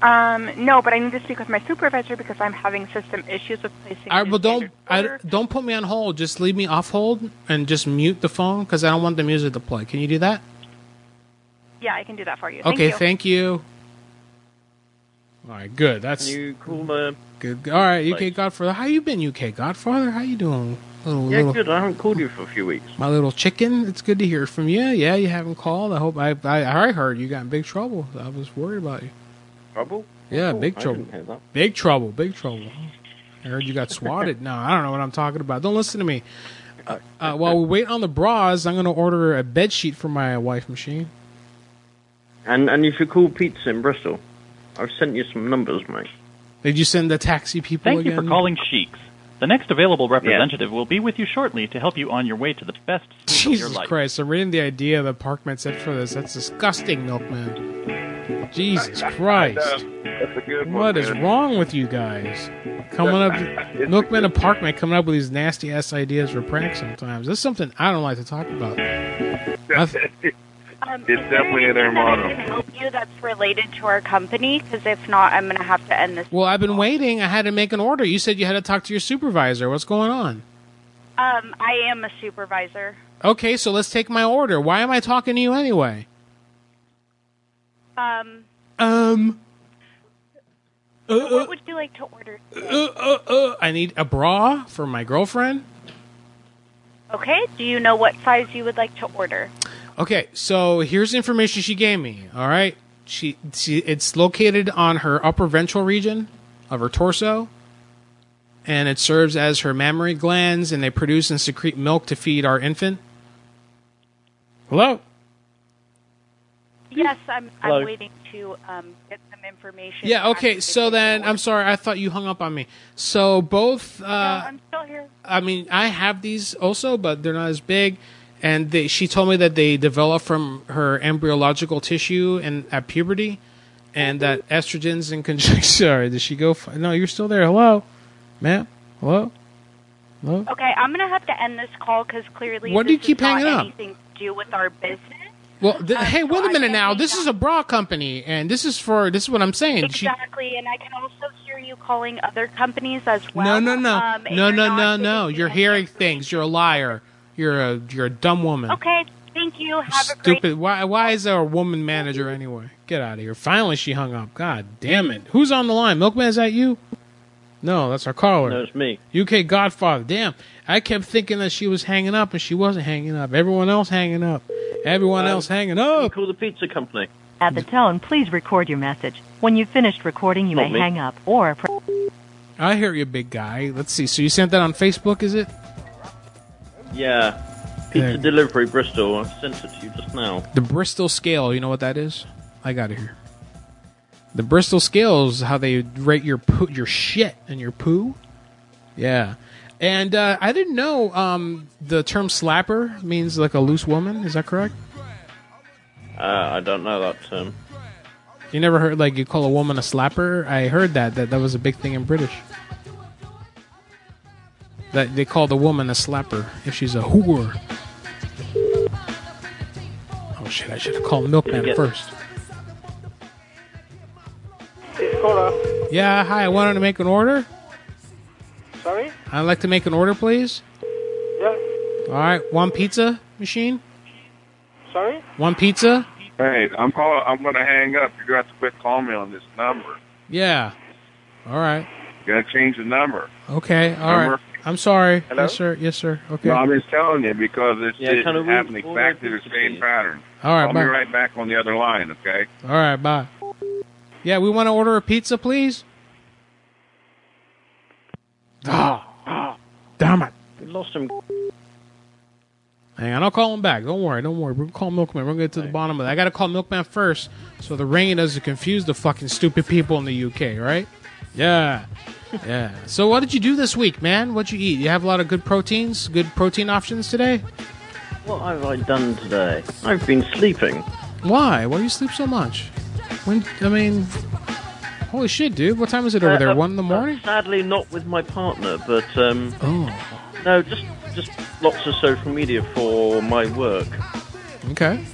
Um, no, but I need to speak with my supervisor because I'm having system issues with placing.
I
new
well don't
standard
I,
order.
don't put me on hold. Just leave me off hold and just mute the phone because I don't want the music to play. Can you do that?
Yeah, I can do that for you.
okay,
Thank you.
thank you. All right, good. That's
Can you call the?
good. All right, UK Godfather. How you been, UK Godfather? How you doing? Little-
Yeah,
little-
good. I haven't called you for a few weeks.
My little chicken, it's good to hear from you. Yeah, you haven't called. I hope I I, I heard you got in big trouble. I was worried about you.
Trouble?
Yeah,
Cool.
big
Oh, I
trouble.
didn't hear that.
Big trouble. Big trouble. I heard you got swatted. no, I don't know what I'm talking about. Don't listen to me. Uh, uh, while we wait on the bras, I'm going to order a bed sheet for my wife machine.
And and you should call pizza in Bristol. I've sent you some numbers, mate.
Did you send the taxi people
Thank
again?
you for calling Sheiks. The next available representative will be with you shortly to help you on your way to the best sleep of your
Jesus
life.
Christ! I'm reading the idea the Parkman said for this. That's disgusting, Milkman. Jesus Christ!
That's a good one.
What is
man.
wrong with you guys? Coming up, Milkman and Parkman coming up with these nasty ass ideas for pranks sometimes. That's something I don't like to talk about. I th-
It's definitely in their
I can
model.
help you that's related to our company because if not, I'm going to have to end this.
well, I've been waiting. I had to make an order. You said you had to talk to your supervisor. What's going on?
Um, I am a supervisor.
Okay, so let's take my order. Why am I talking to you anyway?
Um,
Um. Uh, uh,
what would you like to order?
uh, uh, uh, I need a bra for my girlfriend.
Okay, do you know what size you would like to order?
Okay, so here's the information she gave me. All right, she, she it's located on her upper ventral region of her torso, and it serves as her mammary glands, and they produce and secrete milk to feed our infant. Hello.
Yes, I'm,
Hello.
I'm waiting to um, get some information.
Yeah. Okay. So then, I'm sorry. I thought you hung up on me. So both. Uh,
I'm still here.
I mean, I have these also, but they're not as big. And they, she told me that they develop from her embryological tissue and at puberty, and that estrogens in conjunction. Sorry, did she go? F- no, you're still there. Hello, ma'am. Hello. Hello.
Okay, I'm going to have to end this call because clearly
Why do
this
you keep
is not
hanging up?
anything to do with our business.
Well, th-
uh,
hey, wait a minute now. This is a bra company, and this is for this is what I'm saying. She-
Exactly, and I can also hear you calling other companies as well.
no, no, no,
Um, and
no,
you're
no,
not
no, no. You're hearing things. You're a liar. You're a you're a dumb woman.
Okay, thank you. Have a great
Stupid. Why? Why is there a woman manager anyway? Get out of here. Finally, she hung up. God damn it. Who's on the line? Milkman, is that you? No, that's our caller.
No, it's me.
UK Godfather. Damn. I kept thinking that she was hanging up, and she wasn't hanging up. Everyone else hanging up. Everyone else hanging up.
Um, Call the pizza company.
At the tone, please record your message. When you've finished recording, you
Not
may
me.
hang up or press.
I hear you, big guy. Let's see. So you sent that on Facebook, is it?
Yeah. Pizza
Yeah.
delivery Bristol. I've sent it to you just now.
The Bristol scale. You know what that is? I got it here. The Bristol Scales, how they rate your poo, your shit and your poo. Yeah. And uh, I didn't know um, the term slapper means like a loose woman. Is that correct?
Uh, I don't know that term.
You never heard like you call a woman a slapper? I heard that that that was a big thing in British. That they called a woman a slapper if she's a whore. Oh shit! I should have called Milkman
Yeah.
first.
Hola.
Yeah, hi. I wanted to make an order.
Sorry?
I'd like to make an order, please.
Yeah.
All right, one pizza machine,
Sorry?
one pizza.
Hey, I'm call. I'm gonna hang up. You got to quit calling me on this number.
Yeah. All right.
You gotta change the number.
Okay. All right.
Number.
I'm sorry.
Hello?
Yes, sir. Yes, sir. Okay.
No, I'm just telling you because it's
Yeah,
it's
kind of
happened
rude.
exactly the same pattern.
All right,
I'll
bye.
be right back on the other line. Okay.
All right. Bye. Yeah, we want to order a pizza, please. Ah, damn it.
We lost him.
Hang on, I'll call him back. Don't worry, don't worry. We're gonna call Milkman. We're gonna get to the bottom of that. I gotta call Milkman first, so the ringing doesn't confuse the fucking stupid people in the UK, right? Yeah, yeah. So what did you do this week, man? What'd you eat? You have a lot of good proteins, good protein options today.
What have I done today? I've been sleeping.
Why? Why do you sleep so much? When I mean, holy shit, dude! What time is it over
Uh,
there?
uh,
One in the
uh,
morning.
Sadly, not with my partner, but um,
Oh,
no, just just lots of social media for my work.
okay.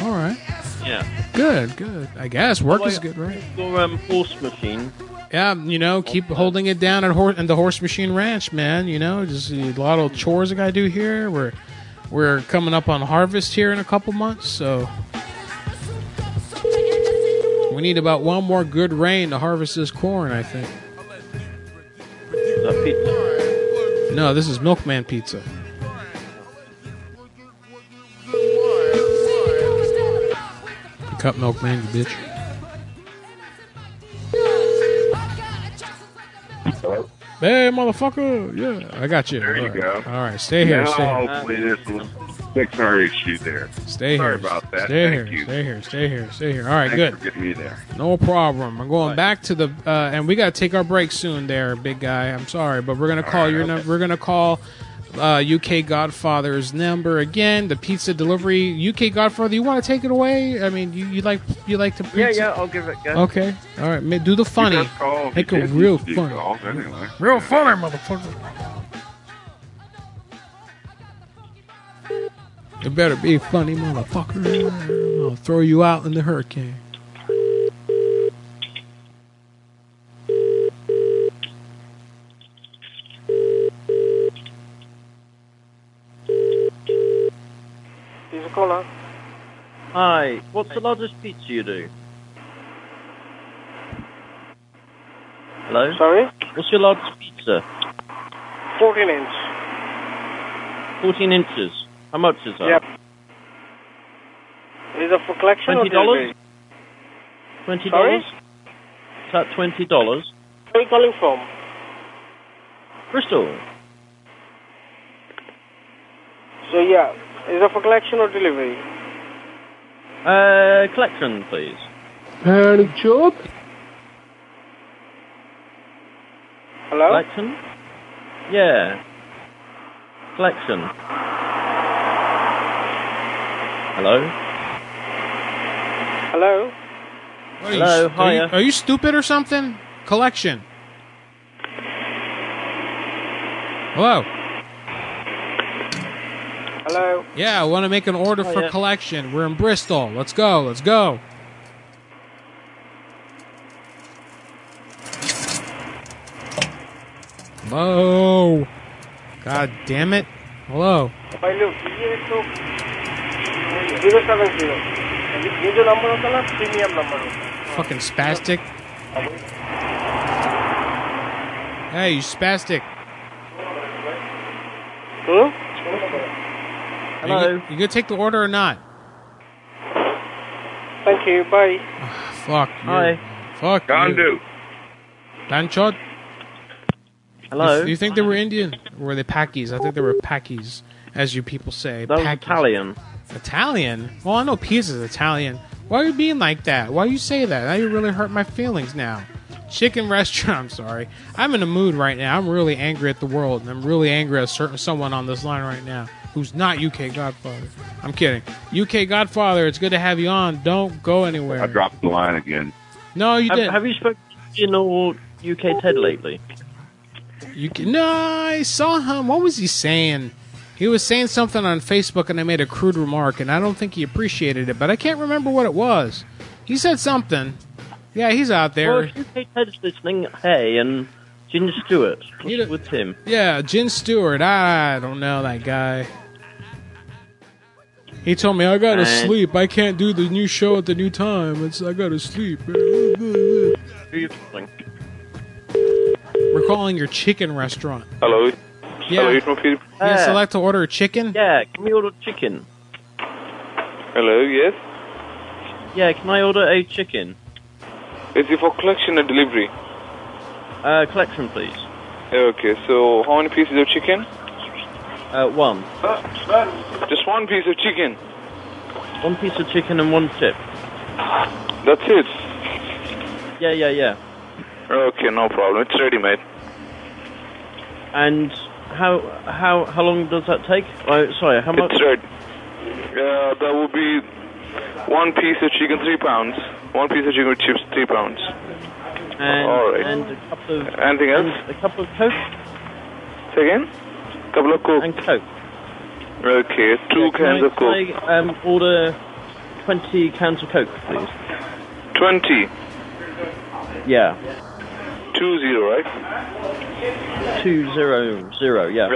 All right.
Yeah.
Good, good. I guess work
By
is good, right?
Your um, horse machine.
Yeah, you know, keep holding it down at horse and the horse machine ranch, man. You know, just a lot of chores I gotta do here. We're we're coming up on harvest here in a couple months, so we need about one more good rain to harvest this corn. I think.
Is that pizza?
No, this is Milkman Pizza. Pick up Milkman, you bitch. Hey, motherfucker! Yeah, I got you.
There you
All right.
go.
All right, stay here.
Now
stay here.
hopefully this will fix our issue there.
Stay
Sorry
here.
about that.
Stay
Thank
here.
you.
Stay here. Stay here. Stay here. All right,
Thanks
good.
for getting me there.
No problem. I'm going back to the uh, and we got to take our break soon, there, big guy. I'm sorry, but we're gonna call your num We're gonna call uh, UK Godfather's number again. The pizza delivery, UK Godfather. You want to take it away? I mean, you, you like you like to pizza?
Yeah, yeah, I'll give it a go.
Okay. All right. ma- Do the funny.
just called.
Make
You
it
did.
real
You
funny.
called anyway.
Real funny, motherfucker. It better be funny, motherfucker. I'll throw you out in the hurricane.
Pizza cola. Hi. What's the largest pizza you do? Hello. Sorry. What's your largest pizza?
14 inch.
Fourteen inches. How much is that?
Yep. Is it for collection or
Twenty dollars.
delivery?
Twenty
Sorry?
dollars. Is that twenty dollars?
Where are you calling from?
Bristol.
So yeah, is it for collection or delivery?
Uh, collection, please.
And job? Hello?
Collection? Yeah. Collection. Hello?
Hello?
What are you,
Hello,
st- are you-
hiya.
Are you stupid or something? Collection. Hello.
Hello?
Yeah, I want to make an order
Oh,
for
Hiya.
collection. We're in Bristol. Let's go. Let's go. Hello. God damn it. Hello.
By look, ये तो zero seven zero. ये जो number होता है ना premium number होता
Fucking spastic. Hey, you spastic.
Hmm?
Hello. You, go- you gonna take the order or not?
Thank you. Bye.
Fuck you. Fuck you.
Gandu.
Danchot?
Hello?
You, you think they were Indian? Or were they Pakis? I think they were Pakis, as you people say.
That was
Pakis.
Italian.
Italian? Well, I know pizza's Italian. Why are you being like that? Why you say that? Now you really hurt my feelings now. Chicken restaurant. I'm sorry. I'm in a mood right now. I'm really angry at the world, and I'm really angry at certain someone on this line right now who's not UK Godfather. I'm kidding. UK Godfather. It's good to have you on. Don't go anywhere.
I dropped the line again.
No, you
have,
didn't.
Have you spoken to you know UK Ted lately?
You can, no, I saw him. What was he saying? He was saying something on Facebook, and I made a crude remark, and I don't think he appreciated it, but I can't remember what it was. He said something. Yeah, he's out there.
Well, if UK Ted's listening, hey, and Ginger Stewart with him.
Yeah, Jin Stewart. I don't know that guy. He told me I gotta
Alright.
sleep. I can't do the new show at the new time. It's I gotta sleep.
We're
calling your chicken restaurant.
Hello. Hello,
Yeah.
you from Philip-
You can select to order a chicken.
Uh, Yeah, can we order chicken?
Hello, yes.
Yeah, can I order a chicken?
Is it for collection or delivery?
Uh, collection, please.
Okay, so how many pieces of chicken?
Uh, one.
Just one piece of chicken.
One piece of chicken and one chip.
That's it.
Yeah, yeah, yeah.
Okay, no problem. It's ready, mate.
And how how how long does that take? Oh, sorry, how much?
It's ready. Uh, that would be one piece of chicken, three pounds. One piece of chicken with chips, three pounds.
And,
All right.
and a couple of
Anything else?
and a couple of coke.
Say again? Couple of coke.
And coke.
Okay, two
Yeah, can
cans
I,
of coke.
Can I um, order twenty cans of coke, please?
Twenty.
Yeah,
Two zero, right?
two zero zero. Yeah.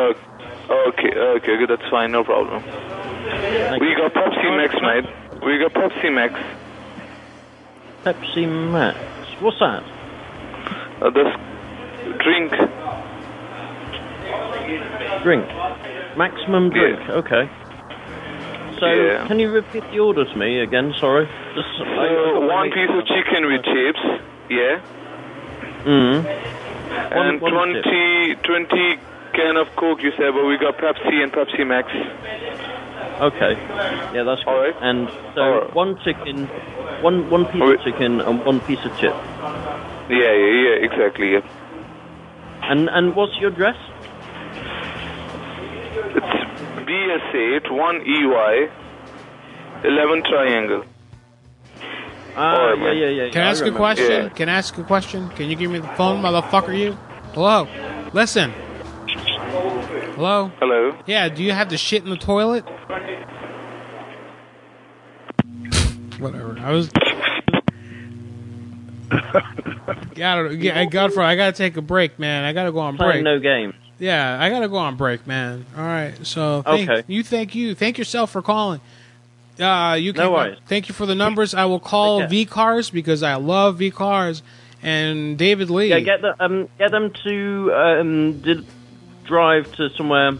Okay, okay, good. That's fine. No problem. We got Pepsi Max, mate. We got Pepsi Max.
Pepsi Max. What's that?
Uh, this drink.
Drink. Maximum drink. Okay. So,
Yeah. uh,
can you repeat the order to me again? Sorry. Just,
So one piece of chicken with chips. Yeah.
Mm.
And
one
twenty, twenty can of Coke. You said, but we got Pepsi and Pepsi Max.
Okay. Yeah, that's good. And so one chicken, one one piece of chicken and one piece of chip.
Yeah, yeah, yeah. Exactly. Yeah.
And and what's your address?
BS8 one EY. Eleven triangle.
Ah,
Alright,
yeah,
man.
yeah, yeah.
Can I ask a question? Can I ask a question? Can you give me the phone, motherfucker? You. Hello. Listen. Hello.
Hello.
Yeah. Do you have the shit in the toilet? Whatever. I was. Yeah, I don't know. Yeah, I got for. I gotta take a break, man. I gotta go on break.
Playing no game.
Yeah, I gotta go on break, man. All right. So thank,
Okay.
you thank you. Thank yourself for calling. Uh, you can
No worries.
thank you for the numbers. I will call V Cars because I love V Cars and David Lee.
Yeah, get the, um get them to um did, drive to somewhere.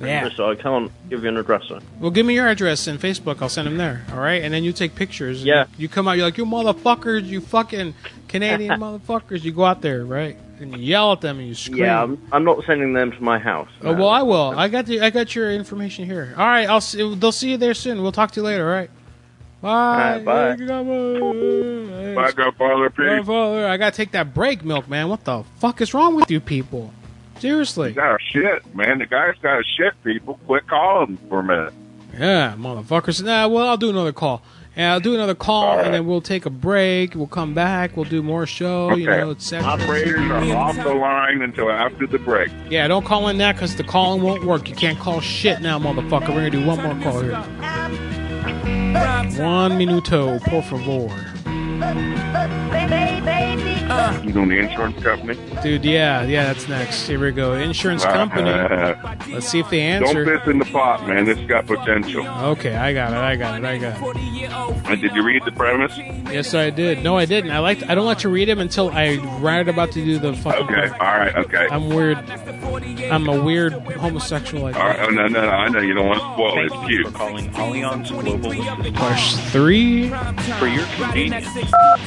Yeah.
So I can't give you an address. Sorry.
well, give me your address and Facebook. I'll send them there. All right, and then you take pictures.
Yeah.
You, you come out. You're like you motherfuckers. You fucking Canadian motherfuckers. You go out there, right? And you yell at them and you scream.
Yeah, I'm, I'm not sending them to my house.
Oh, well, I will. I got the, I got your information here. All right, I'll see, they'll see you there soon. We'll talk to you later. All right. Bye.
All right, bye.
Bye,
Godfather.
Godfather. I gotta take that break, milk man. What the fuck is wrong with you people? Seriously.
got shit, man. The guy's got shit, people. Quit calling for a minute.
Yeah, motherfuckers. Nah, well, I'll do another call. Yeah, I'll do another call, and then we'll take a break. We'll come back. We'll do more show. You know, etc.
Operators are off the line until after the break.
Yeah, don't call in that because the calling won't work. You can't call shit now, motherfucker. We're gonna do one more call here. One minuto, por favor.
You doing the insurance company?
Dude, yeah, yeah, that's next. Here we go. Insurance company. Let's see if they
Uh, Don't
answer.
piss in the pot, man. This has got potential.
Okay, I got it. I got it. I got it.
And did you read the premise?
Yes, I did. No, I didn't. I liked. I don't let you read them until I right about to do the fucking.
Okay. All right. Okay.
I'm weird. I'm a weird homosexual. Like
All right. Oh no, no, no. I know you don't want to spoil it. It's cute.
Calling Allianz Global Assistance
Push three.
for your convenience.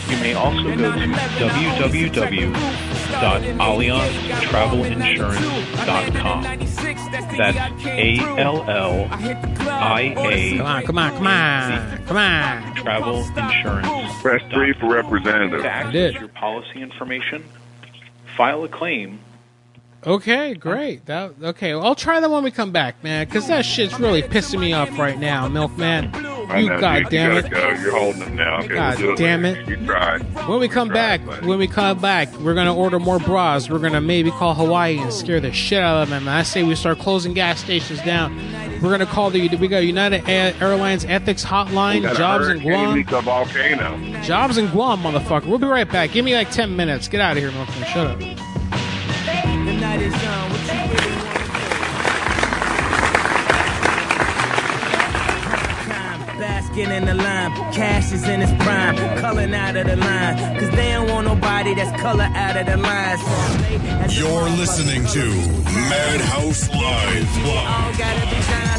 You may also go to www.alliancetravelinsurance.com. That's A L L I
Come
A
on, come on, come on, come on.
Travel Insurance.
Press three for representative.
To access your policy information, file a claim.
Okay, great. That okay. I'll try that when we come back, man. Cause that shit's really pissing me off right now, Milkman.
I
You
know, dude,
goddamn
you
it.
gotta Go. You're holding them now. Okay,
God
we'll do
damn
later. You tried.
When we come back, when we come back, we're gonna order more bras. We're gonna maybe call Hawaii and scare the shit out of them. And I say we start closing gas stations down. We're gonna call the we got United A- Airlines ethics
We
hotline.
got a
Jobs in
hurricane,
Guam.
It's a volcano.
Jobs in Guam, motherfucker. We'll be right back. Give me like ten minutes. Get out of here, Milkman. Shut up.
The night is young. What you really want to do? Basking in the lime, cash is in its prime, culling out of the line. Cause they don't want nobody that's color out of the line. So late as the
You're listening to Madhouse Live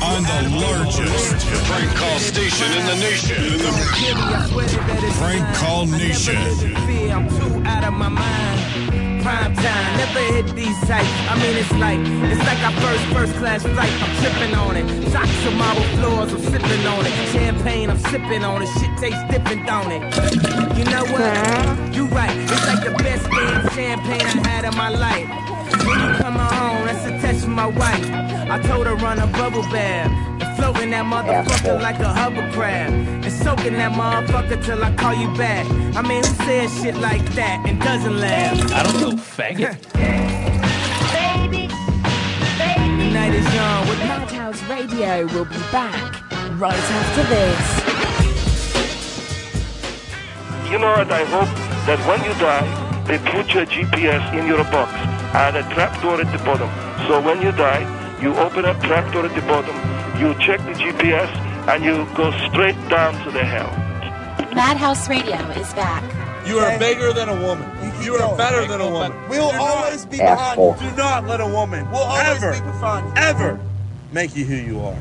on the largest prank call station in the nation. Prank Call Nation.
fear, I'm too out of my mind. Prime time, never hit these sights. I mean, it's like it's like our first first class flight. I'm tripping on it. Socks of marble floors, I'm sipping on it. Champagne, I'm sipping on it. Shit tastes different, don't it? You know what? You right. It's like the best damn champagne I had in my life. When you come home, that's a test from my wife. I told her run a bubble bath. and Float in that motherfucker like a hovercraft. And soak in that motherfucker till I call you back. I mean, who says shit like that and doesn't laugh?
I don't know, faggot.
The night is young. What
Madhouse Radio will be back right after this.
You know what? I hope that when you die, they put your GPS in your box and a trapdoor at the bottom. So when you die, you open a trapdoor at the bottom, you check the GPS, and you go straight down to the hell.
Madhouse Radio is back.
You are bigger than a woman. You are better than a woman. We'll always be behind Asshole. you. Do not let a woman will ever, ever make you who you are.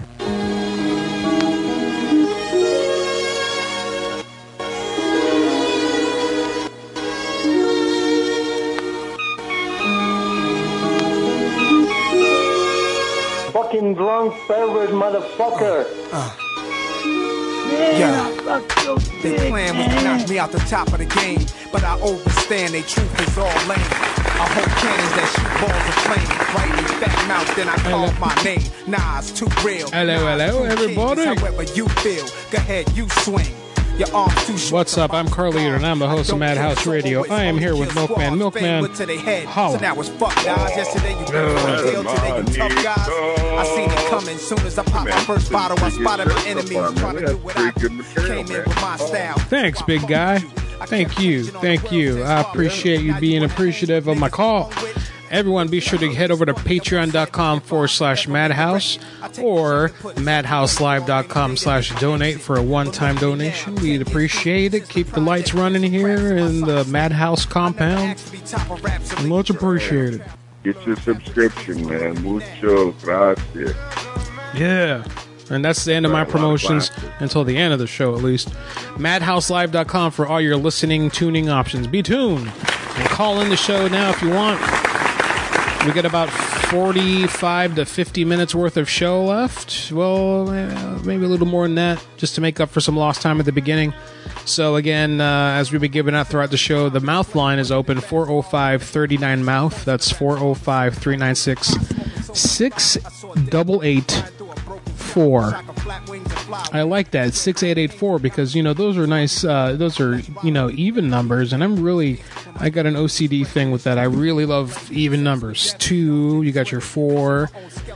Fucking drunk pervert motherfucker.
Uh. Yeah. They plan was to knock me out the top of the game, but I overstand they truth is all lame. I hold cannons that shoot balls of flame, right in his back mouth, then I call my name. Nah, it's too real.
Hello,
Nah, it's
hello,
too cheap.
everybody.
It's However you feel, go ahead, you swing. Your arms too short.
What's up? I'm Carly and I'm the host of Madhouse Radio. I am here with Milkman. Milkman,
to their head. So
holla.
now it's fuck guys. Yesterday you better
Yeah.
tell today you tough guys. I seen it coming. Soon as I popped my first bottle, I spotted my enemies trying to do what I came in with my style.
Thanks, big guy. Thank you. Thank you. I appreciate you being appreciative of my call. Everyone, be sure to head over to patreon.com forward slash madhouse or madhouselive.com slash donate for a one time donation. We'd appreciate it. Keep the lights running here in the madhouse compound. Much appreciated.
Get your subscription, man. Mucho gracias.
Yeah. And that's the end of my promotions until the end of the show, at least. MadhouseLive.com for all your listening, tuning options. Be tuned. And call in the show now if you want. We got about 45 to 50 minutes worth of show left. Well, eh, maybe a little more than that, just to make up for some lost time at the beginning. So, again, uh, as we've been giving out throughout the show, the mouth line is open 405 39 Mouth. That's 405 396 four. I like that six eight eight four because you know those are nice. Uh, those are you know even numbers, and I'm really I got an OCD thing with that. I really love even numbers. Two, you got your four,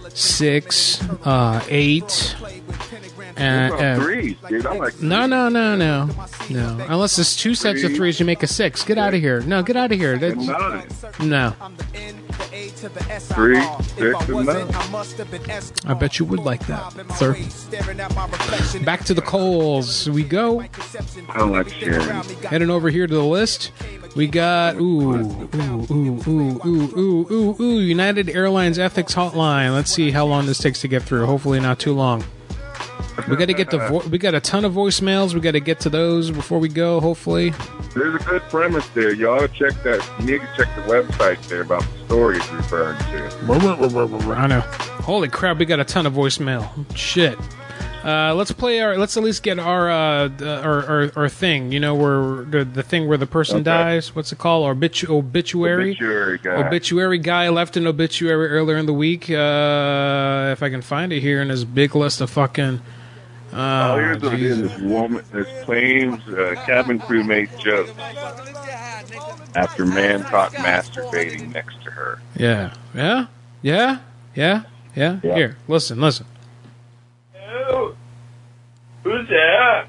six, uh, eight, and,
What about
and uh,
threes, dude? I like
no, no, no, no, no. Unless it's two sets of threes, you make a six. Get out of here. No, get out of here. That's, no.
three,
Oh,
six, and nine.
I bet you would like that, sir. Back to the coals we go.
I don't like sharing.
Heading over here to the list. We got ooh ooh ooh ooh ooh ooh ooh ooh United Airlines ethics hotline. Let's see how long this takes to get through. Hopefully not too long. We got to get the vo- we got a ton of voicemails. We got to get to those before we go. Hopefully.
There's a good premise there. You ought to check that. You need to check the website there about the story it's referring to.
I know. Holy crap, we got a ton of voicemail. Shit. Uh, let's play our. Let's at least get our uh, uh, our, our our thing. You know, where the, the thing where the person
Okay.
dies. What's it called? Obitu- obituary.
Obituary guy.
Obituary guy left an obituary earlier in the week. Uh, if I can find it here in this big list of fucking.
All
Uh,
Oh, here's what it is. This woman, this claims uh, cabin crew made jokes after man caught masturbating next to her.
yeah, yeah, yeah, yeah, yeah,
Yeah.
Here, listen, listen.
Who's that?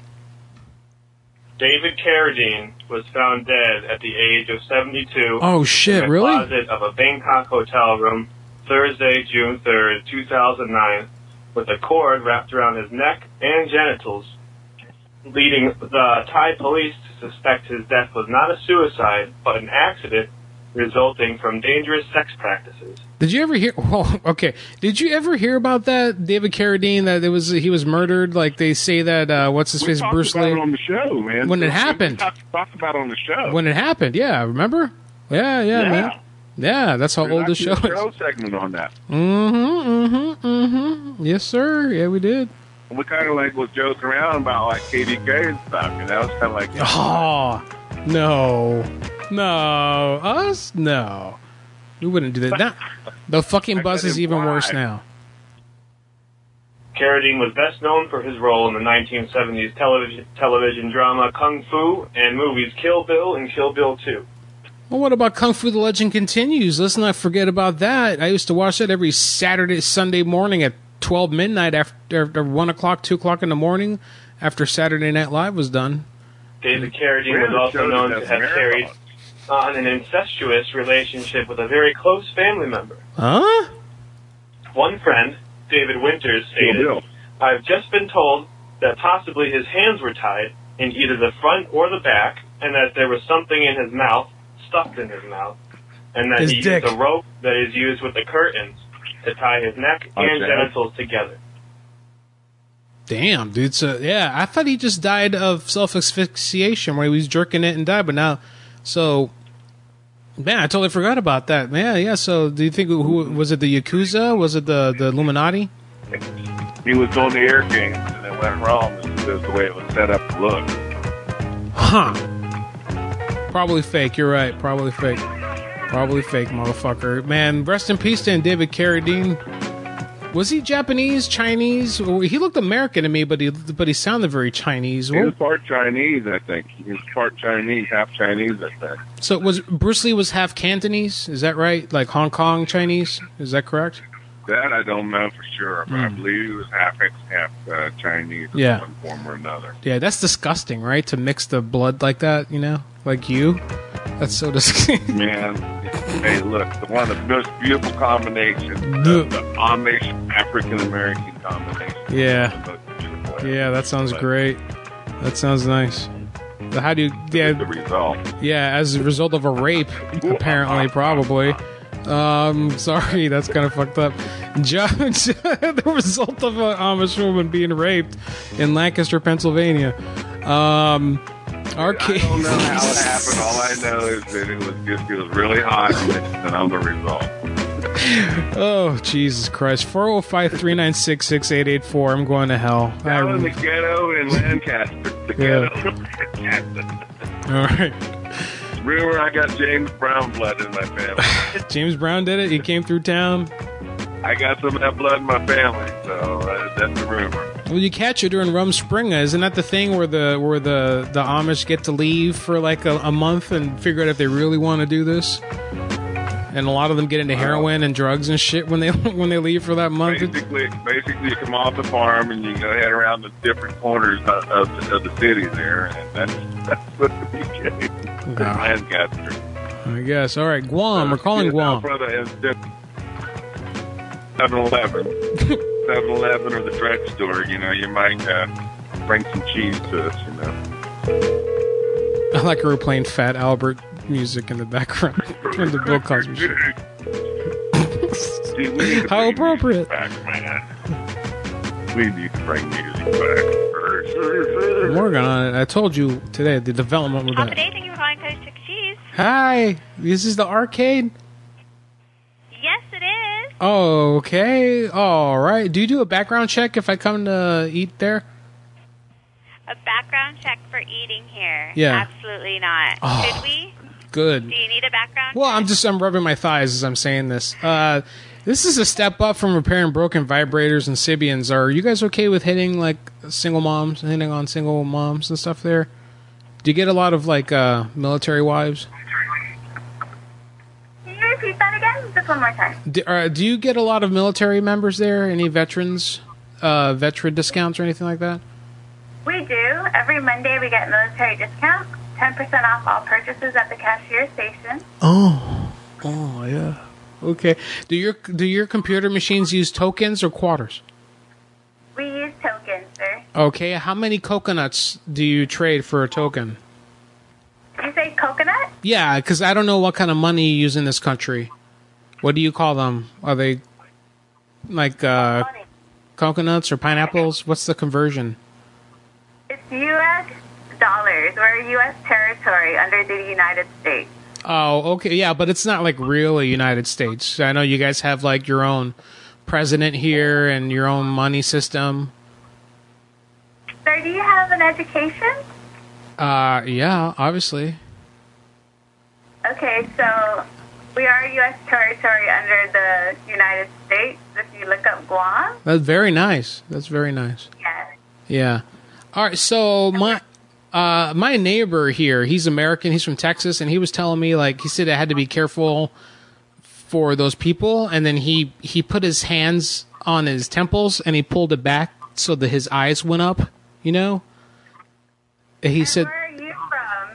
David Carradine was found dead at the age of 72.
Oh, shit,
in the
really?
Closet of a Bangkok hotel room, Thursday, June 3rd, 2009, with a cord wrapped around his neck and genitals, leading the Thai police to suspect his death was not a suicide but an accident resulting from dangerous sex practices.
Did you ever hear? Well, okay. Did you ever hear about that David Carradine? That it was he was murdered. Like they say that uh, what's his
We
face
talked
Bruce
about
Lee
it on the show, man.
When it
We
happened.
talked- talked about it on the show.
when it happened. Yeah, remember? Yeah, yeah,
Yeah.
man. Yeah, that's how
We
old the
did
show
a
is.
show segment on that.
Mm-hmm, mm-hmm, mm-hmm. Yes, sir. Yeah, we did.
And we kind of like was joking around about like KDK and stuff, and that was kind of like,
Oh, no. No. Us? No. We wouldn't do that. Not, the fucking bus is even worse now.
Carradine was best known for his role in the 1970s television, television drama Kung Fu and movies Kill Bill and Kill Bill 2.
Well, what about Kung Fu The Legend Continues? Let's not forget about that. I used to watch that every Saturday, Sunday morning at 12 midnight after, after 1 o'clock, 2 o'clock in the morning after Saturday Night Live was done.
David Carradine
Really
was also
showed
known
it
to
as
have
marathon.
carried on an incestuous relationship with a very close family member.
Huh?
One friend, David Winters, stated,
Bill.
I've just been told that possibly his hands were tied in either the front or the back, and that there was something in his mouth, stuffed in his mouth, and that
His
he
dick.
used a rope that is used with the curtains to tie his neck and
Okay.
genitals together.
Damn, dude. So, yeah, I thought he just died of self asphyxiation where he was jerking it and died, but now. So. Man, I totally forgot about that. Yeah, yeah. So, do you think who was it? The Yakuza? Was it the the Illuminati?
he was doing the air games and it went wrong. This is just the way it was set up to look.
Huh. Probably fake. You're right. Probably fake. Probably fake, motherfucker. Man, rest in peace to David Carradine. Was he Japanese, Chinese? He looked American to me, but he but he sounded very Chinese.
He was part Chinese, I think. He was part Chinese, half Chinese, I think.
So was Bruce Lee was half Cantonese? Is that right? Like Hong Kong Chinese? Is that correct?
That I don't know for sure, but I
Hmm.
believe he was half half uh, Chinese in
Yeah.
one form or another.
Yeah, that's disgusting, right? To mix the blood like that, you know, like you. That's so disgusting.
Man, hey, look, the one of the most beautiful combinations, the,
Duh.
the Amish African American combination.
yeah. Yeah, that sounds great. That sounds nice. But how do you? Yeah,
The result.
Yeah, as a result of a rape, apparently, probably. Um, sorry, that's kind of fucked up. Judge, the result of an Amish woman being raped in Lancaster, Pennsylvania. Um, our case.
I don't know how it happened. All I know is that it was just it was really hot, and it's another result.
Oh, Jesus Christ. 405 396 6884. I'm going to hell.
Down
I-
in the ghetto in Lancaster, the
Yeah.
ghetto in Lancaster.
all right.
Rumor I got James Brown blood in my family.
James Brown did it. He came through town.
I got some of that blood in my family, so uh, that's a rumor.
Well, you catch it during Rum Springa, isn't that the thing where the where the, the Amish get to leave for like a, a month and figure out if they really want to do this? And a lot of them get into heroin and drugs and shit when they when they leave for that month.
Basically, basically, you come off the farm and you go head around the different corners of, of, the, of the city there, and that's that's what the PK is.
Wow.
Lancaster.
I guess. All right, Guam. We're calling Guam.
Brother, 7-Eleven. 7-Eleven or the drugstore, you know, you might uh, bring some cheese to us, you know.
I like how we're playing Fat Albert music in the background from the Bill Cosby show.
See, we need to
How appropriate.
Back, man. We need to bring music back first.
Morgan on it. I told you today the development with that.
Today, thank you calling Code Six Cheese.
Hi, this is the arcade.
Yes, it is.
Okay, all right. Do you do a background check if I come to eat there?
A background check for eating here.
Yeah.
Absolutely not.
Oh,
Should we?
Good.
Do you need a background?
Well, I'm just I'm rubbing my thighs as I'm saying this. Uh, this is a step up from repairing broken vibrators and Sibians. Are you guys okay with hitting like single moms, hitting on single moms and stuff there? Do you get a lot of like uh, military wives?
Can you repeat that again? Just one more time.
Do, uh, do you get a lot of military members there? Any veterans, uh, veteran discounts or anything like that?
We do. Every Monday we get military discount, 10% off all purchases at the cashier station.
Oh, oh yeah. Okay. Do your do your computer machines use tokens or quarters?
We use tokens, sir.
Okay. How many coconuts do you trade for a token?
Did you say coconut?
Yeah, because I don't know what kind of money you use in this country. What do you call them? Are they like uh, coconuts or pineapples? What's the conversion?
It's U.S. dollars. We're a U.S. territory under the United States.
Oh, okay, yeah, but it's not like really United States. I know you guys have like your own president here and your own money system.
Sir, do you have an education?
Uh, yeah, obviously.
Okay, so we are a U.S. territory under the United States. If you look up Guam,
That's very nice. That's very nice.
yes.
Yeah. All right. So my uh, my neighbor here, he's American. He's from Texas, and he was telling me like he said I had to be careful for those people. And then he he put his hands on his temples and he pulled it back so that his eyes went up. You know. And he said,
Where are you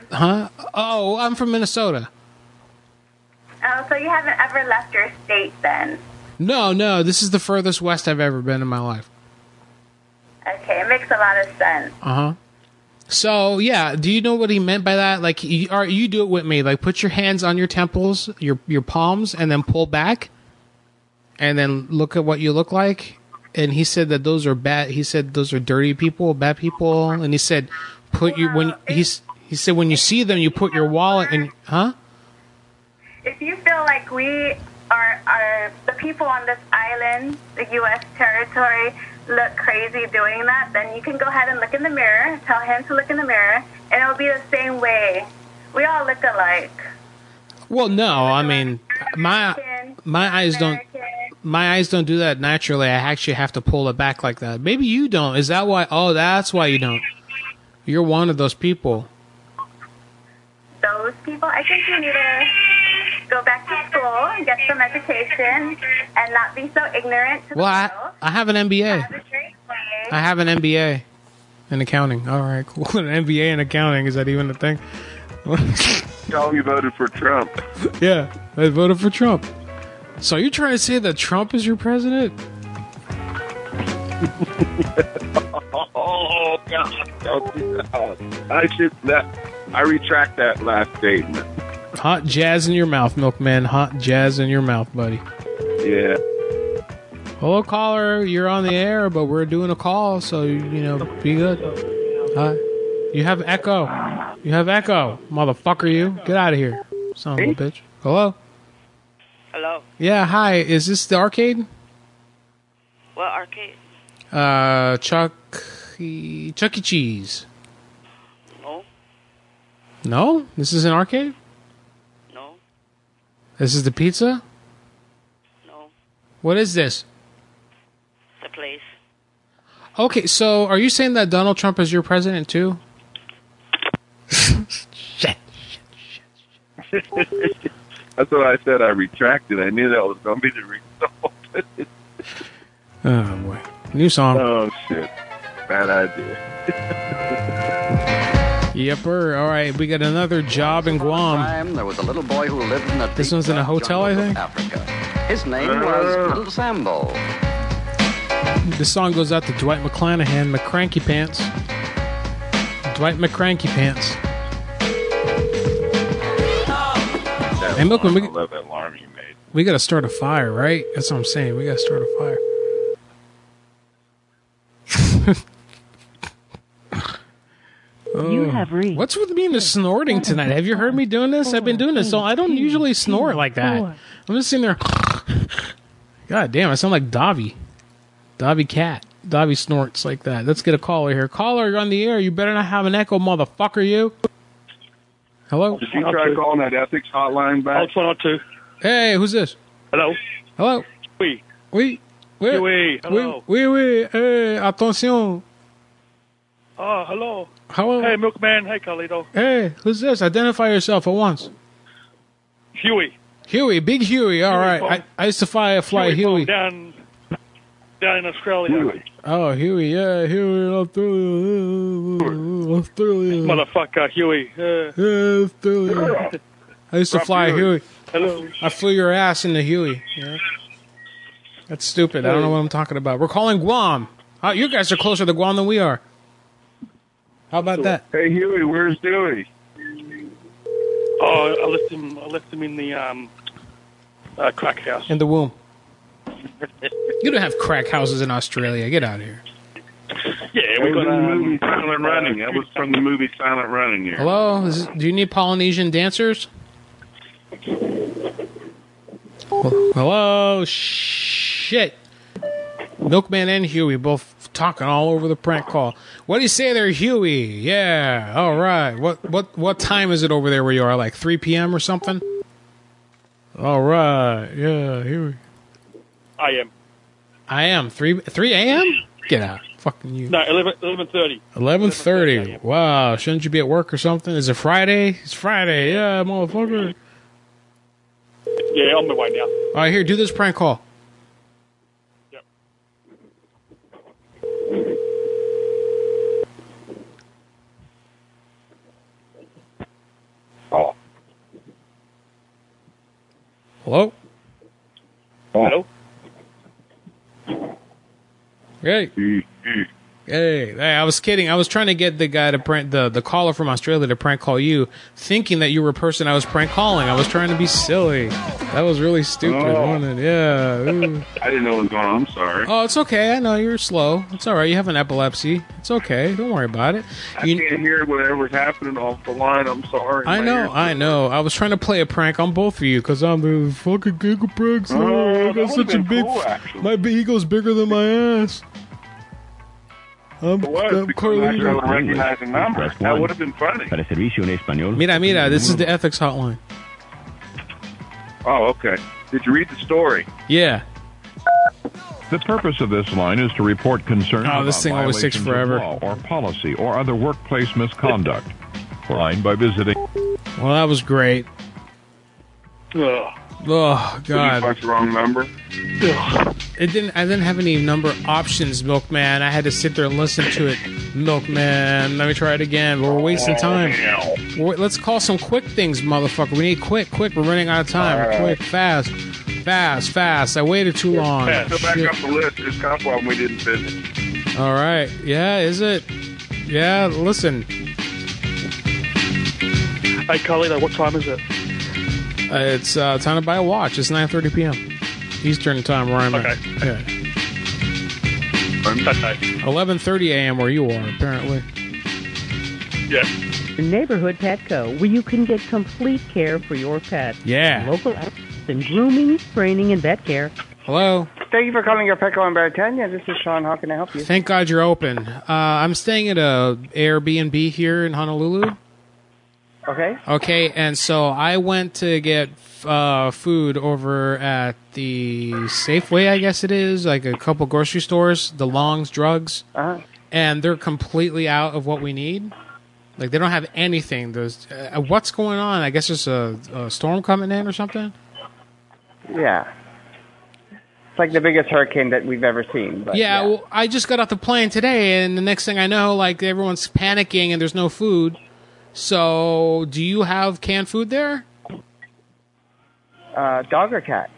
from?
"Huh? Oh, I'm from Minnesota."
Oh, so you haven't ever left your state then?
No, no, this is the furthest west I've ever been in my life.
Okay, it makes a lot of sense.
Uh huh. So yeah, do you know what he meant by that? Like, you, all right, you do it with me. Like, put your hands on your temples, your your palms, and then pull back, and then look at what you look like. And he said that those are bad. He said those are dirty people, bad people. And he said, put you when he's he said when you see them, you put your wallet and huh?
If you feel like we are, are the people on this island, the U.S. territory, look crazy doing that, then you can go ahead and look in the mirror. Tell him to look in the mirror, and it'll be the same way. We all look alike.
Well, no, I mean my my eyes don't my eyes don't do that naturally. I actually have to pull it back like that. Maybe you don't. Is that why? Oh, that's why you don't. You're one of those people.
Those people, I think you need to go back to school and get some education, and not be so ignorant to
Well,
the
I
world.
I have an
Have
MBA.
a great day.
I have an MBA in accounting. All right, cool. An MBA in accounting is that even a thing?
Tell you voted for Trump.
yeah, I voted for Trump. So you're trying to say that Trump is your president?
Oh God! Don't do that. I should that. I retract that last statement.
Hot jazz in your mouth, milkman. Hot jazz in your mouth, buddy.
Yeah.
Hello, caller. You're on the air, but we're doing a call, so you know, be good. Hi. You have echo. You have echo, motherfucker. You get out of here, son of a bitch. Hello.
Hello.
Yeah. Hi. Is this the arcade?
What arcade?
Uh, Chuck E- Chuck E. Cheese.
No.
No, this is an arcade.
No.
This is the pizza.
No.
What is this?
The place.
Okay, so are you saying that Donald Trump is your president too? Shit.
That's what I said. I retracted. I knew that was going to be the result.
Oh boy, new song.
oh shit! Bad idea.
Yepper. All right, we got another job in Guam.
time, there was a little boy who lived in a
This one's in a hotel, I think.
His name was Little Sambo.
This song goes out to Dwight McClanahan, McCranky Pants. Dwight McCranky Pants. Hey, Milkman, we,
I love that alarm you made.
we got to start a fire, right? That's what I'm saying. We got to start a fire. You have reached. Oh. What's with me and the snorting tonight? Have you heard me doing this? I've been doing this, so I don't usually snort like that.
four.
I'm just sitting there. God damn, I sound like Dobby. Dobby cat. Dobby snorts like that. Let's get a caller here. Caller, you're on the air. You better not have an echo, motherfucker. You. Hello.
Did you try calling that ethics hotline back?
I'll Hey, who's this?
Hello.
Hello.
We.
Oui. Oui.
Oui,
oui.
hello.
Oui, oui. Hey, attention.
Oh, hello.
Hello.
Hey, Milkman. Hey, Carlito.
Hey, who's this? Identify yourself at once.
Huey.
Huey, big Huey. All
Huey
right,
Pope.
I, I used to fly a fly
from
Huey.
Down, down in Australia.
Oh, Huey, yeah, Huey, Australia, Australia.
Motherfucker, Huey. Uh,
Yeah, Australia. I used to
Rob
fly a
Huey.
Huey.
hello.
I flew your ass into Huey. Yeah. That's stupid. I don't know what I'm talking about. We're calling Guam. Uh, you guys are closer to Guam than we are. How about that?
Hey Huey, where's Dewey?
Oh, I left him. I left him in the um, uh, crack house.
In the womb. You don't have crack houses in Australia. Get out of here.
we
Yeah, we
was in
got
the
um,
movie Silent Running. That was from the movie Silent Running. Here.
Hello? Is, do you need Polynesian dancers? Well, hello? Shit. Milkman and Huey both talking all over the prank call. What do you say there, Huey? Yeah, all right. What what what time is it over there where you are? Like 3 p.m. or something? All right. Yeah, Huey.
I am.
I am. 3 3 a.m.? Get out. Fucking you.
No, eleven eleven thirty.
Eleven thirty. Wow, shouldn't you be at work or something? Is it Friday? It's Friday. Yeah, motherfucker.
Yeah, on my way now.
All right, here, do this prank call.
Oh.
Hello.
Hello.
Hey.
Mm,
Hey, hey, I was kidding. I was trying to get the guy to prank the the caller from Australia to prank call you, thinking that you were a person I was prank calling. I was trying to be silly. That was really stupid,
Oh.
wasn't it? Yeah. ooh.
I didn't know what was going on. I'm sorry.
Oh, it's okay. I know you're slow. It's all right. You have an epilepsy. It's okay. Don't worry about it.
I can't hear whatever's happening off the line. I'm sorry.
I
My
know,
ears-
I know. I was trying to play a prank on both of you because I'm the fucking Google pranks.
Oh,
I
that
got such a
would've
big.
been cool, actually.
my big ego's bigger than my ass. I'm,
Because
I'm
I don't
Carlito.
recognize the number. That would have been funny.
Para servicio en español.
Mira, mira. This is the ethics hotline.
Oh, okay. Did you read the story?
Yeah.
The purpose of this line is to report concerns
Oh,
about
this thing always
violations
takes
of
forever.
law or policy or other workplace misconduct. Line by visiting.
Well, that was great.
Ugh.
Oh
Did you
God!
punch the wrong number?
It didn't. I didn't have any number options, Milkman. I had to sit there and listen to it, Milkman. Let me try it again. We're wasting time. We're- Let's call some quick things, motherfucker. We need quick, quick. We're running out of time.
All right.
Quick, fast, fast, fast. I waited too long.
Yeah, so back
Oh, Shit.
up the list. There's a couple of them we didn't finish.
All right. Yeah, is it? Yeah. Listen,
Hey, Carlito, what time is it?
uh, it's uh, time to buy a watch. It's 9:30 p.m. Eastern time where I'm at. Yeah.
Sunday.
11:30 a.m. where you are apparently.
Yeah.
Neighborhood Petco, where you can get complete care for your pet.
Yeah.
Local experts in grooming, training, and vet care.
Hello.
Thank you for calling your Petco in Baratania. This is Sean. How can I help you?
Thank God you're open. Uh, I'm staying at a Airbnb here in Honolulu.
Okay.
Okay, and so I went to get uh, food over at the Safeway, I guess it is, like a couple grocery stores, the Longs Drugs,
uh
and they're completely out of what we need. Like they don't have anything. There's uh, what's going on? I guess there's a, a storm coming in or something.
Yeah. It's like the biggest hurricane that we've ever seen. But
yeah, Well, I just got off the plane today, and the next thing I know, like everyone's panicking and there's no food. So, do you have canned food there?
Uh, dog or cat?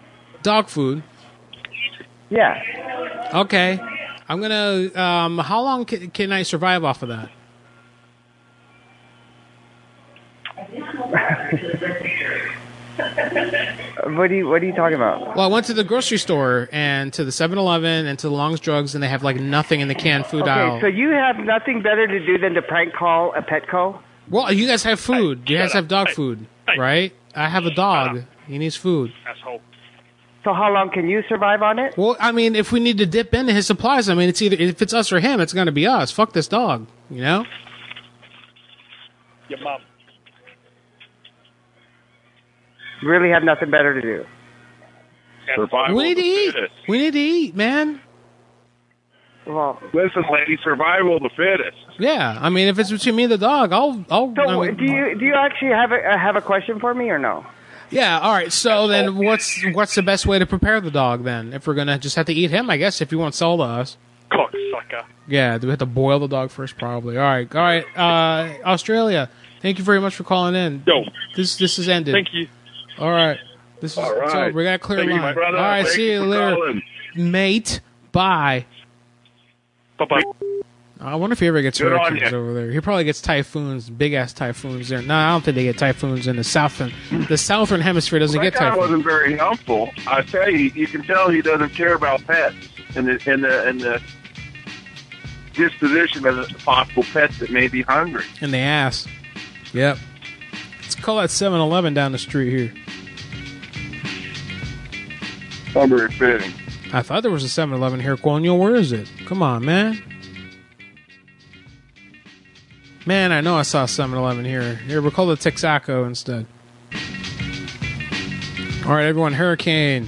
Dog food.
Yeah.
Okay. I'm gonna. Um, how long can, can I survive off of that?
What are you What are you talking about?
Well, I went to the grocery store and to the 7-Eleven and to the Long's Drugs, and they have like nothing in the canned food aisle.
Okay, so you have nothing better to do than to prank call a Petco.
well, you guys have food. you guys have dog food, right? I have a dog. He needs food.
Asshole. So how long can you survive on it?
Well, I mean, if we need to dip into his supplies, I mean, it's either if it's us or him, it's going to be us. Fuck this dog, you know.
Your mom.
Really have nothing better to do.
We need to eat. We need to eat, man.
Well,
listen, lady, survival of the fittest.
Yeah, I mean, if it's between me and the dog, I'll, I'll.
So
I mean,
do you do you actually have a uh, have a question for me or no?
Yeah. All right. So then, what's what's the best way to prepare the dog then? If we're gonna just have to eat him, I guess. If you want sold to us.
Cocksucker.
Yeah. Do we have to boil the dog first? Probably. All right. All right. Uh, Australia. Thank you very much for calling in.
Yo.
This this is ended.
Thank you.
All right. This is
All right.
so we got to clear
Thank you,
line.
my brother.
All right.
Thank
see
you
you
for
later,
calling.
mate. Bye.
Bye bye.
I wonder if he ever gets
Good on
hurricanes
ya.
over there. He probably gets typhoons, big ass typhoons there. No, I don't think they get typhoons in the southern. The southern hemisphere doesn't
Well,
get
that guy
typhoons.
wasn't very helpful. I tell you, you can tell he doesn't care about pets and the and the and the disposition of the possible pets that may be hungry.
In the ass. Yep. Let's call that 7 Eleven down the street here.
Hungry and fitting.
I thought there was a 7 Eleven here, Quonio. Where is it? Come on, man. Man, I know I saw 7 Eleven here. Here, we'll call it Texaco instead. All right, everyone, hurricane.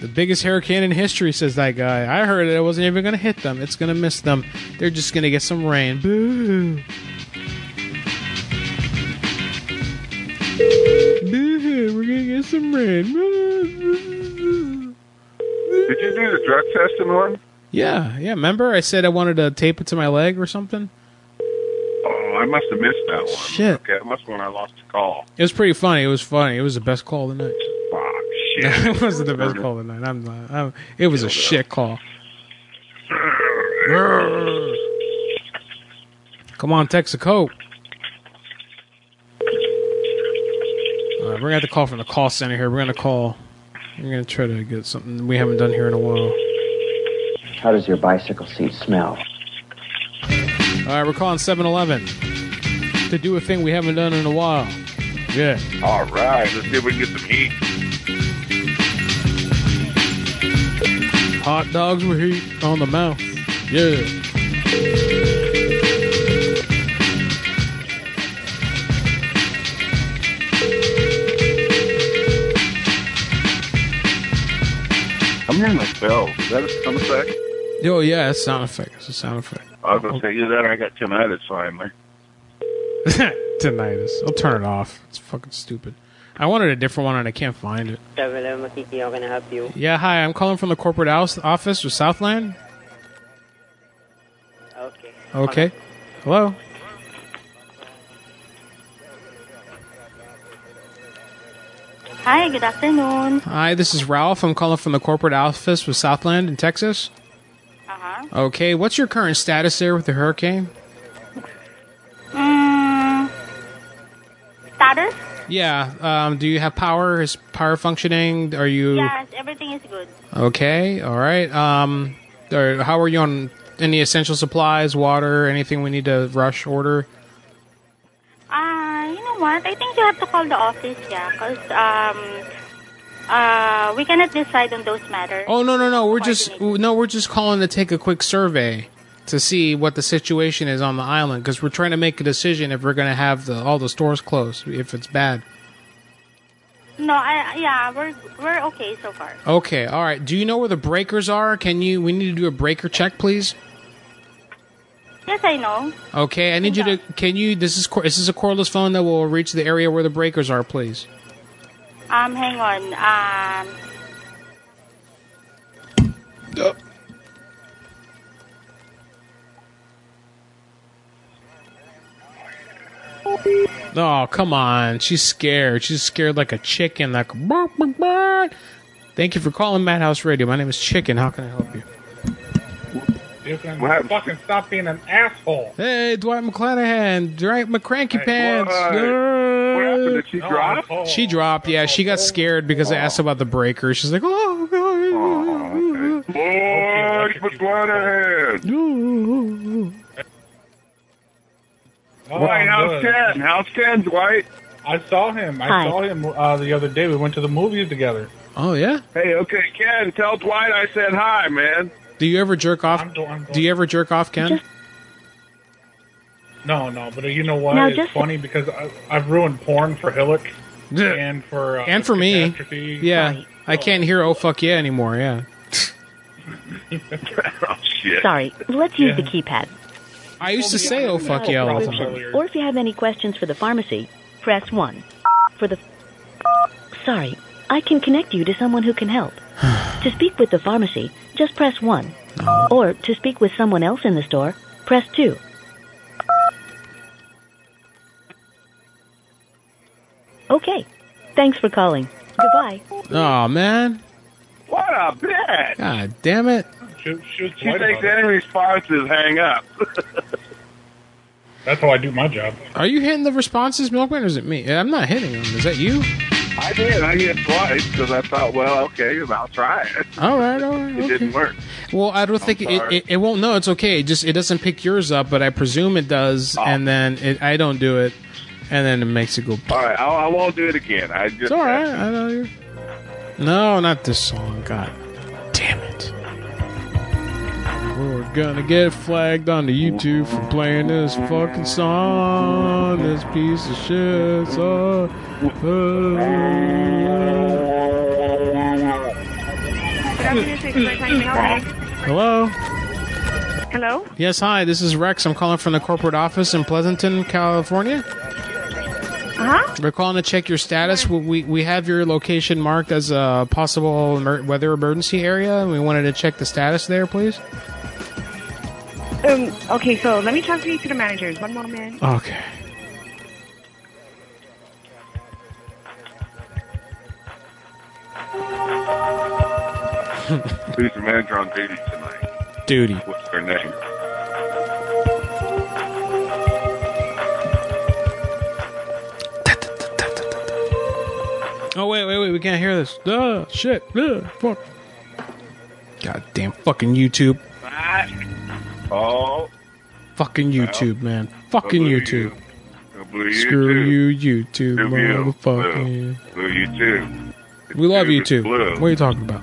The biggest hurricane in history, says that guy. I heard it. It wasn't even going to hit them. It's going to miss them. They're just going to get some rain. Boo. Boo. We're going to get some rain. Boo.
Did you do the drug test in one?
Yeah, yeah. Remember, I said I wanted to tape it to my leg or something.
Oh, I must have missed that one.
Shit.
Okay, it must have been when I lost the call.
It was pretty funny. It was funny. It was the best call of the night.
Fuck
shit. it wasn't the best call of the night. I'm not. I'm, it was a shit call. Come on, Texaco. All right, we're gonna have to call from the call center here. We're gonna call. We're gonna try to get something we haven't done here in a while.
How does your bicycle seat smell?
All right, we're calling 7-Eleven to do a thing we haven't done in a while. Yeah.
All right, let's see if we can get some heat.
Hot dogs with heat on the mouth. Yeah.
I'm hearing like bells. Is that a sound effect?
Yo, yeah, it's a sound effect. It's a sound effect.
I was gonna tell you that I got tinnitus finally.
Tinnitus. I'll turn it off. It's fucking stupid. I wanted a different one and I can't find it.
Traveler Makiki, how can I help you?
Yeah, hi. I'm calling from the corporate house office of Southland.
Okay.
Okay. Hello.
Hi, good afternoon.
Hi, this is Ralph. I'm calling from the corporate office with Southland in Texas.
Uh-huh.
Okay. What's your current status there with the hurricane?
Mm, status?
Yeah. Um, do you have power? Is power functioning? Are you?
Yes, everything is good.
Okay. All right. Um, or how are you on any essential supplies, water, anything we need to rush order?
Uh, you know what? I think you have to call the office, yeah, because um, uh, we cannot decide on those matters.
Oh no no no! We're just no, we're just calling to take a quick survey to see what the situation is on the island because we're trying to make a decision if we're going to have the, all the stores closed if it's bad.
No, I, yeah, we're, we're okay so far.
Okay. All right. Do you know where the breakers are? Can you? We need to do a breaker check, please.
Yes, I know.
Okay. I need you to. Can you? This is cor- this is a cordless phone that will reach the area where the breakers are, please.
Um, hang on. Um,
Oh, come on. She's scared. She's scared like a chicken. Like, "Bark, bark, bark." thank you for calling Madhouse Radio. My name is Chicken. How can I help you?
You can
What happened?
fucking stop being an asshole.
Hey, Dwight McClanahan. Dwight McCranky
Hey,
Pants.
what?
Yeah.
happened? Did she drop?
She dropped. Yeah, she got scared because I asked about the breaker. She's like, oh. oh
Boy, McClanahan!
I'm
Dwight, how's
good.
Ken? How's Ken, Dwight?
I saw him. I
Hi.
saw him uh, the other day. We went to the movies together.
Oh yeah.
Hey, okay, Ken, tell Dwight I said hi, man.
Do you ever jerk off? Do you ever jerk off, Ken?
No, no, but you know what?
No,
it's
just-
funny because I, I've ruined porn for Hillock and for uh,
and for me,
Catastrophe.
yeah, I can't hear "Oh fuck yeah" anymore. Yeah.
Sorry, let's use the keypad.
I used to say "Oh fuck yeah" all the time.
Or if you have any questions for the pharmacy, press 1. For the. Sorry, I can connect you to someone who can help. to speak with the pharmacy, just press 1. Or to speak with someone else in the store, press 2. Okay, thanks for calling. Goodbye.
Oh man,
What a bitch!
god damn it!
She, she, was
she
polite
thinks
about
any response is hang up.
That's how I do my job.
Are you hitting the responses, Milkman, or is it me? Eh, I'm not hitting them. Is that you?
I did. I did twice because I thought, well, okay, I'll try it.
All right, all right.
It didn't work.
Well, I don't think it,
sorry.
it, it won't. No, it's okay. It just it doesn't pick yours up, but I presume it does, and then it, I don't do it, and then it makes it go.
All right, I, I won't do it again. I just
It's all right. I know you. No, not this song. God damn it. We're gonna get flagged on the YouTube for playing this fucking song. This piece of shit uh, song. Hello?
Hello?
Yes, hi. This is Rex. I'm calling from the corporate office in Pleasanton, California.
Uh-huh.
We're calling to check your status. We, we, we have your location marked as a possible emer- weather emergency area, and we wanted to check the status there, please.
Um, okay, so let me talk to you to the managers. One moment.
Okay.
Who's the manager on duty tonight?
Duty.
What's her name?
Oh, wait, wait, wait. We can't hear this. Duh, shit. Duh, fuck. Goddamn fucking YouTube.
Oh,
Fucking YouTube, man. Fucking
Believe
YouTube.
believe you
Screw
too.
you, YouTube,
Screw you.
motherfucker.
Who you too?
We love YouTube.
blue.
What are you talking about?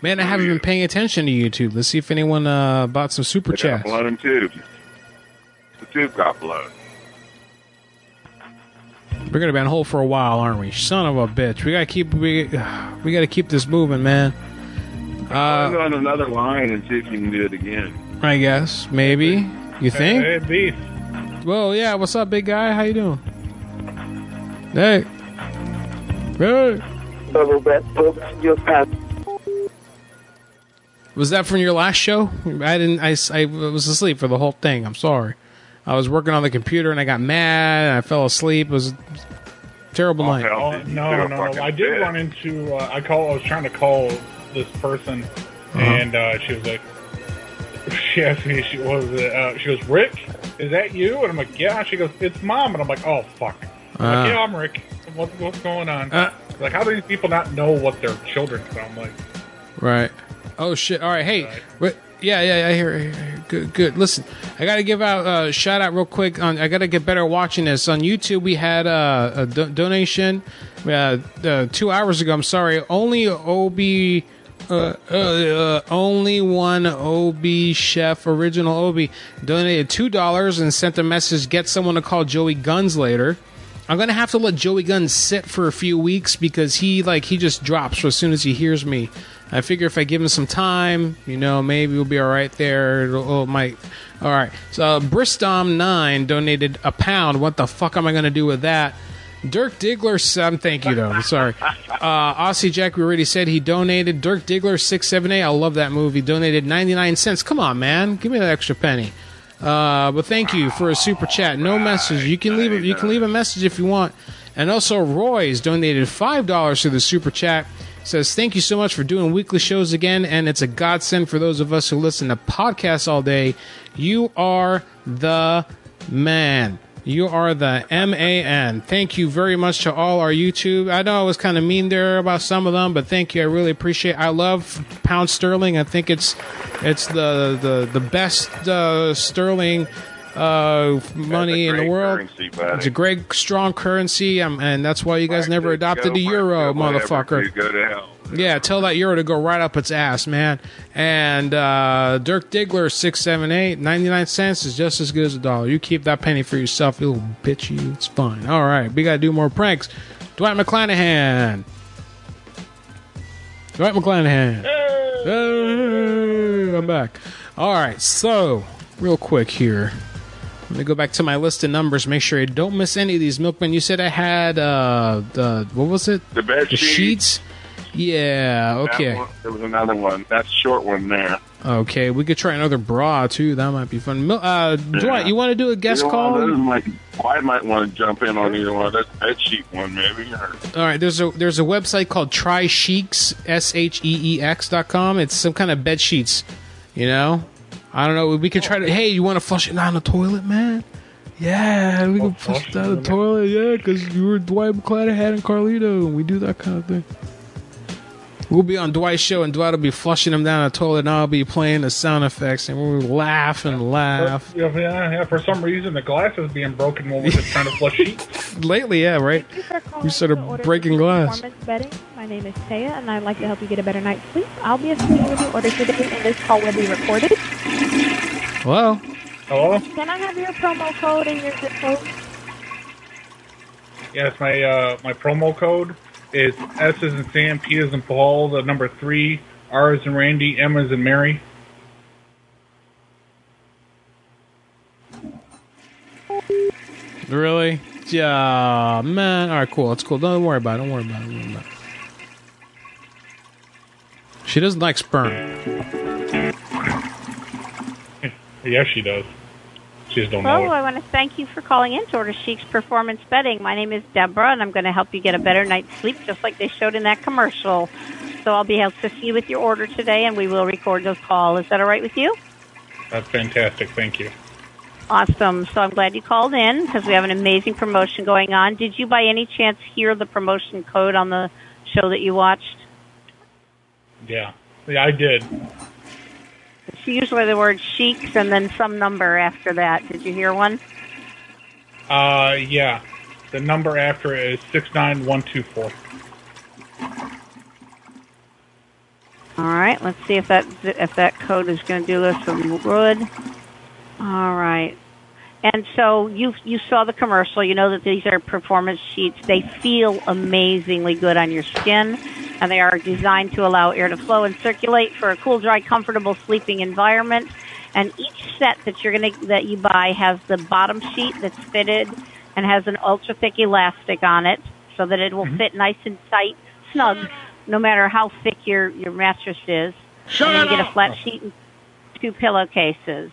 Man, I haven't been paying attention to YouTube. Let's see if anyone uh, bought some super
They got
chats.
blown in tubes. The tube got blown.
We're gonna be on hold for a while, aren't we? Son of a bitch. We gotta keep we we gotta keep this moving, man.
I'm
Uh,
on another line and see if you can do it again.
I guess maybe you think.
Hey, beef.
Well, yeah. What's up, big guy? How you doing? Hey. Hey. Was that from your last show? I didn't. I, s- I was asleep for the whole thing. I'm sorry. I was working on the computer and I got mad and I fell asleep. It was a terrible night.
Oh, no, no, no. I did run into. Uh, I call. I was trying to call this person, and uh, she was like, she asked me, she what was it? Uh, she goes, Rick, is that you? And I'm like, yeah. She goes, it's mom. And I'm like, oh fuck. I'm
Ah.
like, yeah, I'm Rick. What, what's going on?
Ah.
like, how do these people not know what their children sound like?
Right. Oh shit. All right. Hey. Wait, yeah, yeah, yeah. I hear, I hear- I hear. Good, good. Listen, I gotta give out uh, shout out real quick. On, I gotta get better at watching this on YouTube. We had uh, a do- donation uh, uh, two hours ago. I'm sorry. Only Ob. Uh, uh, uh, only one OB chef, original OB, donated two dollars and sent a message. Get someone to call Joey Guns later. I'm gonna have to let Joey Gunn sit for a few weeks because he like he just drops as soon as he hears me. I figure if I give him some time, you know, maybe we'll be all right there. It'll, it might. All right. So Bristom nine donated a pound. What the fuck am I gonna do with that? Dirk Diggler, some thank you though. I'm sorry. Uh, Aussie Jack, we already said he donated. Dirk Diggler six seven eight. I love that movie. Donated ninety nine cents. Come on, man, give me that extra penny. Uh, but thank you for a super chat. No message. You can leave. A, you can leave a message if you want. And also, Roy's donated five dollars to the super chat. Says thank you so much for doing weekly shows again, and it's a godsend for those of us who listen to podcasts all day. You are the man. You are the M A N. Thank you very much to all our YouTube. I know I was kind of mean there about some of them, but thank you. I really appreciate. I love pound sterling. I think it's it's the the the best uh, sterling uh, money in the world.
currency, buddy.
It's a great strong currency, um, and that's why you guys never adopted
Go
the
for it,
euro,
whatever,
motherfucker.
You go to hell.
Yeah, tell that euro to go right up its ass, man. And uh, Dirk Diggler, 678, 99 cents is just as good as a dollar. You keep that penny for yourself, you little bitch. You. It's fine. All right, we got to do more pranks. Dwight McClanahan. Dwight McClanahan. Hey, I'm back. All right, so real quick here. Let me go back to my list of numbers. Make sure I don't miss any of these, Milkman. You said I had uh, the what was it?
The bed
the sheets.
sheets.
Yeah.
That
Okay.
one- There was another one. That's short one there.
Okay. We could try another bra too. That might be fun. Mil- Uh, Dwight, you want to do a guest
Either
call?
one of those might- I might want to jump in on either one. That that sheet one maybe. Or,
All right, there's a there's a website called Try Sheiks S H E E X dot com. It's some kind of bed sheets, you know. I don't know. We can try to. Hey, you want to flush it down the toilet, man? Yeah, we can flush it down the toilet. Yeah, because you were Dwight McClanahan and Carlito, and we do that kind of thing. We'll be on Dwight's show, and Dwight will be flushing him down the toilet, and I'll be playing the sound effects, and we'll laugh and laugh.
Yeah, yeah, for some reason, the glass is being broken when we're just trying to flush sheets.
Lately, yeah, right? You started breaking glass.
Performance Bedding. My name is Taya, and I'd like to help you get a better night's sleep. I'll be assisting with your order today, and this call will be recorded.
Hello?
Hello?
Can I have your promo code and your zip code?
Yes, my uh, my promo code is S is in Sam, P is in Paul, the number three, R is in Randy, M is in Mary.
Really? Yeah, man. All right, cool. That's cool. Don't worry about it. Don't worry about it. Don't worry about it. She doesn't like sperm.
Yes, she does. She just don't
Hello,
know it.
I want to thank you for calling in to Order Chic's Performance Bedding. My name is Deborah, and I'm going to help you get a better night's sleep, just like they showed in that commercial. So I'll be assisting you with your order today, and we will record this call. Is that all right with you? Oh.
That's fantastic. Thank you.
Awesome. So I'm glad you called in because we have an amazing promotion going on. Did you by any chance hear the promotion code on the show that you watched?
Yeah. Yeah, I did.
It's usually the word Chic's and then some number after that. Did you hear one?
Uh, yeah. The number after it is 69124.
All right, let's see if that if that code is going to do us some good. All right, and so you you saw the commercial. You know that these are performance sheets. They feel amazingly good on your skin, and they are designed to allow air to flow and circulate for a cool, dry, comfortable sleeping environment. And each set that you're going to that you buy has the bottom sheet that's fitted and has an ultra thick elastic on it, so that it will fit nice and tight, snug, no matter how thick your your mattress is.
Shut
and you
it
get a
up!
flat sheet and two pillowcases.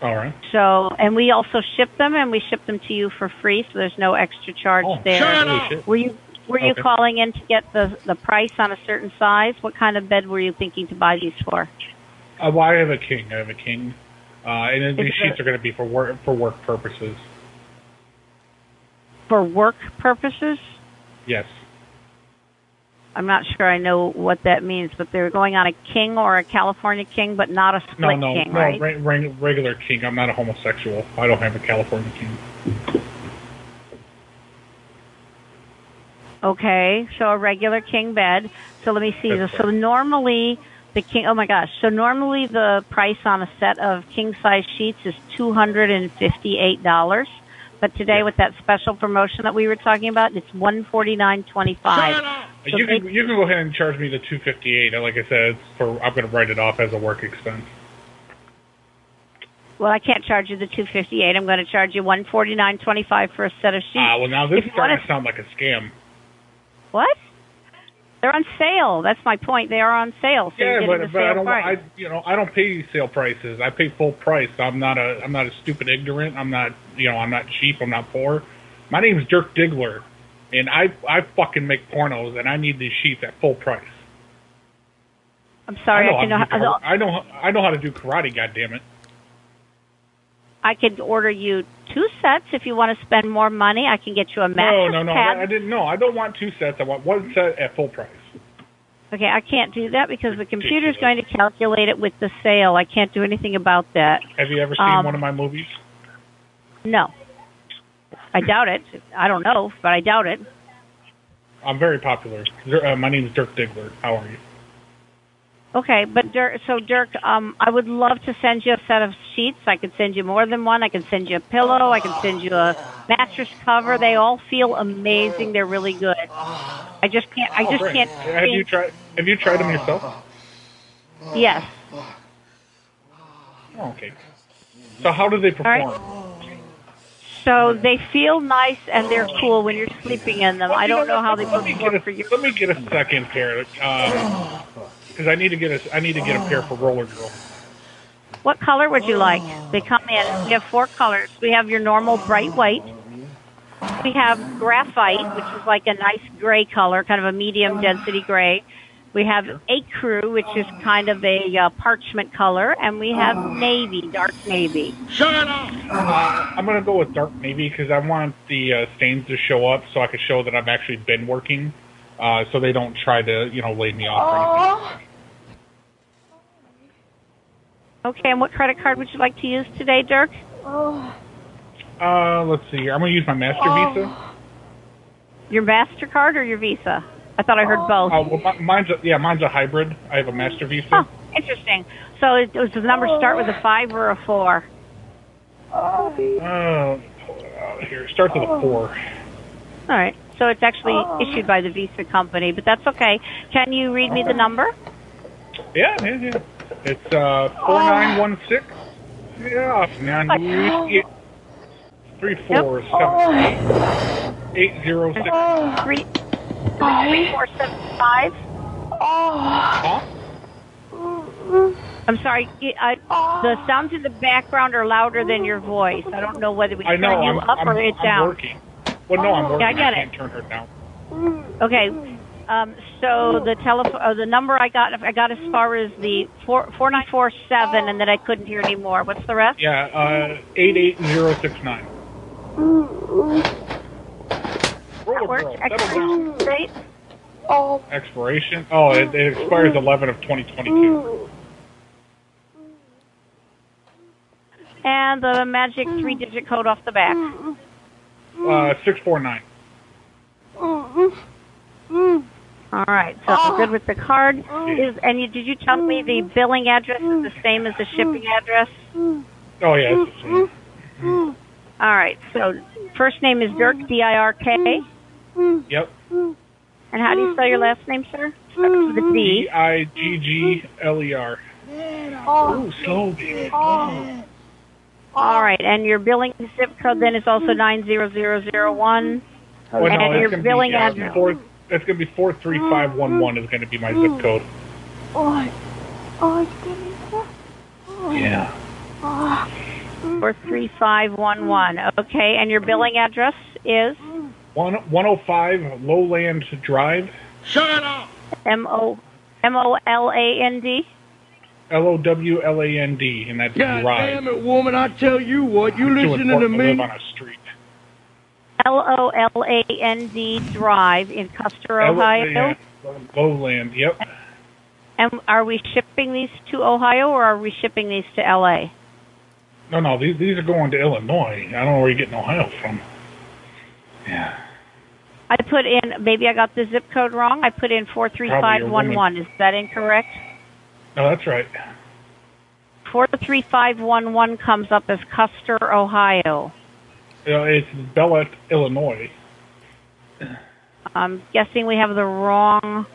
All right.
So, and we also ship them, and we ship them to you for free. So there's no extra charge there.
Oh, shut up. Holy shit.
Were you were you
Okay.
calling in to get the the price on a certain size? What kind of bed were you thinking to buy these for?
Uh, well, I have a king. I have a king. Uh, and then
Is
these
it-
sheets are going to be for work for work purposes.
For work purposes?
Yes.
I'm not sure I know what that means, but they're going on a king or a California king, but not a split
No, no,
king,
no.
right?
re- re- regular king. I'm not a homosexual. I don't have a California king.
Okay, so a regular king bed. So let me see.
That's
So
right.
normally the king. Oh my gosh. So normally the price on a set of king size sheets is two hundred and fifty eight dollars. But today with that special promotion that we were talking about, it's one forty nine twenty five.
Uh, you can you can go ahead and charge me the 258. Like I said, it's for I'm going to write it off as a work expense.
Well, I can't charge you the two fifty eight. I'm going to charge you one forty nine twenty five for a set of sheets.
Ah, well now this
If
is
you
starting
wanna-
to sound like a scam.
What? They're on sale. That's my point. They are on sale. So
yeah,
you're getting the
but, but I
sale
don't
price.
I you know I don't pay sale prices. I pay full price. I'm not a I'm not a stupid ignorant. I'm not you know I'm not cheap. I'm not poor. My name's Dirk Diggler, and I I fucking make pornos, and I need these sheets at full price.
I'm sorry.
I know
I can know.
how to do karate. I know I know how to do karate. God damn it!
I could order you two sets if you want to spend more money. I can get you a
No,
mattress
no, no.
pad.
I didn't. No, I don't want two sets. I want one set at full price.
Okay, I can't do that because the computer's going to calculate it with the sale. I can't do anything about that.
Have you ever seen
Um,
one of my movies?
No. I doubt it. I don't know, but I doubt it.
I'm very popular. Dir- Uh, my name is Dirk Diggler. How are you?
Okay, but Dirk, so Dirk, um, I would love to send you a set of sheets. I could send you more than one. I can send you a pillow. I can send you a mattress cover. They all feel amazing. They're really good. I just can't. I
Oh,
just
great. Uh,
can't.
Have you
think-
tried? Have you tried them yourself?
Yes.
Oh, okay. So how do they
All right.
perform?
So they feel nice and they're cool when you're sleeping in them. I don't know how they
Let me
perform.
get a, let me get a second pair, uh, because I need to get a I need to get a pair for Roller Girl.
What color would you like? They come in. We have four colors. We have your normal bright white. We have graphite, which is like a nice gray color, kind of a medium density gray. We have ecru, which is kind of a uh, parchment color, and we have navy, dark navy.
Shut up! Uh, I'm gonna go with dark navy because I want the uh, stains to show up so I can show that I've actually been working, uh, so they don't try to you know lay me
Oh.
off.
Okay, and what credit card would you like to use today, Dirk?
Or anything. Uh, let's see. here. I'm gonna use my Master
Oh.
Visa.
Um, Your Mastercard or your Visa? I thought I heard both.
Uh, well, mi- mine's a, yeah, mine's a hybrid. I have a Master Visa.
Interesting. So, it, does the number start with a five or a four?
Uh, here, it starts
Oh.
with a four.
All right. So it's actually issued by the Visa company, but that's okay. Can you read me the number?
Yeah, yeah, yeah. It's uh four
Ah.
nine one six. Yeah, man. we- Three four Oh,
Oh.
seven eight zero six.
Three, three, four, seven, five. I'm sorry. y- I, the sounds in the background are louder than your voice. I don't know whether we
I
turn
know.
you
I'm,
up
I'm,
or it
I'm
down. Oh,
working. Well, no, I'm working.
Yeah, I get
I
it.
can't turn her down.
Okay. Um, so the telephone, uh, the number I got, I got as far as the four four nine four seven, and then I couldn't hear anymore. What's the rest?
Yeah, uh, eight eight zero six nine.
That works. Expiration date? Oh.
Expiration. Oh, it, it expires eleven of twenty twenty two.
And the magic three digit code off the back.
Uh,
Mm-hmm.
six four nine.
All right, so
Ah.
we're good with the card. Is and you, did you tell me the billing address is the same as the shipping address?
Oh yeah. it's the same.
All right, so first name is Dirk D I R K, and
Yep.
how do you spell your last name, sir? Starts with a D.
D I G G L E R. Ooh, slow baby. Oh.
All right, and your billing zip code then is also nine zero zero zero one.
Well, no,
And
it's
your
gonna
billing
be, uh,
address.
Four, it's gonna be four three five one one is gonna be my
Mm.
zip code. Yeah.
Four three five one one. Okay, and your billing address is
One one oh five Lowland Drive. Shut up.
M O M O L A N D.
L O W L A N D, and that's
God
Drive.
damn it, woman! I tell you what, you
Too
listening to
important
me?
live on a street.
L O L A N D Drive in Custer, Ohio.
L- yeah, Lowland. Yep.
And are we shipping these to Ohio or are we shipping these to LA?
No, no, these these are going to Illinois. I don't know where you're getting Ohio from. Yeah.
I put in maybe I got the zip code wrong. I put in four three five one one. Is that incorrect?
No, that's right.
Four three five one one comes up as Custer, Ohio.
Uh, it's Bellet, Illinois.
I'm guessing we have the wrong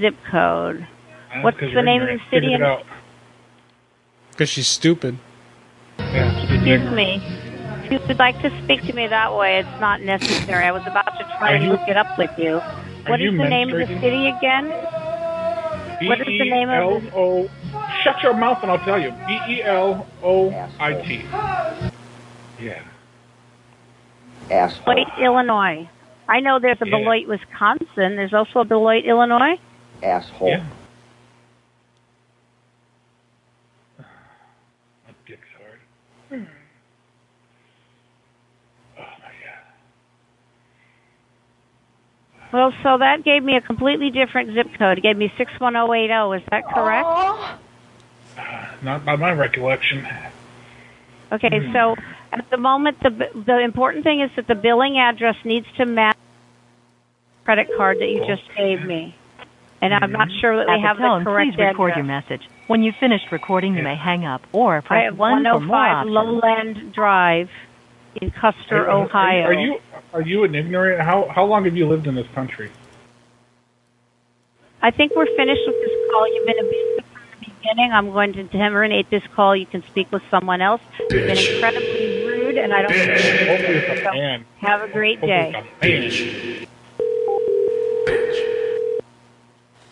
zip code.
That's
What's
'cause
the
you're
name of the
ignorant.
city?
Figured it
and-
out.
Because she's stupid.
Excuse me. If you would like to speak to me that way, it's not necessary. I was about to try
Are
and
you-
look it up with you. What
you
is the name of the
menstruating?
city again? What is the name of
B E L O- Shut your mouth and I'll tell you. B E L O I T. Yeah.
Asshole.
Beloit, Illinois. I know there's a
Yeah.
Beloit, Wisconsin. There's also a Beloit, Illinois.
Asshole. Hmm.
My dick's hard.
Well, so that gave me a completely different zip code. It gave me 61080. oh. Is that correct?
Not by my recollection.
Hmm.
Okay, so at the moment, the the important thing is that the billing address needs to match the credit card that you just gave me, and I'm not sure that we
At
have
the Oh. Hmm. tone,
the correct
please record
address.
your
message.
When you've finished recording, you may hang up or
I
press
have
one for more
105
options.
Lowland Drive in Custer,
Are- are-
Ohio.
Are you are you an ignorant? How how long have you lived in this country?
I think we're finished with this call. You've been a busy from the beginning. I'm going to terminate this call. You can speak with someone else. You've been
Bitch.
incredibly rude, and I don't. So, Have a great day.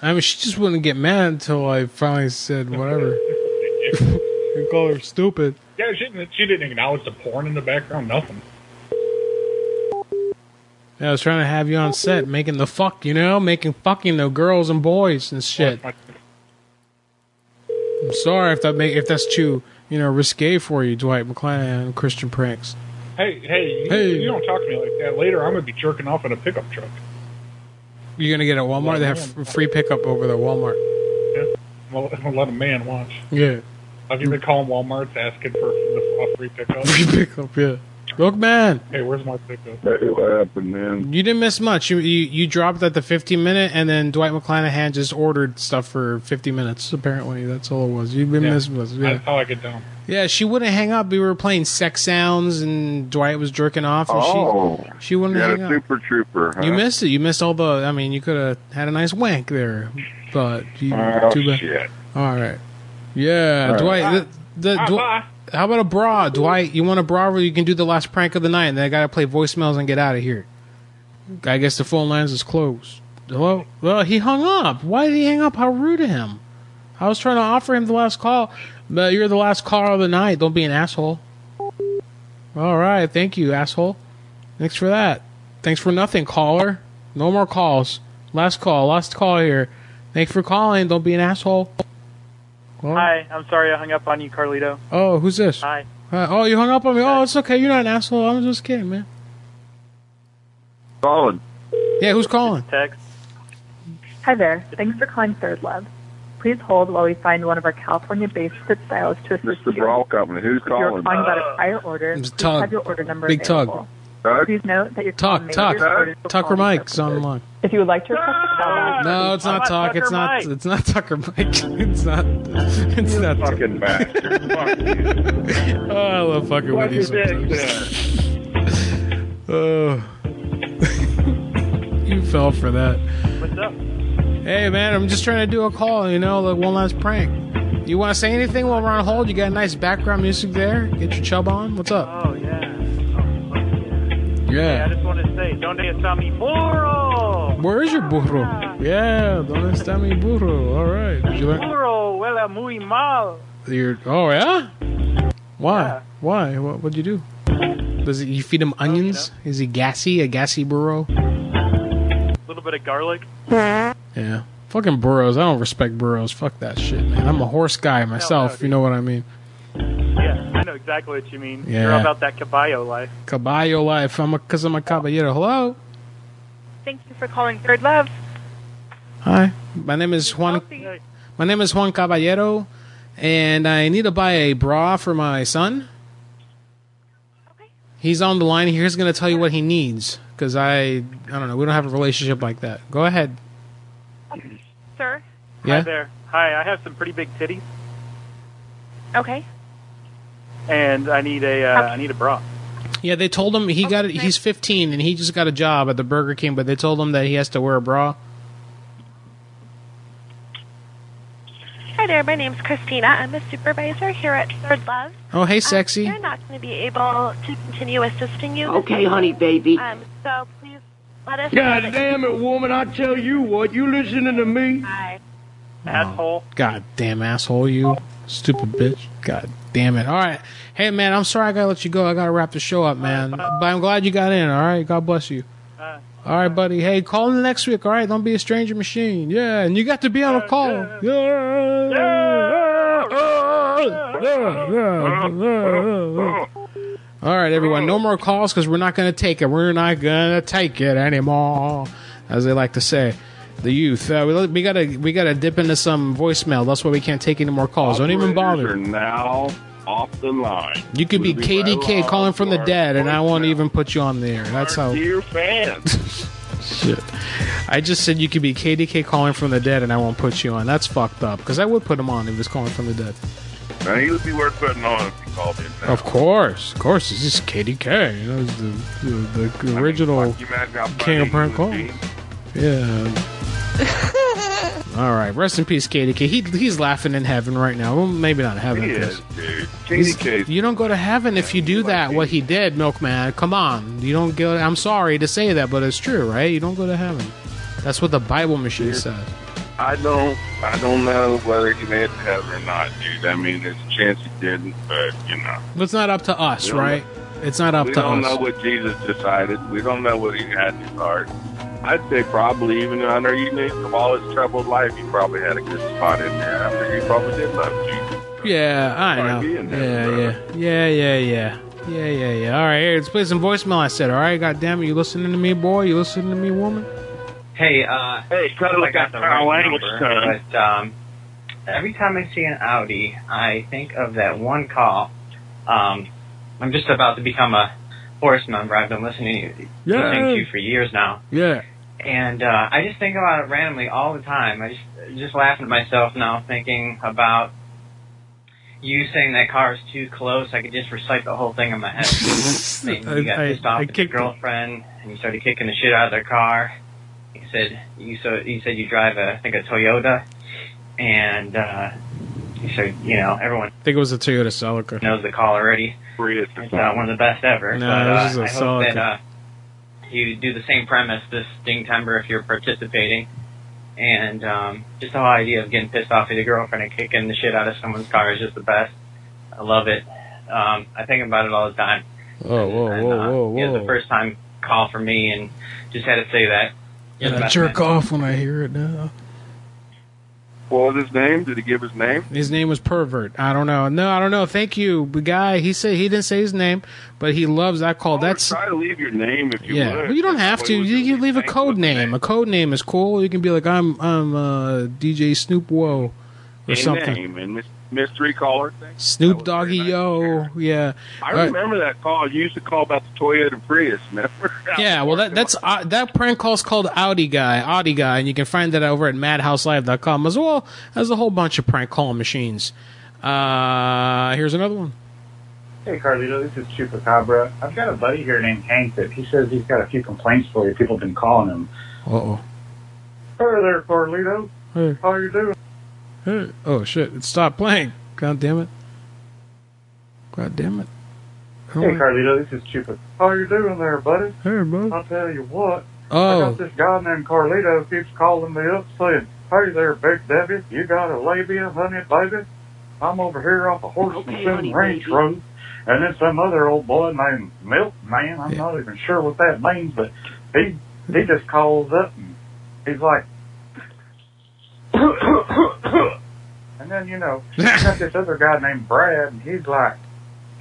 I mean, she just wouldn't get mad until I finally said whatever. you call her stupid.
Yeah, she didn't. She didn't acknowledge the porn in the background. Nothing.
I was trying to have you on set, making the fuck, you know, making fucking the girls and boys and shit. I'm sorry if that make if that's too you know risque for you, Dwight McClanahan and Christian Pranks.
Hey, hey, you-
Hey.
You, don't talk to me like that. Later, I'm gonna be jerking off in a pickup truck.
You're gonna get it at Walmart. They have f- free pickup over there. Walmart.
Yeah, I'm gonna, I'm gonna let a man watch.
Yeah.
I've even called Walmart's asking for a free pickup.
Pickup. Yeah. Look, man.
Hey, where's my pickup?
Hey, what happened, man?
You didn't miss much. You, you you dropped at the 15 minute, and then Dwight McClanahan just ordered stuff for 50 minutes. Apparently, that's all it was. You didn't
Yeah.
miss much. Yeah.
That's how I get down.
yeah, she wouldn't hang up. We were playing sex sounds, and Dwight was jerking off, and
Oh.
she she wouldn't
Yeah,
hang up.
super trooper. Huh?
You missed it. You missed all the. I mean, you could have had a nice wank there, but you,
Oh,
too bad.
shit.
All right. Yeah,
All right.
Dwight.
Bye.
The, the,
Bye,
Dw-
bye.
how about a bra, Dwight? You want a bra where you can do the last prank of the night, and then I gotta play voicemails and get out of here. I guess the phone lines is closed. Hello. Well, he hung up. Why did he hang up? How rude of him. I was trying to offer him the last call, but you're the last caller of the night. Don't be an asshole. All right, thank you, asshole. Thanks for that. Thanks for nothing, caller. No more calls. Last call. Last call here. Thanks for calling. Don't be an asshole.
Hi, I'm sorry I hung up on you, Carlito.
Oh, who's this?
Hi.
Uh, oh, you hung up on me. Oh, it's okay. You're not an asshole. I'm just kidding, man.
Solid.
Yeah, who's calling?
Text.
Hi there. Thanks for calling Third Love. Please hold while we find one of our California-based fit stylists to assist
Mr. Brawl Company. Who's
you. If you're
calling? Uh,
calling about a prior order, please
Tug.
have your order number
Big Tug.
available.
Tug.
Please note that your call
Talk,
may be
talk.
recorded for
Tucker
quality
Mike's on the line.
purposes. If you would like to request a call
No, it's not talk. It's not. It's not Tucker Mike. It's not. It's not.
Fucking bastard.
oh, I love fucking with you. sometimes. Oh, you fell for that.
What's up?
Hey, man, I'm just trying to do a call. You know, like one last prank. You want to say anything while we're on hold? You got nice background music there. Get your chub on. What's up?
Oh, yeah. Hey, I
Yeah.
just want to say, donde está mi burro?
Where is your burro? Yeah, donde está mi burro? All right. Did you learn?
Burro huele muy mal.
Your oh yeah. Why? Why? What? What'd you do? Does he, you feed him onions? Is he gassy? A gassy burro?
A little bit of garlic.
Yeah. Fucking burros. I don't respect burros. Fuck that shit, man. I'm a horse guy myself. you know what I mean?
Yeah, I know exactly what you mean. You're
Yeah.
about that caballo life.
Caballo life. I'm a cause I'm a caballero. Hello.
Thank you for calling Third Love.
Hi. My name is Juan. My name is Juan Caballero, and I need to buy a bra for my son. Okay. He's on the line here. He's going to tell you what he needs because I, I don't know. We don't have a relationship like that. Go ahead.
Sir?
Yeah.
Hi there. Hi, I have some pretty big titties,
Okay.
and I need a, uh, I need a bra.
Yeah, they told him he got. He's 15 and he just got a job at the Burger King, but they told him that he has to wear a bra.
Hi there. My name's Christina. I'm a supervisor here at Third Love.
Oh, hey, sexy.
We're not going to be able to continue assisting you. this
Okay, honey,
evening.
baby.
Um, so please let us.
God damn it, woman! I tell you what, you listening to me?
Asshole. God damn asshole, you stupid bitch. God damn it. All right. Hey, man, I'm sorry I got to let you go. I got to wrap the show up, man. But I'm glad you got in. All right. God bless you. All right, buddy. Hey, call in next week. All right. Don't be a stranger machine. Yeah. And you got to be on a call. Yeah. Yeah. Yeah. Yeah. Yeah. All right, everyone. No more calls because we're not going to take it. We're not going to take it anymore. as they like to say. The youth. Uh, we, we gotta we gotta dip into some voicemail. That's why we can't take any more calls. Don't even
Operators
bother.
Are now off the line.
You could be
We'll right
KDK
along
calling from
to
the
our
dead, and I won't even put you on the air. That's how.
Dear fans,
Shit. I just said you could be KDK calling from the dead, and I won't put you on. That's fucked up, because I would put him on if he was calling from the dead.
now he would be worth putting on if he called in. Now.
Of course. Of course. It's just KDK. You know, it's the, the, the original
fuck, you imagine how funny
King of
he
Prank
would
Calls.
be?
Yeah. All right. Rest in peace, KDK. He, he's laughing in heaven right now. Well, maybe not in heaven.
He
'cause-
is, dude.
He's-
KDK.
You don't go to heaven if you do that. What he did, Milkman. Come on, you don't go. I'm sorry to say that, but it's true, right? You don't go to heaven. That's what the Bible machine said.
I don't. I don't know whether he made it to heaven or not, dude. I mean, there's a chance he didn't, but you know.
But it's not up to us,
We don't
right? It's not up
we
to
don't
us.
know what Jesus decided. We don't know what he had in his heart. I'd say probably even under unique of all his troubled life, he probably had a good spot in there. I think he probably did love Jesus.
Yeah, I know. Yeah, yeah, yeah, yeah, yeah, yeah, yeah, yeah. All right, here, let's play some voicemail. I said, all right, goddamn it, you listening to me, boy? You listening to me, woman?
Hey, uh, hey, it's probably got the
our
right
language,
number, but um, every time I see an Audi, I think of that one call. Um, I'm just about to become a Forest member. I've been listening to you,
Yeah.
listening to you for years now,
Yeah.
and uh, I just think about it randomly all the time. I just just laughing at myself now, thinking about you saying that car is too close. I could just recite the whole thing in my head. And you got
I-
pissed off
I
at your girlfriend, and you started kicking the shit out of their car. You said you so you said you drive a I think a Toyota, and uh, you said you know everyone
I think it was a Toyota Celica.
knows the call already.
Prius.
It's uh, one of the best ever.
No,
but, uh,
this is a
I hope
solid-
that uh, you do the same premise this Sting Timber if you're participating. And um, just the whole idea of getting pissed off at your girlfriend and kicking the shit out of someone's car is just the best. I love it. Um, I think about it all the time.
Oh, whoa, whoa, whoa,
It was uh, the
whoa.
first time call for me, and just had to say that. You're the
And I
best
jerk
man.
off when I hear it now.
What was his name? Did he give his name?
His name was Pervert. I don't know. No, I don't know. Thank you, the guy. He said he didn't say his name, but he loves that call. That's
Try to leave your name if you
yeah.
would.
Well, you don't have to. You can leave a code name. A code name is cool. You can be like, I'm I'm uh, DJ Snoop Whoa or
a
something.
name and mys- mystery caller thing.
Snoop Doggy Yo. Yeah.
I
All right.
remember that call. You used to call about the Toyota Prius. Remember?
Yeah, well, that that's uh, that prank call's called Audi Guy, Audi Guy, and you can find that over at MadhouseLive.com as well as a whole bunch of prank call machines. Uh, here's another one.
Hey, Carlito, this is Chupacabra. I've got a buddy here named Hank that he says he's got a few complaints for you. People have been calling him.
Uh oh.
Hey there, Carlito.
Hey.
How you doing?
Hey, Oh shit! It stopped playing. God damn it! God damn it! Oh,
Hey,
my-
Carlito, this is Chupa. How you doing there, buddy?
Hey, bud.
I'll tell you what.
Oh.
I got this guy named Carlito keeps calling me up saying, Hey there, Big Debbie. You got a labia, honey, baby? I'm over here off a horse and
honey,
Sim Ranch
baby.
Road. And then some other old boy named Milkman. I'm not even sure what that means, but he he just calls up and he's like, and then you know, you got this other guy named Brad, and he's like,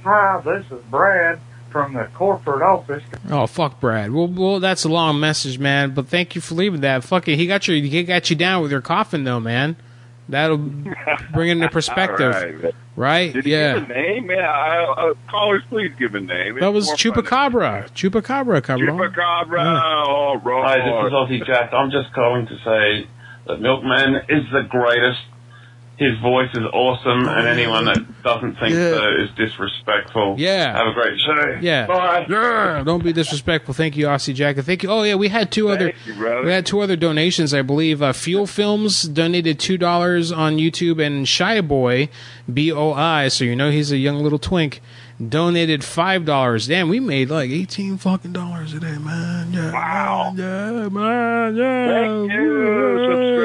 "Hi, this is Brad from the corporate office."
Oh fuck, Brad. Well, well, that's a long message, man. But thank you for leaving that. Fucking, he got you. He got you down with your coffin, though, man. That'll bring it into perspective,
right? Did
yeah.
he give a name? Yeah. I, uh, callers, please give a name. It's
That was
more
Chupacabra. Chupacabra, cabrón.
Chupacabra. Oh, right.
Hi, this is Aussie Jack. I'm just calling to say that Milkman is the greatest. His voice is awesome, and anyone that doesn't think
Yeah.
so is disrespectful.
Yeah.
Have a great show.
Yeah.
Bye.
Yeah. Don't be disrespectful. Thank you, Aussie Jack. And Thank you. Oh yeah, we had two other we had two other donations, I believe. Uh, Fuel Films donated two dollars on YouTube, and Shy Boy, B O I, so you know he's a young little twink, donated five dollars. Damn, we made like eighteen fucking dollars today, man. Yeah. Wow. Yeah, man. Yeah.
Thank you,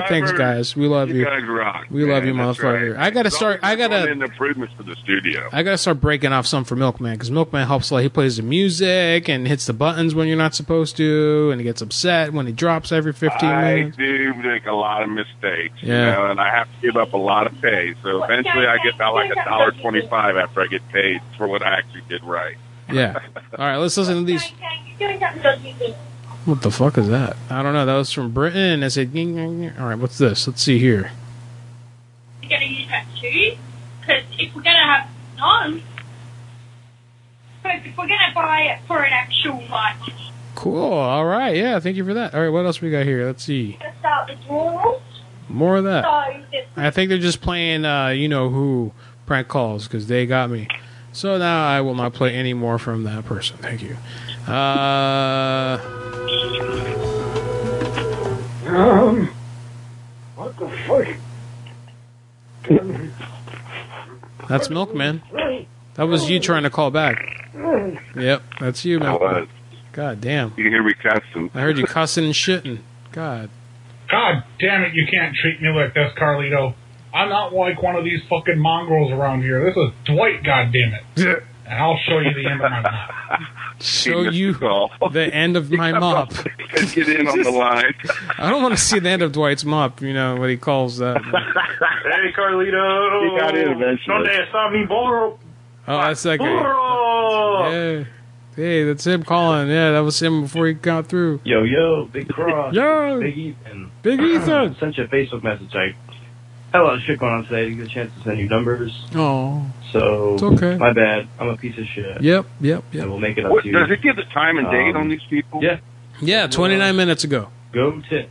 Thanks,
subscribers.
guys. We love you.
You guys rock.
We love you,
man. That's
motherfucker.
right.
I gotta
It's
start.
always
I gotta.
doing improvements for the studio.
I gotta start breaking off some for Milkman because Milkman helps a lot. He plays the music and hits the buttons when you're not supposed to, and he gets upset when he drops every 15
I
minutes.
do make a lot of mistakes,
Yeah.
you know, and I have to give up a lot of pay. So eventually, I get about like a dollar twenty-five after I get paid for what I actually did right.
Yeah. All right, let's listen to these.
You're doing something dodgy.
What the fuck is that? I don't know. That was from Britain. I said, "Ging, ging, ging." all right, what's this? Let's see here.
We're going to use that too, because if we're going to have no, but if we're going to buy it for an actual like
Cool. All right. Yeah. Thank you for that. All right. What else we got here? Let's see.
to start with morals,
More of that.
so that
I think they're just playing, uh, you know, who prank calls because they got me. So now I will not play any more from that person. Thank you. Uh,
Um, what the fuck?
that's Milkman. That was you trying to call back. Yep, that's you, Milkman. God damn.
You can hear me cussing.
I heard you cussing and shitting. God.
God damn it, you can't treat me like this, Carlito. I'm not like one of these fucking mongrels around here. This is Dwight, God damn it. and I'll show you the end of my mouth.
Show you the end of my mop.
Get in on the line.
I don't want to see the end of Dwight's mop, you know, what he calls that.
hey, Carlito.
He got in eventually.
¿Dónde está mi burro?
Oh, that's that guy.
Burro.
Yeah. Hey, that's him calling. Yeah, that was him before he got through.
Yo, yo, Big Cross.
Yo.
Big E. Ethan.
Big E. Ethan.
sent you a Facebook message like, had a lot of shit going on today. Didn't get a chance to send you numbers.
Oh.
So,
It's okay.
my bad. I'm a piece of shit.
Yep, yep,
I
yep.
will make it up
What-
to you.
does it
give the time
and date on
these people? Yeah.
Yeah, 29 minutes ago.
Go tits.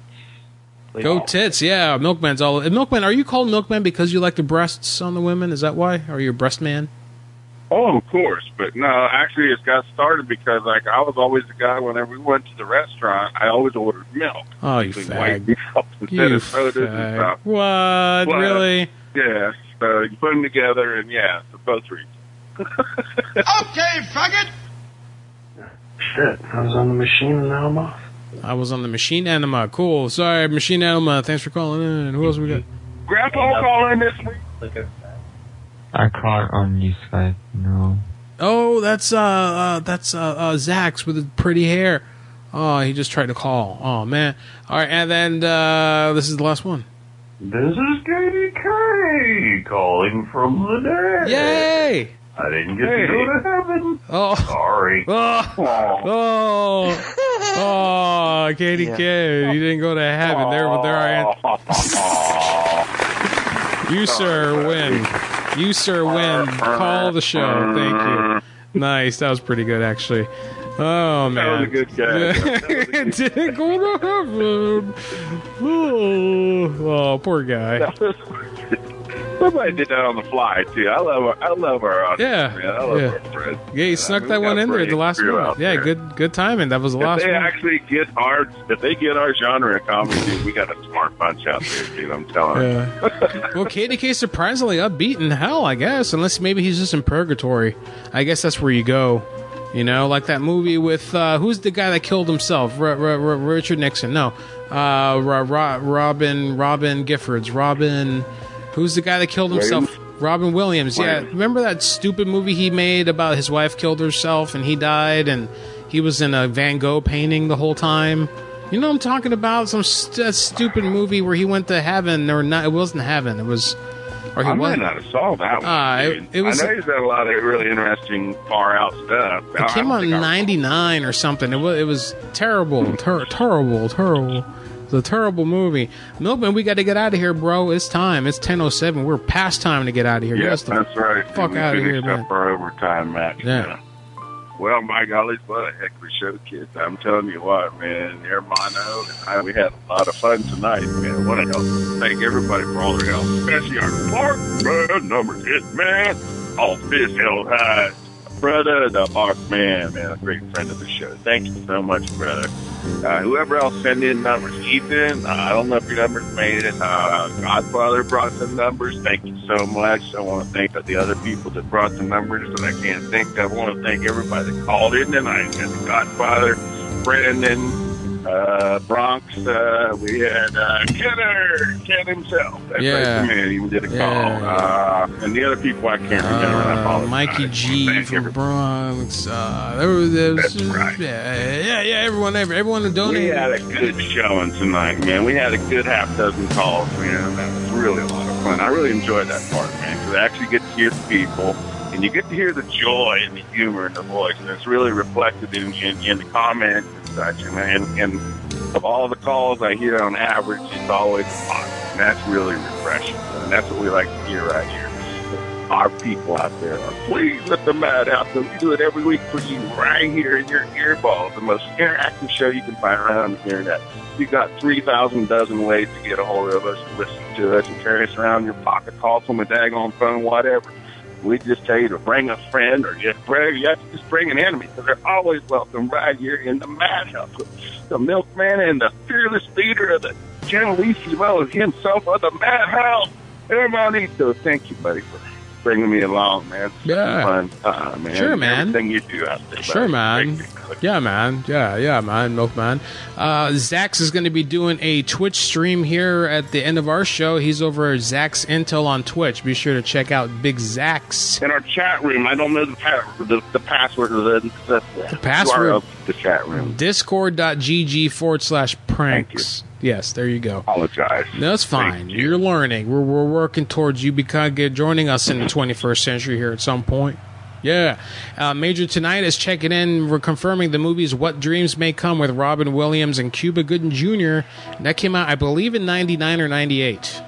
Go tits, yeah. Milkman's all. and Milkman, are you called Milkman because you like the breasts on the women? Is that why? Are you a breast man?
Oh, of course, but no. Actually, it's got started because like I was always the guy whenever we went to the restaurant, I always ordered milk.
Oh, you
Like,
fag.
white milk instead
You
of sodas and
fag.
stuff.
What?
What?
Really?
Yeah, so you put them together, and yeah, for both reasons.
okay, faggot!
Shit, I was on the machine and now I'm off. I was on the machine anima. Cool. Sorry, machine anima. Thanks for calling in. Who else we got?
Grandpa call in this week.
I can't
um,
on you, Skype. No.
Oh, that's uh, uh that's uh, uh Zax with his pretty hair. Oh, he just tried to call. Oh man. All right, and then uh this is the last one.
This is Katie K calling from the dead.
Yay!
I didn't get to go to heaven.
Oh.
Sorry.
Oh. Oh. Oh, Katie K, you didn't go to heaven. There, there I am. You sir win. You sir win. Call the show. Thank you. Nice. That was pretty good actually. Oh man.
was a good guy.
didn't go to heaven. Oh, oh, poor guy.
Somebody did that on the fly too. I love our, I love our audience.
Yeah,
man. I love
yeah.
our friends.
Yeah, he snuck that one in there at the last
crew
one.
out
Yeah,
there.
good good timing. That was the last
if they
one.
actually get our if they get our genre of comedy, dude, we got a smart bunch out there, dude. I'm telling you.
Yeah. well, KDK surprisingly upbeat in hell, I guess. Unless maybe he's just in purgatory. I guess that's where you go. You know, like that movie with uh, who's the guy that killed himself? R- R- R- Richard Nixon? No, uh, Ro- Ro- Robin Robin Giffords. Robin, who's the guy that killed himself? Robin Williams. Yeah,
Williams.
remember that stupid movie he made about his wife killed herself and he died and he was in a Van Gogh painting the whole time. You know what I'm talking about? Some st- stupid movie where he went to heaven or not? It wasn't heaven. It was. Or he
I might
wasn't.
not have saw that one.
Uh, it-
dude.
it was-
I know he's done a lot of really interesting far out stuff. I
It
don't
came out in
think I-
'99 or something. It was it was terrible, ter- terrible, terrible. It's a terrible movie. Milkman, we got to get out of here, bro. It's time. It's 10:07. We're past time to get out of here.
Yeah,
Yes, the
that's right. dude.
Fuck
we
out of here,
finished up
man.
our overtime match.
Yeah.
Well, my golly, what a heck of a show, kids. I'm telling you what, man. Air Mono and I, we had a lot of fun tonight, man. What a help. Thank everybody for all their help, especially our Clark, man, number hit, man. All fist held high. Brother, the Mark Man, man, a great friend of the show. Thank you so much, brother. Uh, whoever else sent in numbers, Ethan, uh, I don't know if your numbers made it. Uh, Godfather brought some numbers. Thank you so much. I want to thank the other people that brought the numbers that I can't think. of. I want to thank everybody that called in tonight. And Godfather, Brandon, uh, Bronx. Uh, we had uh, Kenner, Ken himself. That's
Yeah.
right, the man. He did a call. Uh, and the other people I can't remember. I
Uh,
apologize.
Mikey G from Bronx. Uh, there was, there was- yeah, yeah, yeah. Everyone, every- everyone who
We
donated.
had a good showing tonight, man. We had a good half dozen calls, man. That was really a lot of fun. I really enjoyed that part, man, because I actually get to hear the people. and you get to hear the joy and the humor in the voice, and it's really reflected in, in, in the comments and such. And, and, and of all the calls I hear on average, it's always a positive, and that's really refreshing. And that's what we like to hear right here. Our people out there, please let the mad out. So we do it every week for you, right here in your earballs. The most interactive show you can find around the internet. You got three thousand dozen ways to get a hold of us, listen to us, and carry us around in your pocket, call from a daggone phone, whatever. We just tell you to bring a friend or just bring, you have to just bring an enemy because they're always welcome right here in the madhouse. The milkman and the fearless leader of the Generalissimo is himself of the madhouse. Everybody, so thank you, buddy, for bringing me along, man. It's
Yeah.
a fun time, man.
Sure, man.
Everything you do out there.
Sure,
buddy.
man. Yeah, man. Yeah, yeah, man. Milkman. Uh, Zax is going to be doing a Twitch stream here at the end of our show. He's over at Zax Intel on Twitch. Be sure to check out Big Zax.
In our chat room, I don't know the pa- the, the password or the, the, the
password?
URL of the chat room.
Discord.gg forward slash pranks. Yes, there you go.
Apologize.
No, it's fine. You're learning. We're, we're working towards you becoming joining us in the 21st century here at some point. Yeah. Uh, Major tonight is checking in. We're confirming the movies What Dreams May Come with Robin Williams and Cuba Gooden Jr. That came out, I believe, in 99 or 98.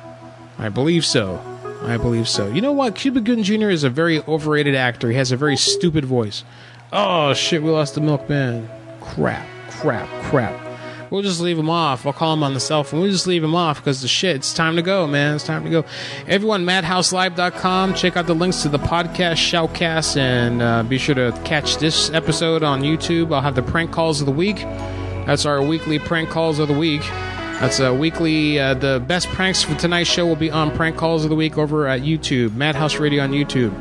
I believe so. I believe so. You know what? Cuba Gooden Jr. is a very overrated actor. He has a very stupid voice. Oh, shit, we lost the milkman. Crap, crap, crap. We'll just leave him off. I'll call him on the cell phone. We'll just leave him off because the shit, it's time to go, man. It's time to go. Everyone, madhouselive.com. Check out the links to the podcast, shoutcast, and uh, be sure to catch this episode on YouTube. I'll have the prank calls of the week. That's our weekly prank calls of the week. That's a weekly. Uh, the best pranks for tonight's show will be on prank calls of the week over at YouTube, Madhouse Radio on YouTube.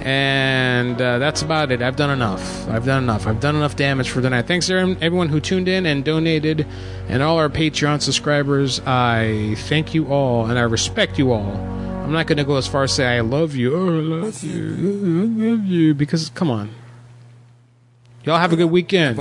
And uh, that's about it. I've done enough. I've done enough. I've done enough damage for tonight. Thanks to everyone who tuned in and donated, and all our Patreon subscribers. I thank you all, and I respect you all. I'm not going to go as far as say I love you. Oh, I love you. I love you. Because, come on. Y'all have a good weekend.